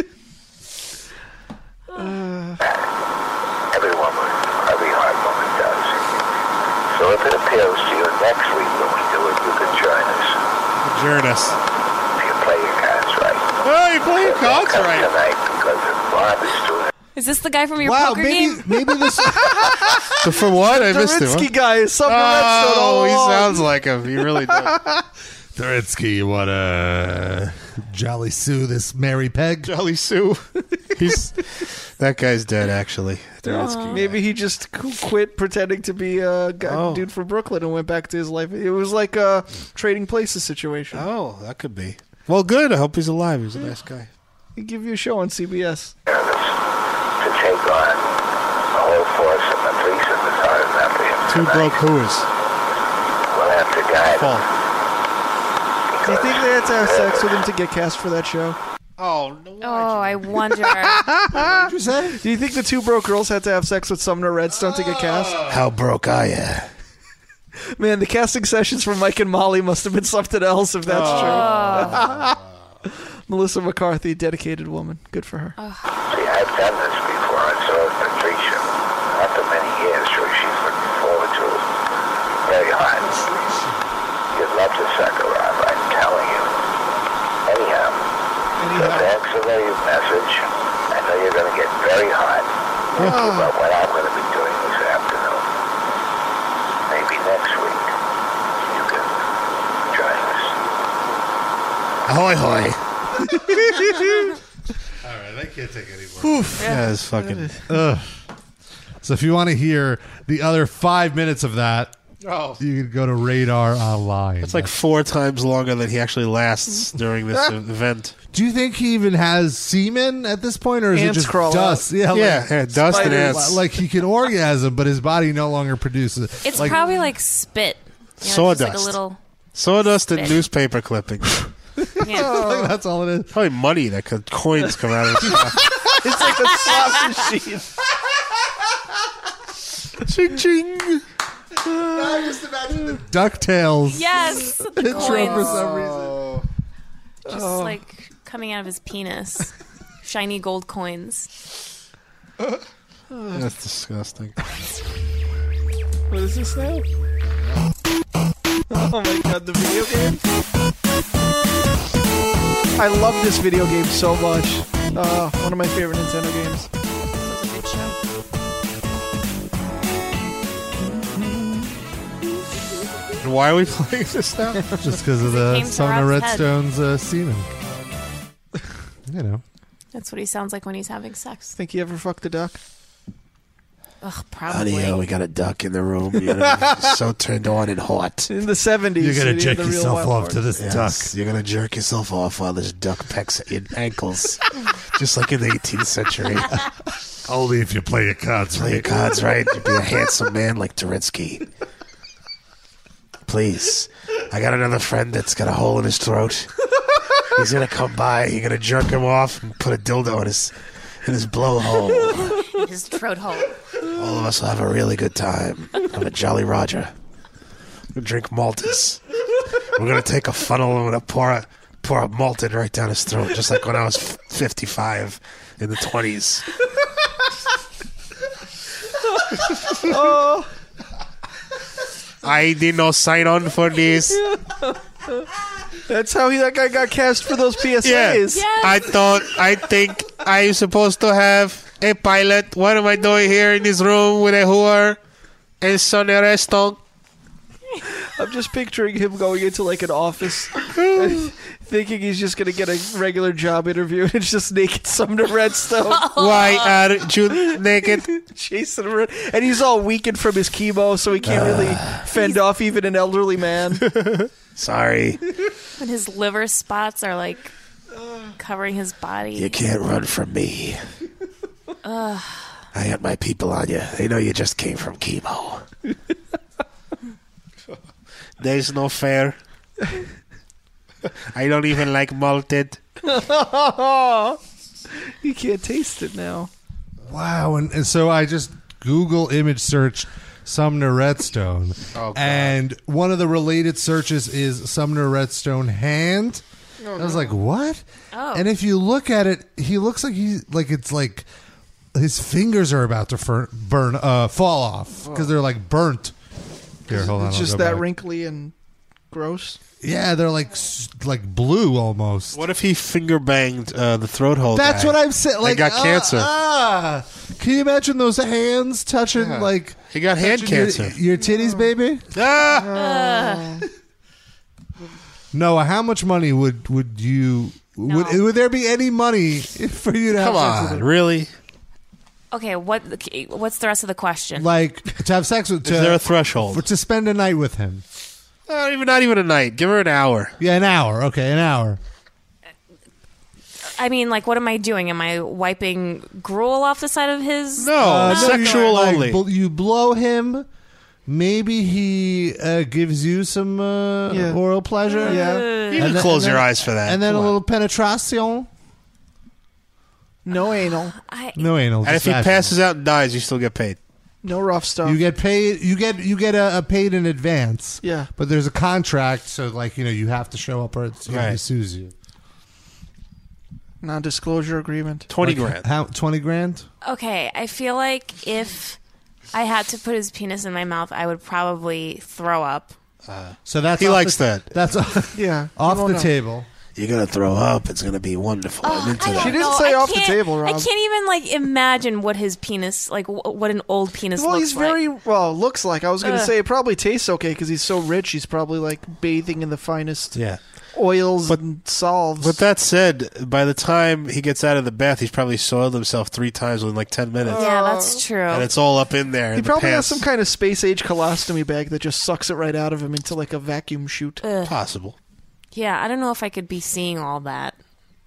Speaker 14: Every woman, every hard woman does. So if it appeals to you next week when we do it, you can join us.
Speaker 5: Adjourn us.
Speaker 14: If you play your cards right.
Speaker 5: Oh, you play your cards
Speaker 14: right. Tonight because if Bob is doing
Speaker 4: Is this the guy from your
Speaker 14: Wow,
Speaker 4: poker game?
Speaker 14: maybe-
Speaker 1: Maybe this.
Speaker 5: So for what? I missed him.
Speaker 3: Dorinsky
Speaker 5: huh?
Speaker 3: guy is something redstone all
Speaker 5: Oh, he
Speaker 3: along.
Speaker 5: sounds like him. He really does.
Speaker 1: Duritsky, what a Jolly Sue, this Mary Peg.
Speaker 5: Jolly Sue. He's that guy's dead, actually.
Speaker 3: Maybe he just qu- quit pretending to be a guy,
Speaker 5: Oh.
Speaker 3: dude from Brooklyn and went back to his life. It was like a trading places situation.
Speaker 5: Oh, that could be. Well, good. I hope he's alive. He's a nice guy.
Speaker 3: He give you a show on CBS.
Speaker 14: to take on the whole force of the threesome is hard enough for him.
Speaker 5: Two broke hooers.
Speaker 14: We'll have to guide him.
Speaker 3: Do you think they had to have sex with him to get cast for that show?
Speaker 5: Oh, no.
Speaker 4: Oh, I wonder.
Speaker 3: you say? Do you think the two broke girls had to have sex with Sumner Redstone to get cast?
Speaker 5: How broke are you?
Speaker 3: Man, the casting sessions for Mike and Molly must have been something else if that's
Speaker 14: Ah.
Speaker 3: true. Melissa McCarthy, dedicated woman. Good for her.
Speaker 14: See, I've done this before, and so has Patricia. After many years, so she's looking forward to it. Very hard. You'd love to suck her up, I'm telling you. Anyhow, so thanks for the message. I know you're going to get very hot. But what I'm going to be doing this afternoon, maybe next week, you can join us.
Speaker 5: Ahoy, hoy.
Speaker 1: All right, I can't take anymore.
Speaker 5: Oof. Yeah, it's fucking.
Speaker 1: Ugh. So if you want to hear the other five minutes of that,
Speaker 5: Oh.
Speaker 1: You can go to Radar Online.
Speaker 5: It's like four times longer than he actually lasts during this event.
Speaker 1: Do you think he even has semen at this point, or is
Speaker 5: Ants
Speaker 1: it just
Speaker 5: crawl
Speaker 1: dust?
Speaker 5: out. Yeah, yeah, dust and
Speaker 1: spiders.
Speaker 5: ants.
Speaker 1: Like he can orgasm, but his body no longer produces. it.
Speaker 4: It's
Speaker 1: like,
Speaker 4: probably like spit. You know, it's just Like a
Speaker 5: Sawdust.
Speaker 4: little.
Speaker 5: Sawdust and
Speaker 4: Spit.
Speaker 5: newspaper clippings.
Speaker 4: Yeah.
Speaker 1: that's all it is.
Speaker 5: Probably money that could coins come out of his mouth.
Speaker 3: it's like a slot machine.
Speaker 5: Ching ching.
Speaker 1: I just imagine the Ducktales.
Speaker 4: Yes. The
Speaker 1: Intro for
Speaker 4: coins. Oh.
Speaker 1: some reason.
Speaker 4: Just
Speaker 1: Oh.
Speaker 4: like coming out of his penis. Shiny gold coins.
Speaker 5: That's disgusting.
Speaker 3: What is this now? Oh my god, the video game! I love this video game so much. Uh, one of my favorite Nintendo games.
Speaker 5: Why are we playing this now?
Speaker 1: Just because of the
Speaker 4: came to
Speaker 1: Sona
Speaker 4: Rob's head.
Speaker 1: Redstone's uh, semen. You know,
Speaker 4: That's what he sounds like when he's having sex.
Speaker 3: Think you ever fucked a duck?
Speaker 4: Ugh, probably.
Speaker 5: uh, we got a duck in the room.
Speaker 3: You're gonna be so
Speaker 5: turned on and hot.
Speaker 3: In the seventies,
Speaker 5: You're gonna jerk yourself off while this duck pecks at your ankles, just like in the 18th century.
Speaker 1: Only if you play your cards
Speaker 5: play right. Your cards right. You'd be a handsome man like Turensky. Please, I got another friend that's got a hole in his throat. He's gonna come by. You're gonna jerk him off and put a dildo in his in his blowhole.
Speaker 4: his throat hole.
Speaker 5: All of us will have a really good time. I'm a Jolly Roger. We'll drink Maltese. We're gonna take a funnel and we're gonna pour a pour a malted right down his throat, just like when I was 55 in the 20s.
Speaker 3: oh.
Speaker 5: I did not sign on for this.
Speaker 3: That's how he, that guy got cast for those PSAs.
Speaker 5: Yeah, I thought. I think I'm supposed to have a pilot. What am I doing here in this room with a whore and Sonia Reston?
Speaker 3: I'm just picturing him going into like an office, and thinking he's just gonna get a regular job interview, and it's just naked Sumner Redstone.
Speaker 5: Why are you naked?
Speaker 3: Jason Red, and he's all weakened from his chemo, so he can't really
Speaker 1: Uh,
Speaker 3: fend off even an elderly man.
Speaker 5: Sorry,
Speaker 4: When his liver spots are like covering his body.
Speaker 5: you can't run from me.
Speaker 4: Ugh.
Speaker 5: I got my people on you. They know you just came from chemo. There's no fair. I don't even like malted.
Speaker 3: you can't taste it now.
Speaker 1: Wow. And, and so I just Google image search Sumner Redstone.
Speaker 5: Oh, God.
Speaker 1: and one of the related searches is Sumner Redstone hand.
Speaker 12: Oh,
Speaker 1: I was
Speaker 12: no.
Speaker 1: like, what?
Speaker 12: Oh.
Speaker 1: And if you look at it, he looks like he like it's like his fingers are about to fur- burn uh, fall off because they're like burnt. Here, hold on.
Speaker 3: it's
Speaker 1: I'll
Speaker 3: just
Speaker 1: go
Speaker 3: that
Speaker 1: back.
Speaker 3: wrinkly and gross.
Speaker 1: Yeah, they're like s- like blue almost.
Speaker 5: What if he finger banged uh, the throat hole?
Speaker 1: That's
Speaker 5: guy
Speaker 1: what I'm saying.
Speaker 5: and
Speaker 1: Like
Speaker 5: got
Speaker 1: ah,
Speaker 5: cancer.
Speaker 1: Ah, can you imagine those hands touching
Speaker 5: Yeah.
Speaker 1: like
Speaker 5: He got hand
Speaker 1: touching your-
Speaker 5: cancer.
Speaker 1: Your, titties, baby.
Speaker 15: Uh.
Speaker 5: Ah!
Speaker 1: Noah, uh, how much money would would you would would there be any money for you to have
Speaker 5: Come
Speaker 1: sex
Speaker 5: on,
Speaker 1: with?
Speaker 5: really?
Speaker 4: Okay, what? okay, What's the rest of the question?
Speaker 1: Like to have sex with? To,
Speaker 5: Is there a threshold?
Speaker 1: for- to spend a night with him?
Speaker 5: Not even, not even a night. Give her an hour.
Speaker 1: Yeah, an hour. Okay, an hour.
Speaker 4: I mean, like, what am I doing? Am I wiping gruel off the side of his?
Speaker 1: Uh, no, you, like, bl- you blow him. Maybe he uh, gives you some uh, oral pleasure.
Speaker 3: Yeah.
Speaker 5: You
Speaker 1: And
Speaker 5: can
Speaker 1: then-
Speaker 5: close
Speaker 1: and
Speaker 5: your
Speaker 1: then-
Speaker 5: eyes for that.
Speaker 1: And then a little penetration.
Speaker 3: No anal.
Speaker 1: No anal.
Speaker 5: And if
Speaker 1: just
Speaker 5: he
Speaker 1: vaginal.
Speaker 5: passes out and dies, you still get paid.
Speaker 3: No rough stuff.
Speaker 1: You get paid. You get you get a, a paid in advance.
Speaker 3: Yeah.
Speaker 1: but there's a contract, so like you know you have to show up or it's, you know, he sues you.
Speaker 3: Non-disclosure agreement.
Speaker 1: Like, How twenty grand?
Speaker 4: Okay, I feel like if I had to put his penis in my mouth, I would probably throw up.
Speaker 1: So that's
Speaker 5: he
Speaker 1: off
Speaker 5: likes
Speaker 1: the-
Speaker 5: that.
Speaker 1: That's off,
Speaker 3: yeah
Speaker 1: off the table.
Speaker 5: You're gonna throw up. It's gonna be wonderful. I'm into that.
Speaker 4: Oh, I don't know. I can't- I can't even like imagine what his penis, like wh- what an old penis
Speaker 3: Well,
Speaker 4: looks
Speaker 3: he's
Speaker 4: like.
Speaker 3: very well. Looks like I was going to
Speaker 4: Ugh.
Speaker 3: say it probably tastes okay because he's so rich. He's probably like bathing in the finest.
Speaker 5: Yeah.
Speaker 3: oils and solves.
Speaker 5: But that said, by the time he gets out of the bath, he's probably soiled himself three times within like ten minutes.
Speaker 4: Yeah, that's true.
Speaker 5: and it's all up in there.
Speaker 3: He
Speaker 5: in the
Speaker 3: probably has
Speaker 5: pants.
Speaker 3: some kind of space age colostomy bag that just sucks it right out of him into like a vacuum chute.
Speaker 4: Ugh.
Speaker 5: Possible.
Speaker 4: Yeah, I don't know if I could be seeing all that.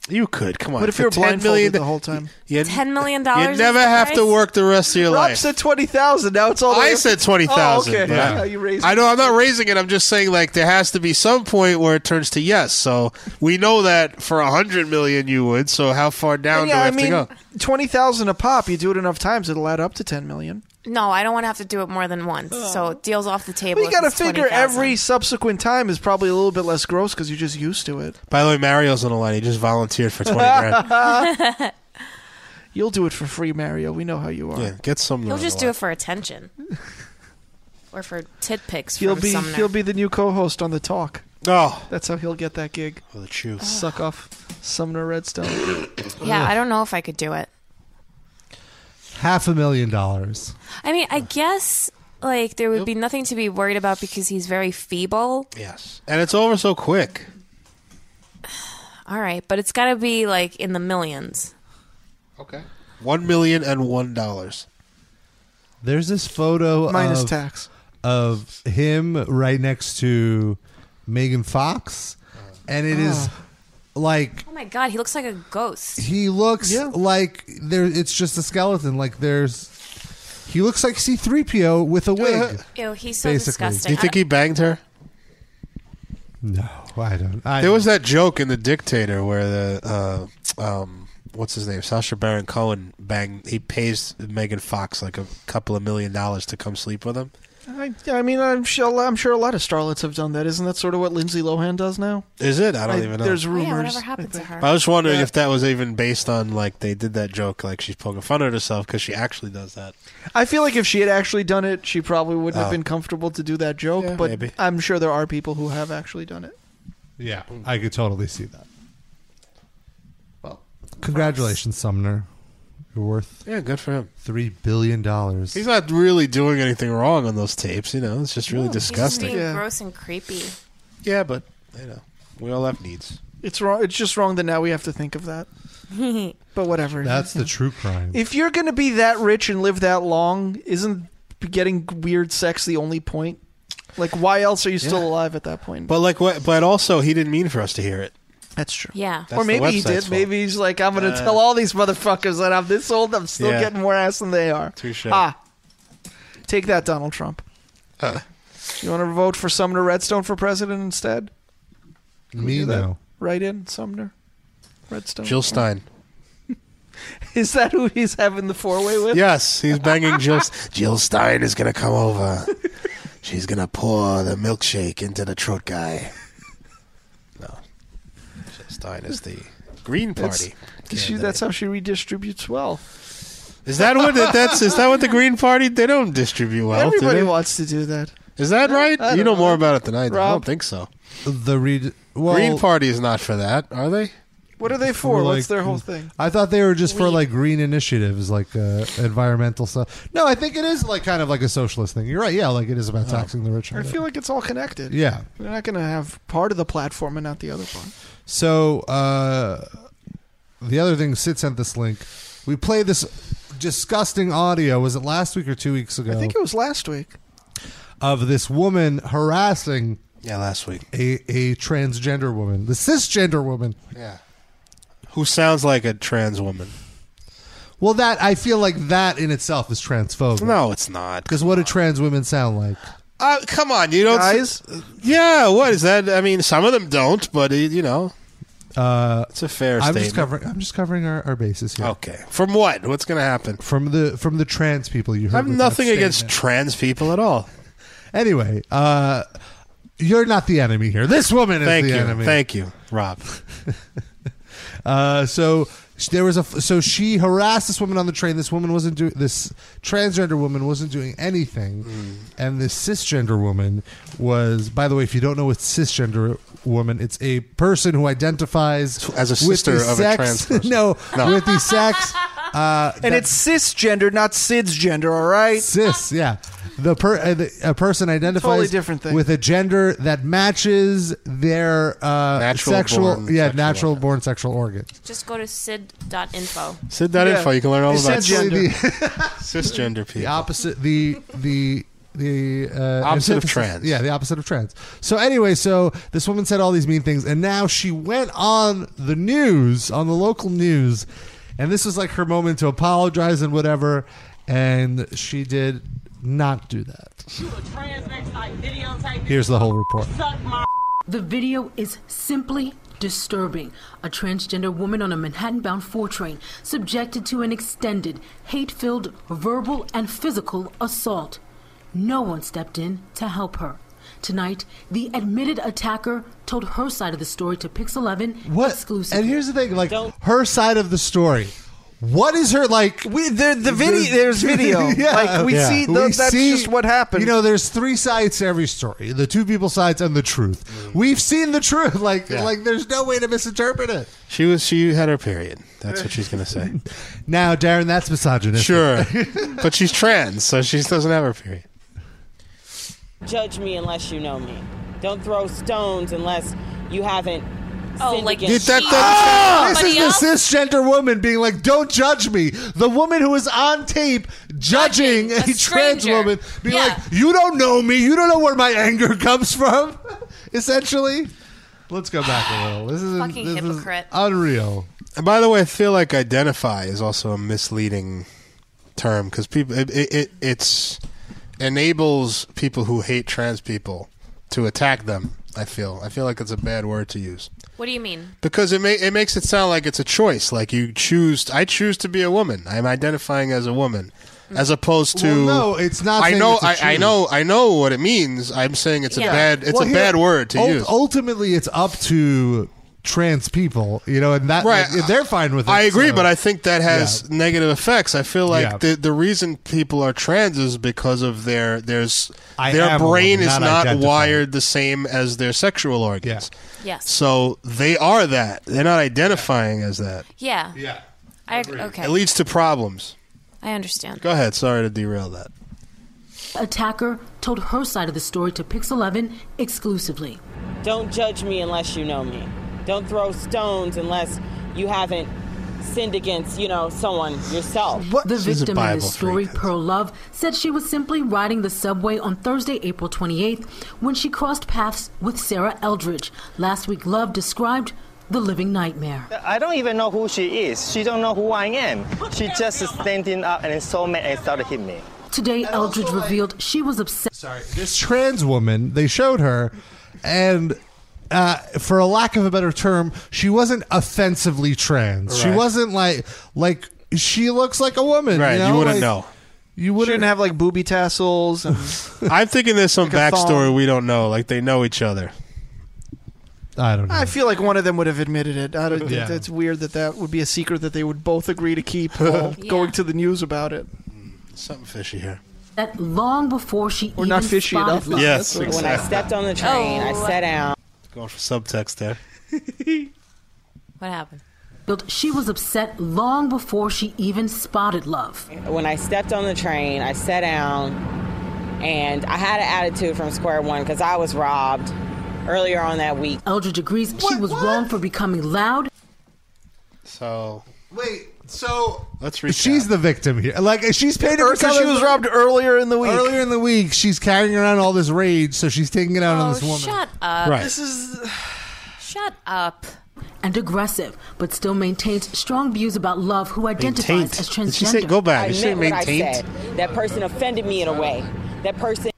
Speaker 5: You could come on.
Speaker 3: What if
Speaker 5: for
Speaker 3: you're
Speaker 5: 10
Speaker 3: blindfolded
Speaker 5: million-
Speaker 3: the whole time?
Speaker 5: You,
Speaker 4: Ten million
Speaker 5: you
Speaker 4: dollars. is
Speaker 5: never
Speaker 4: the
Speaker 5: have to
Speaker 4: price?
Speaker 5: work the rest of your
Speaker 3: Rob
Speaker 5: life.
Speaker 3: said twenty thousand. Now it's all. the way
Speaker 5: I
Speaker 3: up-
Speaker 5: said twenty thousand.
Speaker 3: Oh, okay. Yeah, you raised.
Speaker 5: I know I'm not raising it. I'm just saying like there has to be some point where it turns to yes. So we know that for a hundred million you would. So how far down
Speaker 3: And yeah, I
Speaker 5: do we
Speaker 3: mean,
Speaker 5: have to go?
Speaker 3: twenty thousand a pop. You do it enough times, it'll add up to ten million.
Speaker 4: No, I don't want to have to do it more than once. So deals off the
Speaker 3: But
Speaker 4: table.
Speaker 3: you
Speaker 4: if
Speaker 3: got to
Speaker 4: it's
Speaker 3: figure
Speaker 4: 20,000.
Speaker 3: every subsequent time is probably a little bit less gross because you're just used to it.
Speaker 5: By the way, Mario's on the line. He just volunteered for twenty grand.
Speaker 3: You'll do it for free, Mario. We know how you are.
Speaker 5: Yeah, get some.
Speaker 4: He'll just do it for attention, or for tit pics.
Speaker 3: He'll
Speaker 4: from
Speaker 3: be
Speaker 4: Sumner.
Speaker 3: he'll be the new co-host on the talk.
Speaker 5: Oh,
Speaker 3: that's how he'll get that gig.
Speaker 5: With a chew.
Speaker 3: Suck off Sumner Redstone.
Speaker 4: Yeah, I don't know if I could do it.
Speaker 1: Half a million dollars.
Speaker 4: I mean, I guess like there would be nothing to be worried about because he's very feeble.
Speaker 5: Yes. And it's over so quick.
Speaker 4: All right, but it's got to be like in the millions.
Speaker 5: Okay. One million and one dollars.
Speaker 1: There's this photo
Speaker 5: Minus
Speaker 1: of,
Speaker 5: tax.
Speaker 1: of him right next to Megan Fox, and it
Speaker 3: Ah.
Speaker 1: is like
Speaker 4: Oh my god, he looks like a ghost.
Speaker 1: he looks like there. It's just a skeleton. Like there's, he looks like C-3PO with a wig.
Speaker 4: Ew, he's so
Speaker 1: Basically.
Speaker 4: disgusting.
Speaker 5: Do you think
Speaker 4: I
Speaker 5: he banged her?
Speaker 1: No, I don't. I
Speaker 5: there was that joke in The Dictator where the uh, um, what's his name, Sasha Baron Cohen, banged. He pays Megan Fox like a couple of million dollars to come sleep with him.
Speaker 3: I, I mean, I'm sure I'm sure a lot of starlets have done that. Isn't that sort of what Lindsay Lohan does now?
Speaker 5: Is it? I don't even know.
Speaker 3: There's
Speaker 5: Oh, yeah,
Speaker 3: rumors.
Speaker 4: don't know whatever happened to her.
Speaker 5: I was wondering if that was even based on like they did that joke, like she's poking fun at herself because she actually does that.
Speaker 3: I feel like if she had actually done it, she probably wouldn't
Speaker 5: Oh.
Speaker 3: have been comfortable to do that joke. but
Speaker 5: maybe.
Speaker 3: I'm sure there are people who have actually done it.
Speaker 1: Yeah, I could totally see that. Congratulations, Sumner. You're worth
Speaker 5: yeah, good for him.
Speaker 1: Three billion dollars.
Speaker 5: He's not really doing anything wrong on those tapes, you know. It's just really
Speaker 4: He's just
Speaker 5: disgusting.
Speaker 4: being gross and creepy.
Speaker 5: Yeah, but you know, we all have needs.
Speaker 3: It's wrong. It's just wrong that now we have to think of that. but whatever.
Speaker 1: That's the true crime.
Speaker 3: If you're going to be that rich and live that long, isn't getting weird sex the only point? Like, why else are you still alive at that point?
Speaker 5: But like, what, but also, he didn't mean for us to hear it.
Speaker 3: That's true.
Speaker 4: Yeah.
Speaker 3: or maybe he did. Maybe he's like, I'm going to
Speaker 5: Uh,
Speaker 3: tell all these motherfuckers that I'm this old. I'm still
Speaker 5: Yeah.
Speaker 3: getting more ass than they are.
Speaker 5: Touche.
Speaker 3: Ah, take that, Donald Trump. You want to vote for Sumner Redstone for president instead?
Speaker 1: Me
Speaker 3: do that.
Speaker 1: now.
Speaker 3: Right in Sumner Redstone.
Speaker 5: Jill Stein.
Speaker 3: Is that who he's having the four way with?
Speaker 5: Yes, he's banging Jill. Jill Stein is gonna come over. She's gonna pour the milkshake into the throat guy. No, Jill Stein is the Green
Speaker 3: That's-
Speaker 5: Party.
Speaker 3: She, that's how she redistributes wealth.
Speaker 5: Is that what the- that's? Is that what the Green Party? They don't distribute wealth. do
Speaker 3: Everybody
Speaker 5: they?
Speaker 3: wants to do that.
Speaker 5: Is that right?
Speaker 3: I
Speaker 5: You
Speaker 3: don't
Speaker 5: know
Speaker 3: know.
Speaker 5: more about it than I do. I
Speaker 3: Rob?
Speaker 5: don't think so.
Speaker 1: The read. Well,
Speaker 5: Green Party is not for that, are they?
Speaker 3: What are they for?
Speaker 1: Like,
Speaker 3: What's their whole thing?
Speaker 1: I thought they were just for like green initiatives, like uh, environmental stuff. No, I think it is like kind of like a socialist thing. You're right. Yeah, like it is about taxing the rich. and
Speaker 3: Oh. I
Speaker 1: whatever.
Speaker 3: feel like it's all connected.
Speaker 1: Yeah.
Speaker 3: They're not going to have part of the platform and not the other part.
Speaker 1: So uh, the other thing, Sid sent this link. We played this disgusting audio. Was it last week or two weeks ago?
Speaker 3: I think it was last week.
Speaker 1: of this woman harassing.
Speaker 5: Yeah, last week.
Speaker 1: A, a transgender woman, the cisgender woman.
Speaker 5: Yeah. Who sounds like a trans woman?
Speaker 1: Well, that I feel like that in itself is transphobic.
Speaker 5: No, it's not.
Speaker 1: Because what do trans women sound like?
Speaker 5: Uh, come on, you don't.
Speaker 3: Guys?
Speaker 5: yeah, what is that? I mean, some of them don't, but uh, you know,
Speaker 1: Uh,
Speaker 5: it's a fair
Speaker 1: I'm
Speaker 5: statement.
Speaker 1: just covering. I'm just covering our, our bases here.
Speaker 5: Okay. From what? What's going to happen?
Speaker 1: From the from the trans people you heard.
Speaker 5: I have
Speaker 1: with that
Speaker 5: nothing against
Speaker 1: statement.
Speaker 5: trans people at all.
Speaker 1: Anyway, uh, you're not the enemy here. This woman is
Speaker 5: Thank
Speaker 1: the
Speaker 5: you.
Speaker 1: enemy.
Speaker 5: Thank you, Rob.
Speaker 1: Uh, so sh- there was a f- so she harassed this woman on the train. This woman wasn't doing this transgender woman wasn't doing anything,
Speaker 5: Mm.
Speaker 1: and this cisgender woman was. By the way, if you don't know what cisgender woman, it's a person who identifies
Speaker 5: As a
Speaker 1: with
Speaker 5: sister
Speaker 1: the
Speaker 5: of a
Speaker 1: sex-
Speaker 5: trans person.
Speaker 1: no,
Speaker 5: No.
Speaker 1: with the sex. Uh,
Speaker 3: And
Speaker 1: that-
Speaker 3: it's cisgender, not SIDS gender, all right?
Speaker 1: cis, yeah. the per uh, the- a person identifies
Speaker 3: Totally different thing.
Speaker 1: with a gender that matches their uh,
Speaker 5: Natural
Speaker 1: sexual
Speaker 5: born
Speaker 1: yeah
Speaker 5: sexual
Speaker 1: natural born sexual organ.
Speaker 4: Just go to sid.info.
Speaker 5: Sid.info. You can learn all about
Speaker 1: Essentially
Speaker 5: cisgender people.
Speaker 1: The opposite the the the uh,
Speaker 5: Opposite of
Speaker 1: antithesis-
Speaker 5: trans.
Speaker 1: Yeah, the opposite of trans. So anyway, so this woman said all these mean things, and now she went on the news on the local news, and this was like her moment to apologize and whatever, and she did not do that. Here's the whole report.
Speaker 16: The video is simply disturbing. A transgender woman on a Manhattan bound 4 train subjected to an extended, hate filled verbal and physical assault. No one stepped in to help her. Tonight, the admitted attacker told her side of the story to Pix 11
Speaker 1: What?
Speaker 16: exclusively.
Speaker 1: And here's the thing, like her side of the story. What is her like? We, there,
Speaker 3: the video- there's video. Like, we see the- that's just
Speaker 1: what happened. You know, there's three sides to every story: the two people sides and the truth.
Speaker 3: Mm.
Speaker 1: We've seen the truth. Like,
Speaker 5: Yeah.
Speaker 1: like there's no way to misinterpret it.
Speaker 5: She was. She had her period. That's what she's gonna say.
Speaker 1: Now, Darren, that's misogynistic.
Speaker 5: Sure, but she's trans, so she doesn't have her period.
Speaker 17: Judge me unless you know me. Don't throw stones unless you haven't. Oh, like
Speaker 1: Dude, that-
Speaker 4: Ah!
Speaker 1: that- this is the cisgender woman being like, "Don't judge me." The woman who is on tape judging a, trans
Speaker 12: stranger.
Speaker 1: woman, being
Speaker 12: Yeah.
Speaker 1: like, "You don't know me. You don't know where my anger comes from." Essentially, let's go back a little. This is
Speaker 4: Fucking
Speaker 1: this is
Speaker 4: hypocrite.
Speaker 1: unreal.
Speaker 5: And by the way, I feel like identify is also a misleading term because people it, it, it it's enables people who hate trans people to attack them. I feel I feel like it's a bad word to use
Speaker 4: What do you mean?
Speaker 5: because it ma- it makes it sound like it's a choice. Like you choose, I choose to be a woman. I'm identifying as a woman,
Speaker 4: Mm.
Speaker 5: as opposed to
Speaker 1: Well, no, it's not
Speaker 5: I
Speaker 1: saying
Speaker 5: know
Speaker 1: it's a
Speaker 5: I, I
Speaker 1: choose.
Speaker 5: know I know what it means. I'm saying it's a bad it's
Speaker 1: Well,
Speaker 5: a
Speaker 1: here-
Speaker 5: bad word to
Speaker 1: ul-
Speaker 5: use.
Speaker 1: Ultimately, it's up to trans people, you know, and that
Speaker 5: Right.
Speaker 1: like, they're fine with it.
Speaker 5: I agree,
Speaker 1: so-
Speaker 5: but I think that has negative effects. I feel like
Speaker 1: Yeah.
Speaker 5: the the reason people are trans is because of their there's
Speaker 1: I
Speaker 5: their
Speaker 1: am a
Speaker 5: brain
Speaker 1: woman,
Speaker 5: is
Speaker 1: not
Speaker 5: not
Speaker 1: identifying.
Speaker 5: wired the same as their sexual organs.
Speaker 4: Yes.
Speaker 5: So they are that. They're not identifying as that.
Speaker 4: Yeah. Yeah. I agree. Okay.
Speaker 5: It leads to problems.
Speaker 4: I understand.
Speaker 5: Go ahead. Sorry to derail that.
Speaker 16: attacker told her side of the story to Pix 11 exclusively.
Speaker 17: Don't judge me unless you know me. Don't throw stones unless you haven't sinned against, you know, someone yourself.
Speaker 16: The victim in this story, Pearl Love, said she was simply riding the subway on Thursday, April 28th, when she crossed paths with Sarah Eldridge. Last week, Love described the living nightmare.
Speaker 18: I don't even know who she is. She don't know who I am. She just standing up and so mad and started hit me.
Speaker 16: Today, Eldridge revealed she was upset.
Speaker 1: this trans woman they showed her and uh, for a lack of a better term she wasn't offensively trans she
Speaker 3: Right.
Speaker 1: wasn't like like she looks like a woman
Speaker 5: Right,
Speaker 1: you,
Speaker 5: you
Speaker 1: know?
Speaker 5: wouldn't
Speaker 1: Like,
Speaker 5: know.
Speaker 1: you wouldn't
Speaker 3: Shouldn't have like booby tassels. And
Speaker 5: I'm thinking there's some
Speaker 3: Like a thong.
Speaker 5: backstory we don't know. Like they know each other.
Speaker 1: I don't
Speaker 3: I feel like one of them would have admitted it. I don't,
Speaker 5: Yeah.
Speaker 3: That's weird that that would be a secret that they would both agree to keep while going to the news about it.
Speaker 5: Something fishy here.
Speaker 16: That long before she
Speaker 3: We're
Speaker 16: even
Speaker 3: not fishy
Speaker 16: spotted
Speaker 3: enough.
Speaker 16: Love.
Speaker 5: Yes,
Speaker 17: When I stepped on the train, I sat down.
Speaker 5: Going for subtext there.
Speaker 4: What happened?
Speaker 16: She was upset long before she even spotted Love.
Speaker 17: When I stepped on the train, I sat down and I had an attitude from square one because I was robbed earlier on that week.
Speaker 16: Eldridge agrees she was wrong for becoming loud.
Speaker 5: So
Speaker 1: wait, so
Speaker 5: let's
Speaker 1: she's the victim here like she's paid
Speaker 3: Because she was robbed earlier in the week.
Speaker 1: earlier in the week she's carrying around all this rage so she's taking it out on this woman
Speaker 4: Oh, Shut up.
Speaker 1: Right.
Speaker 4: This is. Shut up.
Speaker 16: and aggressive, but still maintains strong views about love who identifies
Speaker 17: Maintained.
Speaker 16: as transgender.
Speaker 17: Did she say- go back.
Speaker 16: I
Speaker 17: Did she say meant what I maintained? said. That person offended me in a way. That person.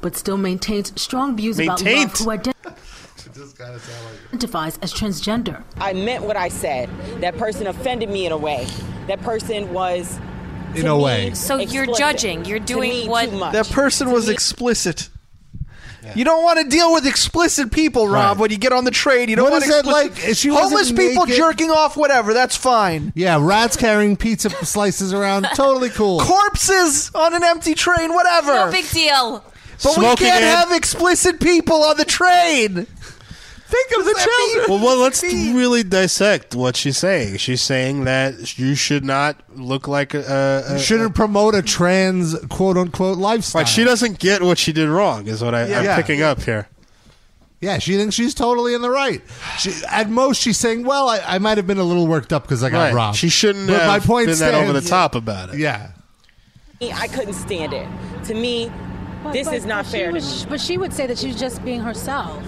Speaker 16: But still maintains strong views
Speaker 17: Maintained.
Speaker 16: about love who ident- identifies as transgender.
Speaker 17: I meant what I said. That person offended me in a way. That person was. to
Speaker 1: In a
Speaker 17: me,
Speaker 1: way.
Speaker 4: So you're
Speaker 17: explicit.
Speaker 4: judging. You're
Speaker 17: To
Speaker 4: doing
Speaker 17: me,
Speaker 4: what-
Speaker 17: too much.
Speaker 3: That person
Speaker 17: To
Speaker 3: was
Speaker 17: me-
Speaker 3: explicit. You don't want to deal with explicit people, Rob. When you get on the train, you don't
Speaker 1: What
Speaker 3: want
Speaker 1: is that
Speaker 3: explicit-
Speaker 1: like? She wasn't
Speaker 3: homeless people
Speaker 1: naked.
Speaker 3: jerking off, whatever. That's fine.
Speaker 1: yeah rats carrying pizza slices around totally cool
Speaker 3: Corpses on an empty train, whatever.
Speaker 4: No big deal.
Speaker 3: But we
Speaker 1: Smoking
Speaker 3: can't
Speaker 1: in.
Speaker 3: have explicit people on the train.
Speaker 1: Think of the children.
Speaker 5: Well, well, let's really dissect what she's saying. She's saying that you should not look like a. a,
Speaker 1: You shouldn't promote a trans quote unquote lifestyle.
Speaker 5: Like she doesn't get what she did wrong, is what I, I'm
Speaker 1: Yeah.
Speaker 5: picking up here.
Speaker 1: Yeah, she thinks she's totally in the right. She, at most, she's saying, "Well, I, I might have been a little worked up because I got
Speaker 5: Right.
Speaker 1: robbed."
Speaker 5: She shouldn't
Speaker 1: But
Speaker 5: have
Speaker 1: my point
Speaker 5: been that
Speaker 1: stands.
Speaker 5: over the top about it.
Speaker 1: Yeah,
Speaker 17: I couldn't stand it. To me,
Speaker 16: But-
Speaker 17: this
Speaker 16: but-
Speaker 17: is not
Speaker 16: but
Speaker 17: fair
Speaker 16: She
Speaker 17: to
Speaker 16: was,
Speaker 17: me.
Speaker 16: But she would say that she was just being herself.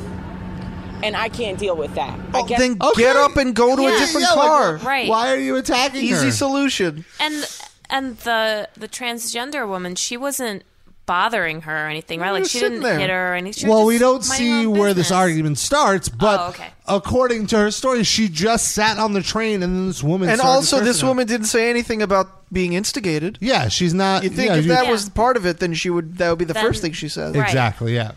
Speaker 17: And I can't deal with that. I guess
Speaker 3: Oh,
Speaker 17: oh,
Speaker 3: Then get up and go to
Speaker 17: Yeah,
Speaker 3: a different
Speaker 17: yeah, like,
Speaker 3: car.
Speaker 4: right. why are
Speaker 1: you attacking
Speaker 3: Easy
Speaker 4: her?
Speaker 3: solution.
Speaker 4: And and the the transgender woman, she wasn't bothering her or anything, right? Like she didn't hit her or anything. She was
Speaker 1: Well,
Speaker 4: just
Speaker 1: we don't
Speaker 4: minding her
Speaker 1: see
Speaker 4: own
Speaker 1: where
Speaker 4: business.
Speaker 1: this argument starts, but
Speaker 4: Oh, okay.
Speaker 1: according to her story, she just sat on the train and then this woman
Speaker 3: and
Speaker 1: started
Speaker 3: also,
Speaker 1: cursing
Speaker 3: this
Speaker 1: her.
Speaker 3: woman didn't say anything about being instigated.
Speaker 1: Yeah, she's not.
Speaker 3: You think
Speaker 1: yeah,
Speaker 3: if
Speaker 1: you-
Speaker 3: that was part of it, then she would. That would be the
Speaker 17: Then-
Speaker 3: first thing she says.
Speaker 1: exactly yeah.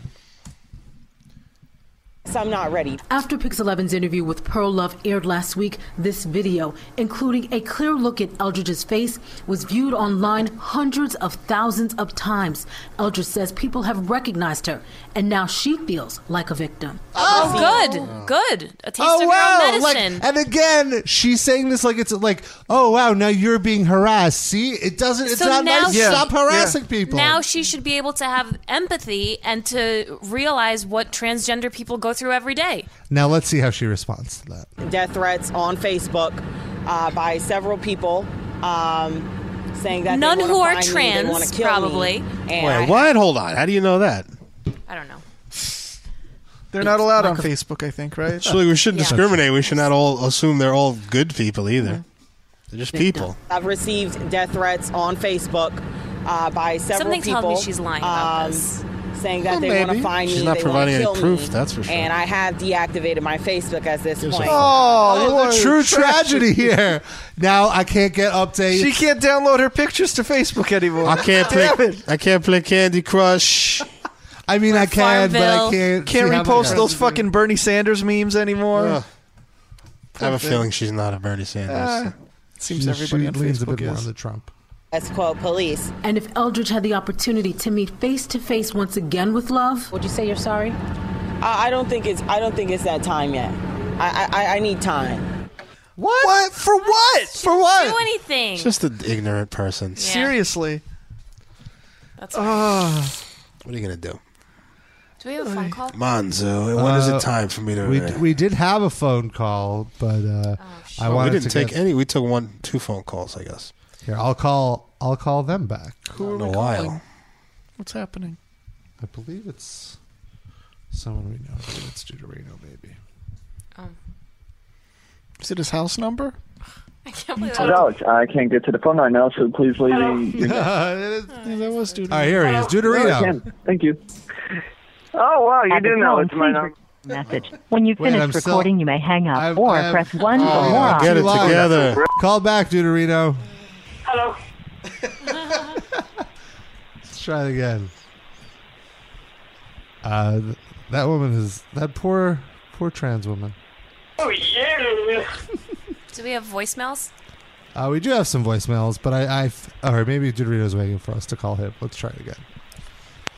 Speaker 17: I'm not ready.
Speaker 16: After Pix11's interview with Pearl Love aired last week, this video, including a clear look at Eldridge's face, was viewed online hundreds of thousands of times. Eldridge says people have recognized her, and now she feels like a victim.
Speaker 4: Oh, good, good. A taste of your own
Speaker 1: Like,
Speaker 4: medicine.
Speaker 1: and again, she's saying this like it's like, oh wow, now you're being harassed. See, it doesn't. It's not nice. Stop harassing people.
Speaker 4: Now she should be able to have empathy and to realize what transgender people go through every day.
Speaker 1: now let's see how she responds to that.
Speaker 17: death threats on Facebook uh, by several people um, saying that they
Speaker 4: None
Speaker 17: wanna
Speaker 4: who are
Speaker 17: find me, they
Speaker 4: trans,
Speaker 17: wanna kill me,
Speaker 4: probably.
Speaker 17: and I-
Speaker 5: Wait, what? Hold on. How do you know
Speaker 1: Uh,
Speaker 5: that?
Speaker 4: I don't know.
Speaker 3: They're not allowed on Facebook, I think, right?
Speaker 5: So, like, we shouldn't discriminate. We should not all assume they're all good people either.
Speaker 17: Mm-hmm.
Speaker 5: They're just people.
Speaker 17: I've received death threats on Facebook uh, by several
Speaker 4: Something
Speaker 17: people. um,
Speaker 4: tells me she's lying about this.
Speaker 17: Saying that
Speaker 4: Well,
Speaker 17: they want to
Speaker 4: maybe.
Speaker 17: find
Speaker 5: She's
Speaker 17: me,
Speaker 5: not
Speaker 17: they
Speaker 5: providing
Speaker 17: want
Speaker 5: any
Speaker 17: to kill
Speaker 5: proof,
Speaker 17: me,
Speaker 5: that's for sure.
Speaker 17: And I have deactivated my Facebook at this point.
Speaker 1: Oh, what a true tragedy here. Now I can't get updates.
Speaker 3: She can't download her pictures to Facebook anymore.
Speaker 5: I can't play. I can't play Candy Crush.
Speaker 1: I mean, I can, but I can't.
Speaker 3: Can't
Speaker 1: see how many
Speaker 3: repost
Speaker 1: friends-
Speaker 3: those fucking Bernie Sanders memes anymore.
Speaker 5: Ugh. I have a feeling she's not a Bernie Sanders.
Speaker 3: Ah, seems
Speaker 1: She-
Speaker 3: everybody
Speaker 1: she
Speaker 3: on
Speaker 1: leans a
Speaker 3: Facebook
Speaker 1: bit more
Speaker 3: is.
Speaker 1: on the Trump.
Speaker 17: Let's quote police.
Speaker 16: And if Eldridge had the opportunity to meet face to face once again with Love, would you say you're sorry?
Speaker 17: I, I don't think it's. I don't think it's that time yet. I, I, I need time.
Speaker 3: What? What? For what? For what?
Speaker 17: Do anything.
Speaker 5: It's just an ignorant person.
Speaker 3: Seriously.
Speaker 4: That's
Speaker 1: Ah.
Speaker 5: What are you gonna do,
Speaker 4: Do we have a phone call?
Speaker 5: Monzo? When is
Speaker 1: Uh,
Speaker 5: it time for me to?
Speaker 1: We, we did have a phone call, but uh, I
Speaker 5: Oh,
Speaker 1: wanted
Speaker 5: we didn't
Speaker 1: to
Speaker 5: take
Speaker 1: get-
Speaker 5: any. We took one, two phone calls, I guess.
Speaker 1: Here, I'll call. I'll call them back.
Speaker 3: Who
Speaker 5: In a while.
Speaker 3: What's happening?
Speaker 1: I believe it's someone we know. Maybe It's Deuterino, maybe.
Speaker 3: Is it his house number?
Speaker 4: I can't believe
Speaker 11: Hello, I can't get to the phone right now, so please leave me.
Speaker 3: that was dude.
Speaker 1: All right, here he is, Deuterino.
Speaker 11: Thank you.
Speaker 9: Oh wow, you
Speaker 15: At
Speaker 9: do
Speaker 15: the
Speaker 9: know
Speaker 15: tone,
Speaker 9: it's my
Speaker 15: please
Speaker 9: number.
Speaker 15: Message. When you
Speaker 1: Wait,
Speaker 15: finish
Speaker 1: I'm still-
Speaker 15: recording, you may hang up or
Speaker 1: I've-
Speaker 15: press one
Speaker 1: Oh,
Speaker 15: or more.
Speaker 1: get it
Speaker 15: options.
Speaker 1: together. Call back, Deuterino.
Speaker 9: Hello.
Speaker 1: Let's try it again. Uh, th- that woman is that poor, poor trans woman.
Speaker 4: Oh yeah. Do we have voicemails?
Speaker 1: Uh, we do have some voicemails, but I, I f- or maybe Deuterino's waiting for us to call him. Let's try it again.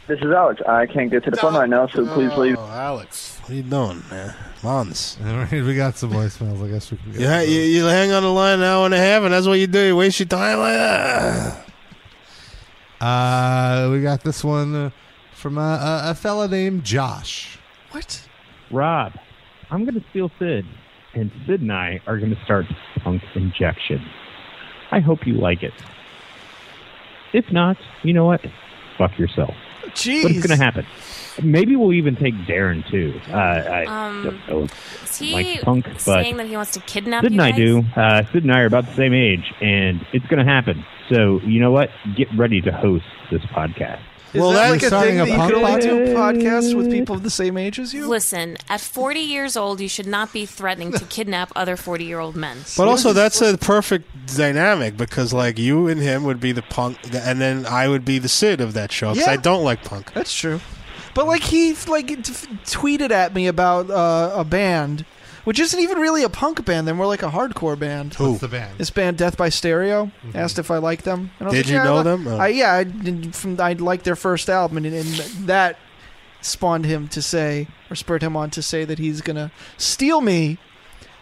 Speaker 11: This is Alex. I can't get to the phone right now, so please leave.
Speaker 5: Oh, Alex, what are you doing, man? Mons.
Speaker 1: All right, we got some voicemails. I guess we can. Get
Speaker 5: Yeah, you, you hang on the line an hour and a half, and that's what you do. You waste your time like that.
Speaker 1: Uh, we got this one uh, from uh, a, a fella named Josh.
Speaker 3: What?
Speaker 19: Rob, I'm going to steal Sid, and Sid and I are going to start Punk Injection. I hope you like it. If not, you know what? Fuck yourself.
Speaker 3: Jeez.
Speaker 19: But it's going to happen. Maybe we'll even take Darren too. Uh, I
Speaker 4: Um,
Speaker 19: don't know if
Speaker 4: Is he
Speaker 19: like punk, but
Speaker 4: saying that he wants to kidnap
Speaker 19: Sid
Speaker 4: you
Speaker 19: and I
Speaker 4: guys?
Speaker 19: do. Uh, Sid and I are about the same age, and it's going to happen. So you know what? Get ready to host this podcast.
Speaker 3: Is well, that like a thing that you could only do podcasts with people of the same age as you?
Speaker 4: Listen, at 40 years old, you should not be threatening to kidnap other 40 year old men.
Speaker 5: But also, that's a perfect dynamic because, like, you and him would be the punk, and then I would be the Sid of that show because
Speaker 3: Yeah.
Speaker 5: I don't like punk.
Speaker 3: That's true. But like he like t- tweeted at me about uh, a band, which isn't even really a punk band. They're more like a hardcore band.
Speaker 1: Who? What's the band?
Speaker 3: This band, Death by Stereo. Asked if I liked them. And I was
Speaker 5: Mm-hmm.
Speaker 3: like,
Speaker 5: Did you
Speaker 3: yeah, I
Speaker 5: know
Speaker 3: li-
Speaker 5: them? Oh.
Speaker 3: I, yeah, I, did- from, I liked their first album, and, and that spawned him to say, or spurred him on to say that he's gonna steal me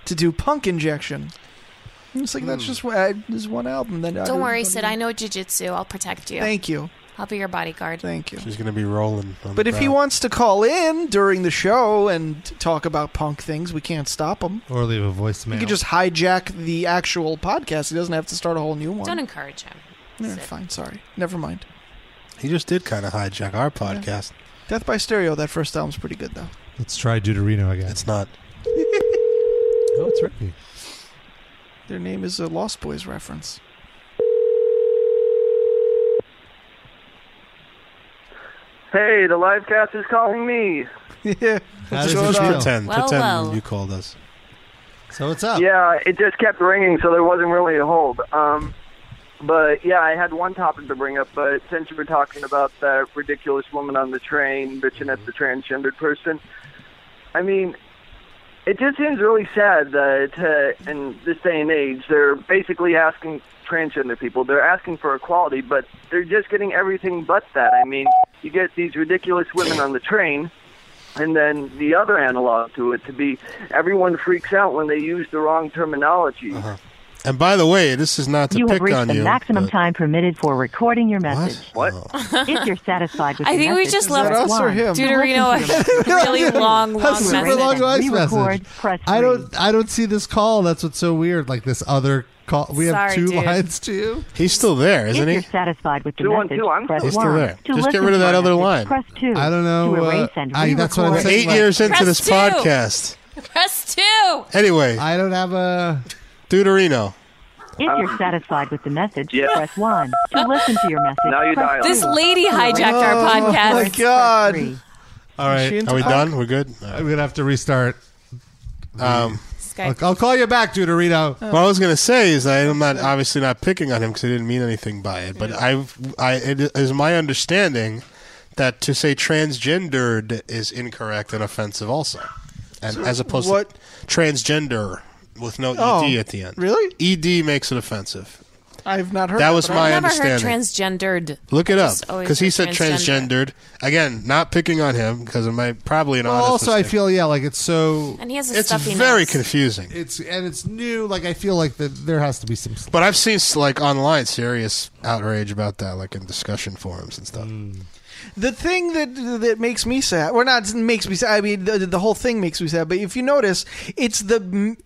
Speaker 3: to do Punk Injection. And it's like that's
Speaker 5: Hmm.
Speaker 3: just what I, there's one album that. I
Speaker 4: Don't worry, Sid. I know jujitsu. I'll protect you.
Speaker 3: Thank you.
Speaker 4: I'll be your bodyguard.
Speaker 3: Thank you.
Speaker 5: She's going to be rolling. on
Speaker 3: But
Speaker 5: the
Speaker 3: if he
Speaker 5: ground.
Speaker 3: wants to call in during the show and talk about punk things, we can't stop him.
Speaker 1: Or leave a voicemail.
Speaker 3: He could just hijack the actual podcast. He doesn't have to start a whole new one.
Speaker 4: Don't encourage him.
Speaker 3: Yeah, fine, sorry. Never mind.
Speaker 5: He just did kind of hijack our podcast.
Speaker 3: Death by Stereo, that first album's pretty good, though.
Speaker 1: Let's try Deuterino again. It's
Speaker 5: not.
Speaker 1: oh, it's Ricky.
Speaker 3: Their name is a Lost Boys reference.
Speaker 20: Hey, the live cast is calling me.
Speaker 3: yeah.
Speaker 5: Just,
Speaker 20: going
Speaker 5: just
Speaker 20: on?
Speaker 5: pretend.
Speaker 20: Well,
Speaker 5: pretend
Speaker 20: well.
Speaker 5: you called us.
Speaker 1: So what's up?
Speaker 20: Yeah, it just kept ringing, so there wasn't really a hold. Um, but yeah, I had one topic to bring up, but since you were talking about that ridiculous woman on the train bitching at the transgendered person, I mean, it just seems really sad that uh, in this day and age, they're basically asking transgender people, they're asking for equality, but they're just getting everything but that. I mean, you get these ridiculous women on the train. And then the other analog to it to be everyone freaks out when they use the wrong terminology.
Speaker 5: And by the way, this is not to
Speaker 15: You have
Speaker 5: pick
Speaker 15: reached
Speaker 5: on
Speaker 15: the
Speaker 5: you.
Speaker 15: maximum
Speaker 5: but-
Speaker 15: time permitted for recording your message.
Speaker 5: What?
Speaker 15: If you're satisfied with
Speaker 4: I
Speaker 15: the
Speaker 4: think we
Speaker 15: message,
Speaker 4: just left
Speaker 15: press one.
Speaker 4: Deuterino a really long, long
Speaker 1: That's super
Speaker 4: message.
Speaker 1: long voice message.
Speaker 15: Re-record, press
Speaker 1: I don't. I don't see this call. That's what's so weird. Like this other call. We have
Speaker 15: Sorry,
Speaker 1: two
Speaker 15: dude.
Speaker 1: lines to you.
Speaker 5: He's still there,
Speaker 15: if you're satisfied with the
Speaker 1: Two on
Speaker 15: message,
Speaker 1: two, I'm
Speaker 15: press
Speaker 1: He's
Speaker 15: one.
Speaker 1: still there.
Speaker 15: To
Speaker 1: Just get
Speaker 15: listen
Speaker 1: rid of
Speaker 15: to
Speaker 1: that
Speaker 15: a
Speaker 1: other
Speaker 15: message,
Speaker 1: line.
Speaker 15: Press two.
Speaker 1: I don't know,
Speaker 15: To
Speaker 1: uh,
Speaker 15: erase and
Speaker 1: I- that's what I'm
Speaker 15: re-record.
Speaker 1: saying,
Speaker 5: Eight years into
Speaker 4: Press
Speaker 5: this
Speaker 4: two.
Speaker 5: podcast.
Speaker 4: Press two.
Speaker 5: Anyway.
Speaker 1: I don't have a.
Speaker 5: Deuterino.
Speaker 15: If you're satisfied with the message, press one. To listen to your message,
Speaker 5: Now you
Speaker 15: press
Speaker 5: dial.
Speaker 15: two.
Speaker 4: This lady
Speaker 15: To erase
Speaker 4: hijacked our
Speaker 15: and press
Speaker 4: podcast. Oh my
Speaker 15: press
Speaker 3: God.
Speaker 15: three.
Speaker 1: All right.
Speaker 5: Are we done? We're good.
Speaker 1: I'm gonna have to restart.
Speaker 5: Um,
Speaker 1: I'll, I'll call you back, Deuterino.
Speaker 3: Oh.
Speaker 5: What I was going to say is that I'm not obviously not picking on him because I didn't mean anything by it, but I've, I it is my understanding that to say transgendered is incorrect and offensive also, and
Speaker 3: So
Speaker 5: as opposed
Speaker 3: what-
Speaker 5: to transgender with no ed
Speaker 3: Oh,
Speaker 5: at the end. Really, ed makes it offensive.
Speaker 3: I've not heard
Speaker 5: That
Speaker 3: of
Speaker 5: was
Speaker 3: it.
Speaker 5: my
Speaker 4: I've never heard
Speaker 5: understanding.
Speaker 4: transgendered.
Speaker 5: Look it
Speaker 4: I
Speaker 5: up
Speaker 4: just always
Speaker 5: because he
Speaker 4: heard
Speaker 5: said transgendered again. Not picking on him because it might probably an
Speaker 1: Well,
Speaker 5: honest
Speaker 1: also, I
Speaker 5: mistake.
Speaker 1: feel yeah, like it's so.
Speaker 4: And he has a
Speaker 5: it's
Speaker 4: stuffy
Speaker 5: very
Speaker 4: nose.
Speaker 5: confusing.
Speaker 1: It's and it's new. Like I feel like that there has to be some.
Speaker 5: But I've seen like online serious outrage about that, like in discussion forums and stuff.
Speaker 1: Mm.
Speaker 3: The thing that that makes me sad, well, not makes me sad. I mean, the, the whole thing makes me sad. But if you notice, it's the m-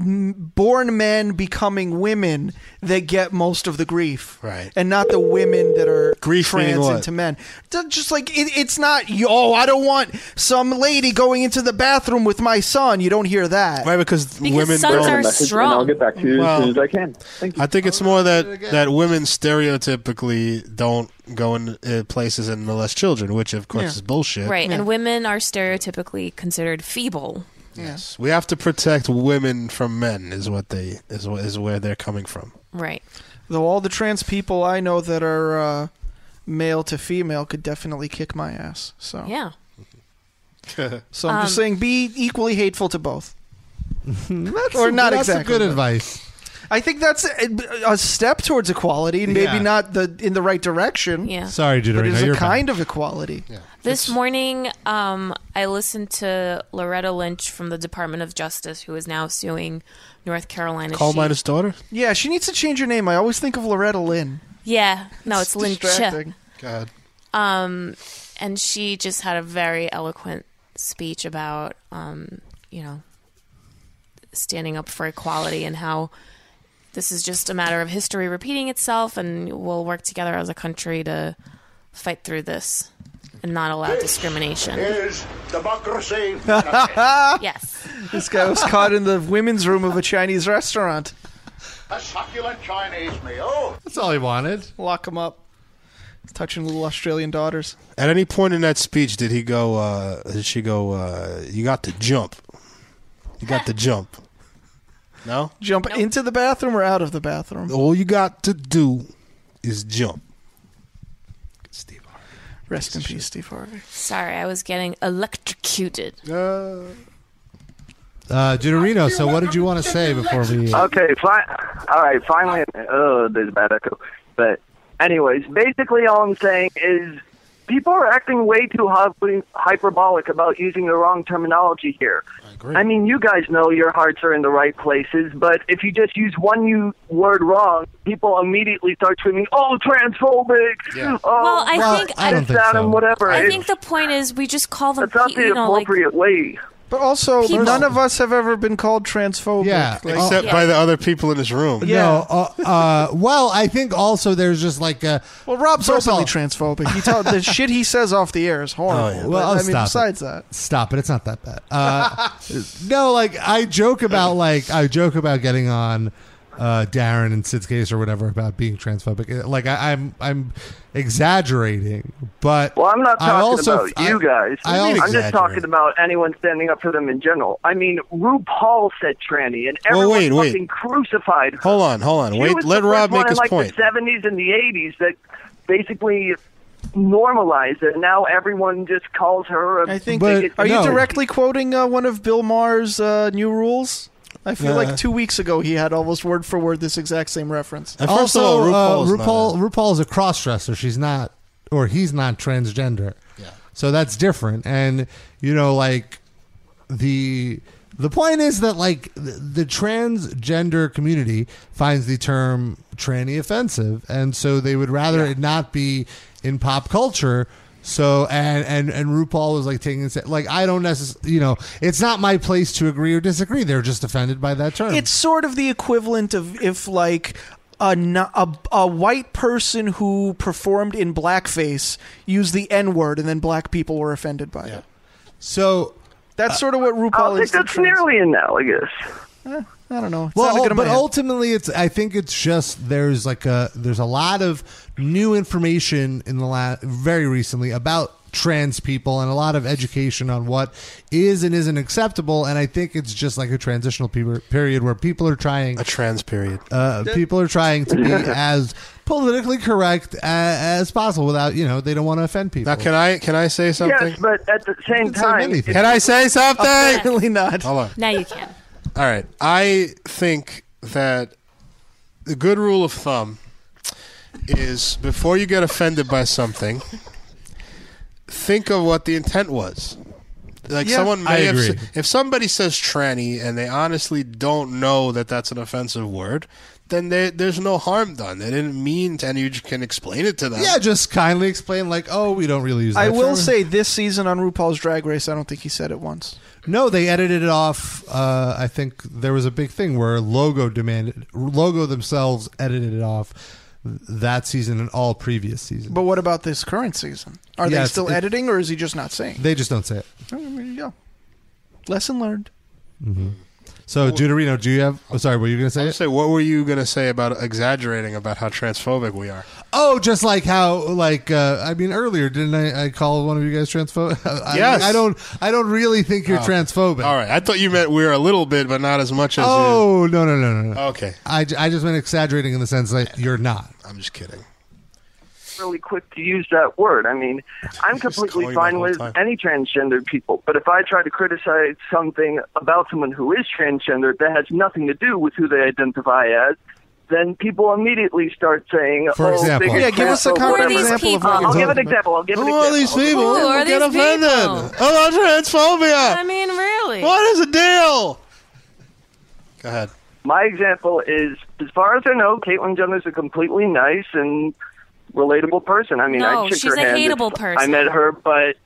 Speaker 3: m- born men becoming women that get most of the grief,
Speaker 5: right?
Speaker 3: And not the women that are
Speaker 5: Grief meaning
Speaker 3: trans
Speaker 5: what?
Speaker 3: into men. D- Just like it, it's not. Oh, I don't want some lady going into the bathroom with my son. You don't hear that,
Speaker 5: right? Because,
Speaker 11: back
Speaker 5: women
Speaker 11: to you as soon as I can. Thank
Speaker 5: I think it's more that that women stereotypically don't go in uh, places and molest children, which of course
Speaker 4: Yeah.
Speaker 5: is bullshit.
Speaker 4: Right, and women are stereotypically considered feeble.
Speaker 5: Yes. We have to protect women from men, is what they is what is where they're coming from.
Speaker 4: Right.
Speaker 3: Though all the trans people I know that are uh, male to female could definitely kick my ass. So
Speaker 4: Yeah.
Speaker 3: So I'm just
Speaker 4: Um,
Speaker 3: saying, be equally hateful to both.
Speaker 1: that's
Speaker 3: or
Speaker 1: a-
Speaker 3: not
Speaker 1: that's a
Speaker 3: exactly.
Speaker 1: good
Speaker 3: but-
Speaker 1: advice.
Speaker 3: I think that's a, a step towards equality, and maybe
Speaker 1: Yeah.
Speaker 3: not the in the right direction.
Speaker 4: Yeah.
Speaker 1: Sorry,
Speaker 3: But
Speaker 1: Deuterino,
Speaker 3: it's
Speaker 1: you're
Speaker 3: a
Speaker 1: back.
Speaker 3: kind of equality.
Speaker 4: This morning, um, I listened to Loretta Lynch from the Department of Justice, who is now suing North Carolina.
Speaker 5: Coal
Speaker 4: She-
Speaker 5: miner's daughter.
Speaker 3: Yeah, she needs to change her name. I always think of Loretta Lynn.
Speaker 4: Yeah, no, it's, Lynch.
Speaker 3: distracting.
Speaker 5: God.
Speaker 4: Um, and she just had a very eloquent speech about, um, you know, standing up for equality and how this is just a matter of history repeating itself, and we'll work together as a country to fight through this and not allow discrimination.
Speaker 21: Is democracy.
Speaker 4: yes.
Speaker 3: This guy was caught in the women's room of a Chinese restaurant.
Speaker 21: A succulent Chinese meal.
Speaker 1: That's all he wanted.
Speaker 3: Lock him up. He's touching little Australian daughters.
Speaker 5: At any point in that speech, did he go? Uh, did she go? Uh, you got to jump. You got to jump. No.
Speaker 3: Jump into the bathroom or out of the bathroom.
Speaker 5: All you got to do is jump.
Speaker 3: Rest in peace, Steve Harvey.
Speaker 4: Sorry, I was getting electrocuted.
Speaker 1: Uh, Deuterino, so what did you want to say before we?
Speaker 20: Okay, fine. All right, finally. Oh, there's a bad echo. But, anyways, basically, all I'm saying is people are acting way too hy- hyperbolic about using the wrong terminology here. I,
Speaker 5: agree.
Speaker 20: I mean, you guys know your hearts are in the right places, but if you just use one new word wrong, people immediately start screaming, "Oh, transphobic!"
Speaker 5: Yeah.
Speaker 20: Oh,
Speaker 4: Well, I
Speaker 20: well,
Speaker 4: think- I don't think
Speaker 20: that and
Speaker 4: so.
Speaker 20: whatever.
Speaker 4: I
Speaker 20: It's-
Speaker 4: think the point is we just call them.
Speaker 20: that's not
Speaker 4: pe-
Speaker 20: the
Speaker 4: you know, like,
Speaker 20: appropriate way.
Speaker 3: But also,
Speaker 4: People- Oh,
Speaker 3: none of us have ever been called transphobic. Yeah,
Speaker 5: Except by the other people in this room.
Speaker 1: No. Uh, uh, well, I think also there's just like a.
Speaker 3: Well, Rob's
Speaker 1: First of
Speaker 3: openly
Speaker 1: all-
Speaker 3: transphobic. You tell the shit he says off the air is
Speaker 1: Well,
Speaker 3: horrible. but,
Speaker 1: oh,
Speaker 3: I mean,
Speaker 1: stop it.
Speaker 3: besides that,
Speaker 1: Stop it! It's not that bad. Uh, no, like I joke about like I joke about getting on uh, Darren and Sid's case or whatever about being transphobic. Uh, Like I, I'm I'm exaggerating, but
Speaker 20: Well, I'm not
Speaker 1: I
Speaker 20: talking
Speaker 1: also-
Speaker 20: about you
Speaker 1: I-
Speaker 20: guys.
Speaker 1: I also-
Speaker 20: am just talking about anyone standing up for them in general. I mean, RuPaul said tranny, and
Speaker 5: Well,
Speaker 20: everyone
Speaker 5: wait, wait.
Speaker 20: fucking crucified her.
Speaker 5: Hold on, hold on.
Speaker 20: She
Speaker 5: Wait,
Speaker 20: was
Speaker 5: let
Speaker 20: the
Speaker 5: Rob
Speaker 20: first one
Speaker 5: make his
Speaker 20: in, like,
Speaker 5: point.
Speaker 20: The 70s and the 80s that basically normalized it. Now everyone just calls her. A,
Speaker 3: I think. are you directly quoting uh, one of Bill Maher's uh, new rules? I feel
Speaker 1: Uh.
Speaker 3: like two weeks ago he had almost word for word this exact same reference.
Speaker 1: also, uh, RuPaul RuPaul is a crossdresser. She's not, or he's not transgender. Yeah. So that's different, and you know, like the the point is that like the, the transgender community finds the term tranny offensive, and so they would rather it not be in pop culture. So and and and RuPaul was like taking it like I don't necessarily you know it's not my place to agree or disagree. They're just offended by that term.
Speaker 3: It's sort of the equivalent of if like a, no- a, a white person who performed in blackface used the N word and then black people were offended by it.
Speaker 1: So
Speaker 3: that's sort of what
Speaker 20: I
Speaker 3: RuPaul
Speaker 20: think
Speaker 3: is. to
Speaker 20: that's
Speaker 3: trans-
Speaker 20: nearly analogous.
Speaker 3: Eh, I don't know. It's oh,
Speaker 1: well,
Speaker 3: not a good
Speaker 1: but
Speaker 3: amount.
Speaker 1: ultimately, it's. I think it's just there's like a there's a lot of new information in the last very recently about trans people and a lot of education on what is and isn't acceptable. And I think it's just like a transitional pe- period where people are trying a
Speaker 5: trans period.
Speaker 1: Uh, people are trying to be as politically correct as, as possible without you know they don't want to offend people.
Speaker 5: Now, can I can I say something?
Speaker 20: Yes, but at the same time,
Speaker 5: anything. Can I say something? Apparently
Speaker 3: not.
Speaker 5: Hold on.
Speaker 4: Now you can.
Speaker 5: All right. I think that the good rule of thumb is before you get offended by something, think of what the intent was. Like
Speaker 14: Yeah.
Speaker 5: someone
Speaker 14: I
Speaker 5: may have,
Speaker 14: agree.
Speaker 5: s- if somebody says tranny and they honestly don't know that that's an offensive word, then they, there's no harm done. They didn't mean to, and you j- can explain it to them.
Speaker 1: Yeah, just kindly explain like, oh, we don't really use. That
Speaker 3: I will
Speaker 1: term.
Speaker 3: say this season on RuPaul's Drag Race, I don't think he said it once.
Speaker 1: No, they edited it off. Uh, I think there was a big thing where Logo demanded Logo themselves edited it off that season and all previous seasons.
Speaker 3: But what about this current season? Are
Speaker 1: Yeah,
Speaker 3: they
Speaker 1: it's-
Speaker 3: still
Speaker 1: it-
Speaker 3: editing, or is he just not saying?
Speaker 1: They just don't say it.
Speaker 3: Oh, there you go. Lesson learned.
Speaker 5: Mm-hmm.
Speaker 1: So, Deuterino, do you have? Oh, sorry, were you going to say?
Speaker 5: Say what were you going to say about exaggerating about how transphobic we are?
Speaker 1: Oh, just like how, like uh, I mean, earlier didn't I, I call one of you guys transphobic? I,
Speaker 5: Yes.
Speaker 1: I don't. I don't really think you're
Speaker 5: Oh.
Speaker 1: transphobic.
Speaker 5: All right, I thought you meant we are a little bit, but not as much as you.
Speaker 1: Oh no no no no no.
Speaker 5: Okay,
Speaker 1: I, j- I just meant exaggerating in the sense that you're not.
Speaker 5: I'm just kidding.
Speaker 20: really quick to use that word. I mean, I'm completely
Speaker 1: you
Speaker 20: fine
Speaker 1: the whole
Speaker 20: with
Speaker 1: time.
Speaker 20: any transgendered people, but if I try to criticize something about someone who is transgendered that has nothing to do with who they identify as, then people immediately start saying,
Speaker 1: For
Speaker 20: "Oh,
Speaker 1: example.
Speaker 20: biggest
Speaker 1: Yeah, give us a
Speaker 20: transphobe,
Speaker 1: concrete
Speaker 20: whatever."
Speaker 1: example of what
Speaker 20: I'll
Speaker 1: you're
Speaker 20: give an
Speaker 1: talking about.
Speaker 20: example. I'll give an
Speaker 5: Who
Speaker 20: example.
Speaker 5: are these people?
Speaker 4: Who are
Speaker 5: We'll get
Speaker 4: these
Speaker 5: offended.
Speaker 4: people?
Speaker 5: Hello, transphobia.
Speaker 4: I mean, really.
Speaker 5: What is the deal? Go ahead.
Speaker 20: My example is, as far as I know, Caitlyn Jenner's a completely nice and relatable person. I mean,
Speaker 4: No,
Speaker 20: I shook
Speaker 4: she's
Speaker 20: her
Speaker 4: a
Speaker 20: hand.
Speaker 4: hateable
Speaker 20: It's- I
Speaker 4: person.
Speaker 20: met her, but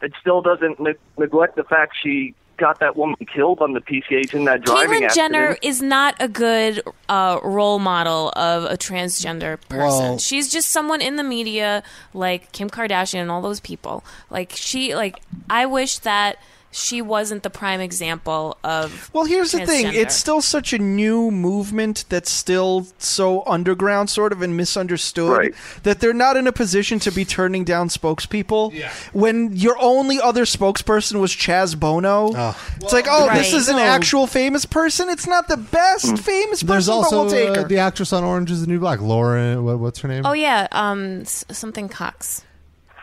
Speaker 20: it still doesn't ne- neglect the fact she got that woman killed on the PCH in that driving
Speaker 4: Caitlyn
Speaker 20: accident.
Speaker 4: Jenner is not a good uh, role model of a transgender person.
Speaker 20: Well-
Speaker 4: She's just someone in the media, like Kim Kardashian and all those people. Like she, like I wish that she wasn't the prime example of.
Speaker 3: Well, here's the thing.
Speaker 4: transgender.
Speaker 3: It's still such a new movement that's still so underground, sort of, and misunderstood that they're not in a position to be turning down spokespeople. When your only other spokesperson was Chaz Bono, it's like, oh,
Speaker 1: Right.
Speaker 3: this is an
Speaker 1: No.
Speaker 3: actual famous person. It's not the best
Speaker 4: Mm.
Speaker 3: famous person,
Speaker 1: There's also
Speaker 3: but we'll take
Speaker 1: uh,
Speaker 3: her.
Speaker 1: the actress on Orange Is the New Black, Lauren. What, what's her name?
Speaker 3: Uh,
Speaker 4: Oh yeah, um, s- something Cox.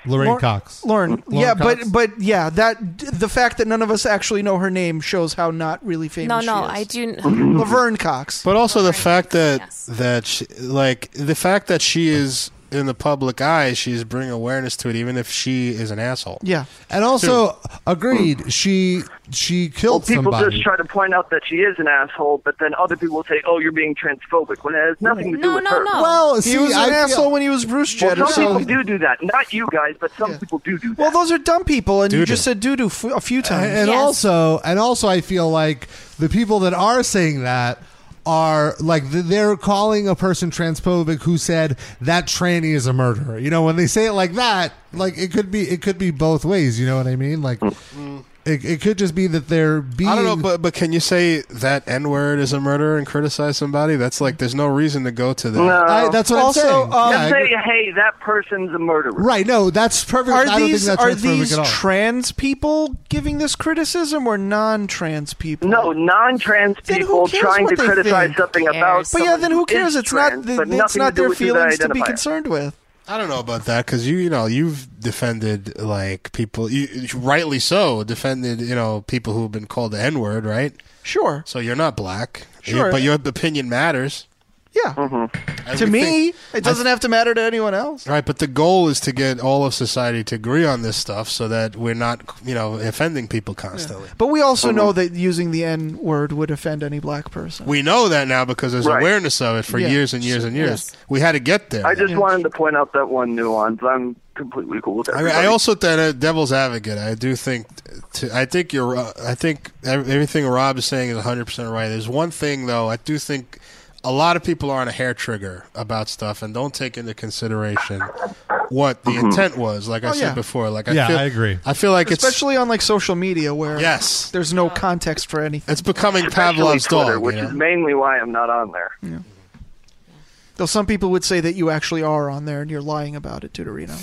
Speaker 1: Lorraine
Speaker 3: Lor-
Speaker 1: Cox.
Speaker 3: Lauren,
Speaker 1: Lauren
Speaker 3: yeah,
Speaker 1: Cox.
Speaker 3: but but yeah, that the fact that none of us actually know her name shows how not really famous.
Speaker 4: No,
Speaker 3: she
Speaker 4: no,
Speaker 3: is.
Speaker 4: I do.
Speaker 3: Laverne Cox.
Speaker 5: But also the fact that that she, like the fact that she is in the public eye, she's bringing awareness to it, even if she is an asshole. hmm.
Speaker 3: Yeah,
Speaker 1: and also agreed. She she
Speaker 20: Well,
Speaker 1: killed
Speaker 20: people
Speaker 1: somebody.
Speaker 20: just try to point out that she is an asshole, but then other people say, "Oh, you're being transphobic," when it has nothing to do with her.
Speaker 3: he was an asshole when he was Bruce
Speaker 20: Well,
Speaker 3: Jenner.
Speaker 20: some
Speaker 3: so-
Speaker 20: people do do that. Not you guys, but some people do do that.
Speaker 3: well, those are dumb people, and you
Speaker 1: Doo-doo.
Speaker 3: just said doo doo f- a few times.
Speaker 1: and and also and also I feel like the people that are saying that are like th- they're calling a person transphobic who said that tranny is a murderer. You know, when they say it like that, like it could be it could be both ways, you know what I mean? Like it, it could just be that they're being
Speaker 5: I don't know, but but can you say that N word is a murderer and criticize somebody? That's like there's no reason to go to that.
Speaker 20: Uh, also, um,
Speaker 3: uh,
Speaker 20: just say, hey, that person's a murderer.
Speaker 1: Right, no, that's perfect.
Speaker 3: Are
Speaker 1: I don't
Speaker 3: these
Speaker 1: think that's
Speaker 3: are
Speaker 1: transphobic
Speaker 3: these
Speaker 1: at all.
Speaker 3: trans people giving this criticism or non-trans people?
Speaker 20: No, non-trans people trying to criticize something about
Speaker 3: But yeah, then
Speaker 20: someone
Speaker 3: who
Speaker 20: who
Speaker 3: cares?
Speaker 20: is
Speaker 3: It's not
Speaker 20: trans,
Speaker 3: th-
Speaker 20: but
Speaker 3: it's
Speaker 20: nothing
Speaker 3: not
Speaker 20: to do
Speaker 3: their
Speaker 20: with who they
Speaker 3: feelings to be
Speaker 20: identify as.
Speaker 3: concerned with.
Speaker 5: I don't know about that because you you know you've defended like people you, you- rightly so defended you know people who've been called the N word right
Speaker 3: sure
Speaker 5: so you're not black You-
Speaker 3: Sure.
Speaker 5: but your opinion matters
Speaker 3: yeah To
Speaker 5: would
Speaker 3: me,
Speaker 5: think-
Speaker 3: it doesn't have to matter to anyone else.
Speaker 5: right but the goal is to get all of society to agree on this stuff so that we're not you know offending people constantly
Speaker 3: But we also know that using the N word would offend any black person.
Speaker 5: we know that now because there's
Speaker 3: Right.
Speaker 5: awareness of it for
Speaker 3: Yeah.
Speaker 5: years and years and years
Speaker 3: Yes.
Speaker 5: we had to get there
Speaker 20: I just wanted to point out that one nuance. I'm completely cool with
Speaker 5: I, mean,
Speaker 20: everybody.
Speaker 5: I also that uh, devil's advocate. I do think, to, I think you're. uh, I think ev- everything Rob is saying is 100 percent right. There's one thing though. I do think a lot of people are on a hair trigger about stuff and don't take into consideration what the
Speaker 3: Mhm.
Speaker 5: intent was. Like I
Speaker 3: Oh,
Speaker 5: said
Speaker 3: yeah.
Speaker 5: before, like
Speaker 1: Yeah,
Speaker 5: I feel,
Speaker 1: I agree.
Speaker 5: I feel like it's
Speaker 3: especially on like social media where
Speaker 5: yes,
Speaker 3: there's no context for anything.
Speaker 5: It's becoming
Speaker 20: Especially Twitter, which is mainly why I'm not on there.
Speaker 3: Though some people would say that you actually are on there and you're lying about it, Tutorino.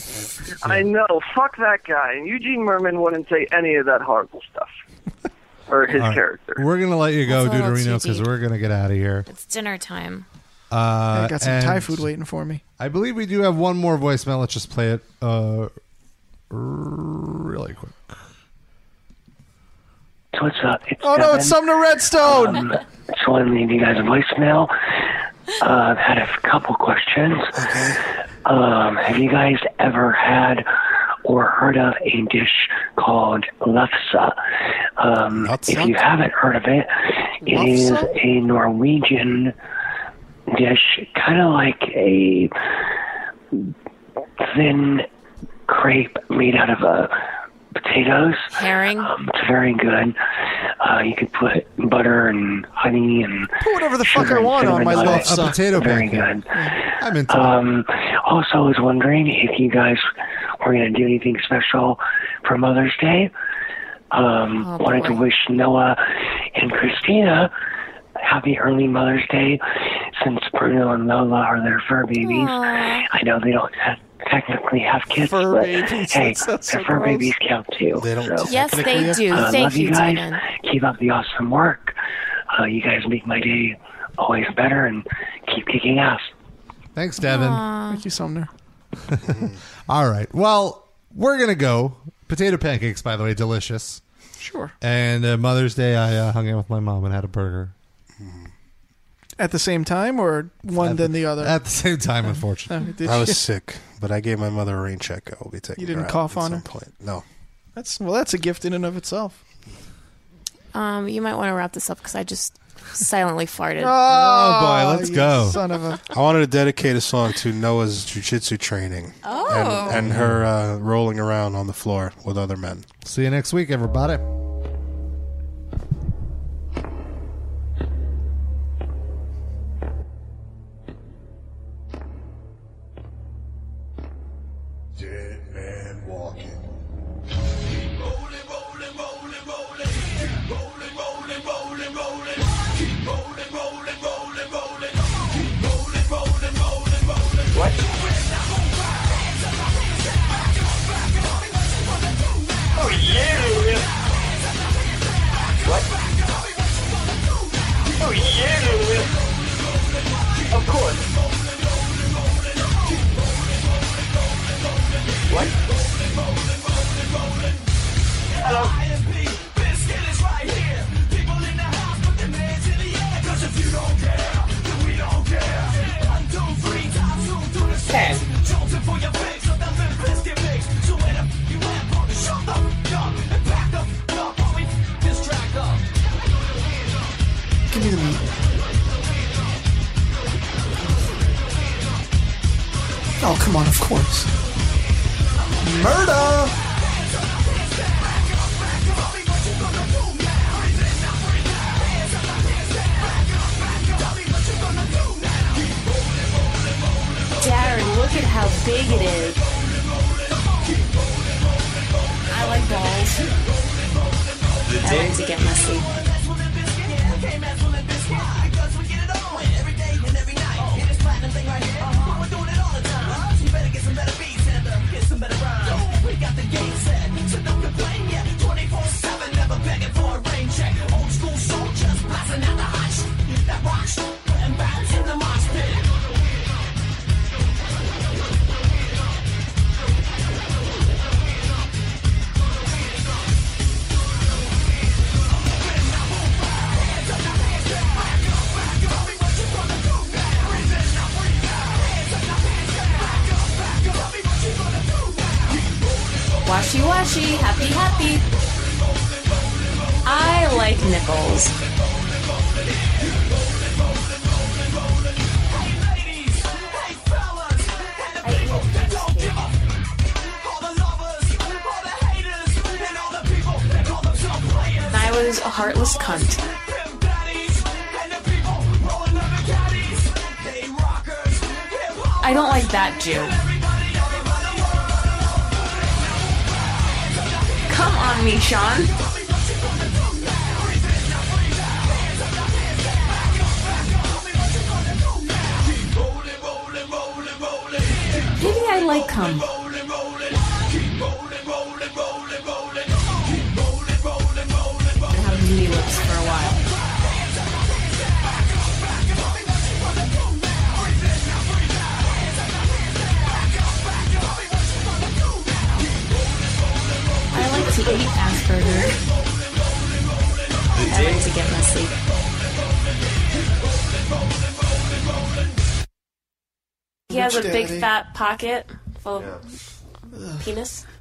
Speaker 20: I know. Fuck that guy. And Eugene Merman wouldn't say any of that horrible stuff. or his
Speaker 1: All right.
Speaker 20: character.
Speaker 1: We're gonna let you go,
Speaker 4: That's a little
Speaker 1: Deuterino,
Speaker 4: too
Speaker 1: because
Speaker 4: deep.
Speaker 1: we're gonna get out of here.
Speaker 4: It's dinner time.
Speaker 1: Uh,
Speaker 3: I got some Thai
Speaker 1: and
Speaker 3: food waiting for me.
Speaker 1: I believe we do have one more voicemail. Let's just play it uh, really quick.
Speaker 2: What's up? It's
Speaker 3: Oh no, it's
Speaker 2: Devin.
Speaker 3: Sumner Redstone.
Speaker 2: Just wanted to leave you guys a voicemail. Uh, I've had a couple questions. Okay. Um, have you guys ever had or heard of a dish called lefse? Um, if you haven't heard of it, it is a Norwegian dish, kind of like a thin crepe made out of uh, potatoes.
Speaker 4: Herring.
Speaker 2: Um, it's very good. Uh, you could put butter and honey and
Speaker 3: put whatever the fuck
Speaker 1: I want on my left side. A potato
Speaker 2: uh, Very
Speaker 1: pancake.
Speaker 2: good.
Speaker 1: I'm into
Speaker 2: um, Also, I was wondering if you guys were going to do anything special for Mother's Day. Um,
Speaker 4: Oh,
Speaker 2: wanted to
Speaker 4: boy.
Speaker 2: wish Noah and Christina happy early Mother's Day since Bruno and Lola are their fur babies. I know they don't ha- technically have kids,
Speaker 3: Fur
Speaker 2: but
Speaker 3: babies,
Speaker 2: hey,
Speaker 3: that sounds
Speaker 2: their
Speaker 3: so
Speaker 2: fur
Speaker 3: gross.
Speaker 2: babies count too. They don't so.
Speaker 4: Yes, they do.
Speaker 2: Uh,
Speaker 4: Thank
Speaker 2: love you,
Speaker 4: you,
Speaker 2: guys.
Speaker 4: Damon.
Speaker 2: Keep up the awesome work. Uh, you guys make my day always better and keep kicking ass.
Speaker 1: Thanks, Devin.
Speaker 3: Thank you, Sumner.
Speaker 1: All right. Well, we're gonna go potato pancakes. By the way, delicious.
Speaker 3: Sure.
Speaker 1: And uh, Mother's Day, I uh, hung out with my mom and had a burger
Speaker 3: At the same time or one then the other?
Speaker 1: at the same time. Unfortunately,
Speaker 3: Oh, did
Speaker 5: I
Speaker 3: you?
Speaker 5: was sick, but I gave my mother a rain check. I will be taking.
Speaker 3: You
Speaker 5: her
Speaker 3: didn't
Speaker 5: out
Speaker 3: cough
Speaker 5: at
Speaker 3: on
Speaker 5: some
Speaker 3: her?
Speaker 5: Point. No,
Speaker 3: That's well, that's a gift in and of itself.
Speaker 4: Um, you might want to wrap this up because I just silently farted.
Speaker 5: boy,
Speaker 3: let's you go. son of a-
Speaker 5: I wanted to dedicate a song to Noah's jujitsu training
Speaker 4: Oh.
Speaker 5: and, and her uh, rolling around on the floor with other men.
Speaker 1: See you next week, everybody.
Speaker 21: Dead man walking.
Speaker 8: Oh,
Speaker 14: Oh, yeah.
Speaker 8: for your pigs, let the Memphis get mixed. So where the f- you at, partner? Shut the f- up and back the f- up. While we f- this track up.
Speaker 3: Give me the meat. Oh, come on, of course. Murder!
Speaker 14: Darren, look at how big it is. I like balls.
Speaker 8: The
Speaker 14: I like to get messy. Washy washy, happy happy. I like nipples. I was a heartless cunt. I don't like that Jew. Come on me, Sean. Maybe I like cum. I have meaty lips for a while. I like to eat Asperger. I like to get messy.
Speaker 4: He has a
Speaker 14: Rich
Speaker 4: big
Speaker 14: um, daddy.
Speaker 4: fat pocket full of penis.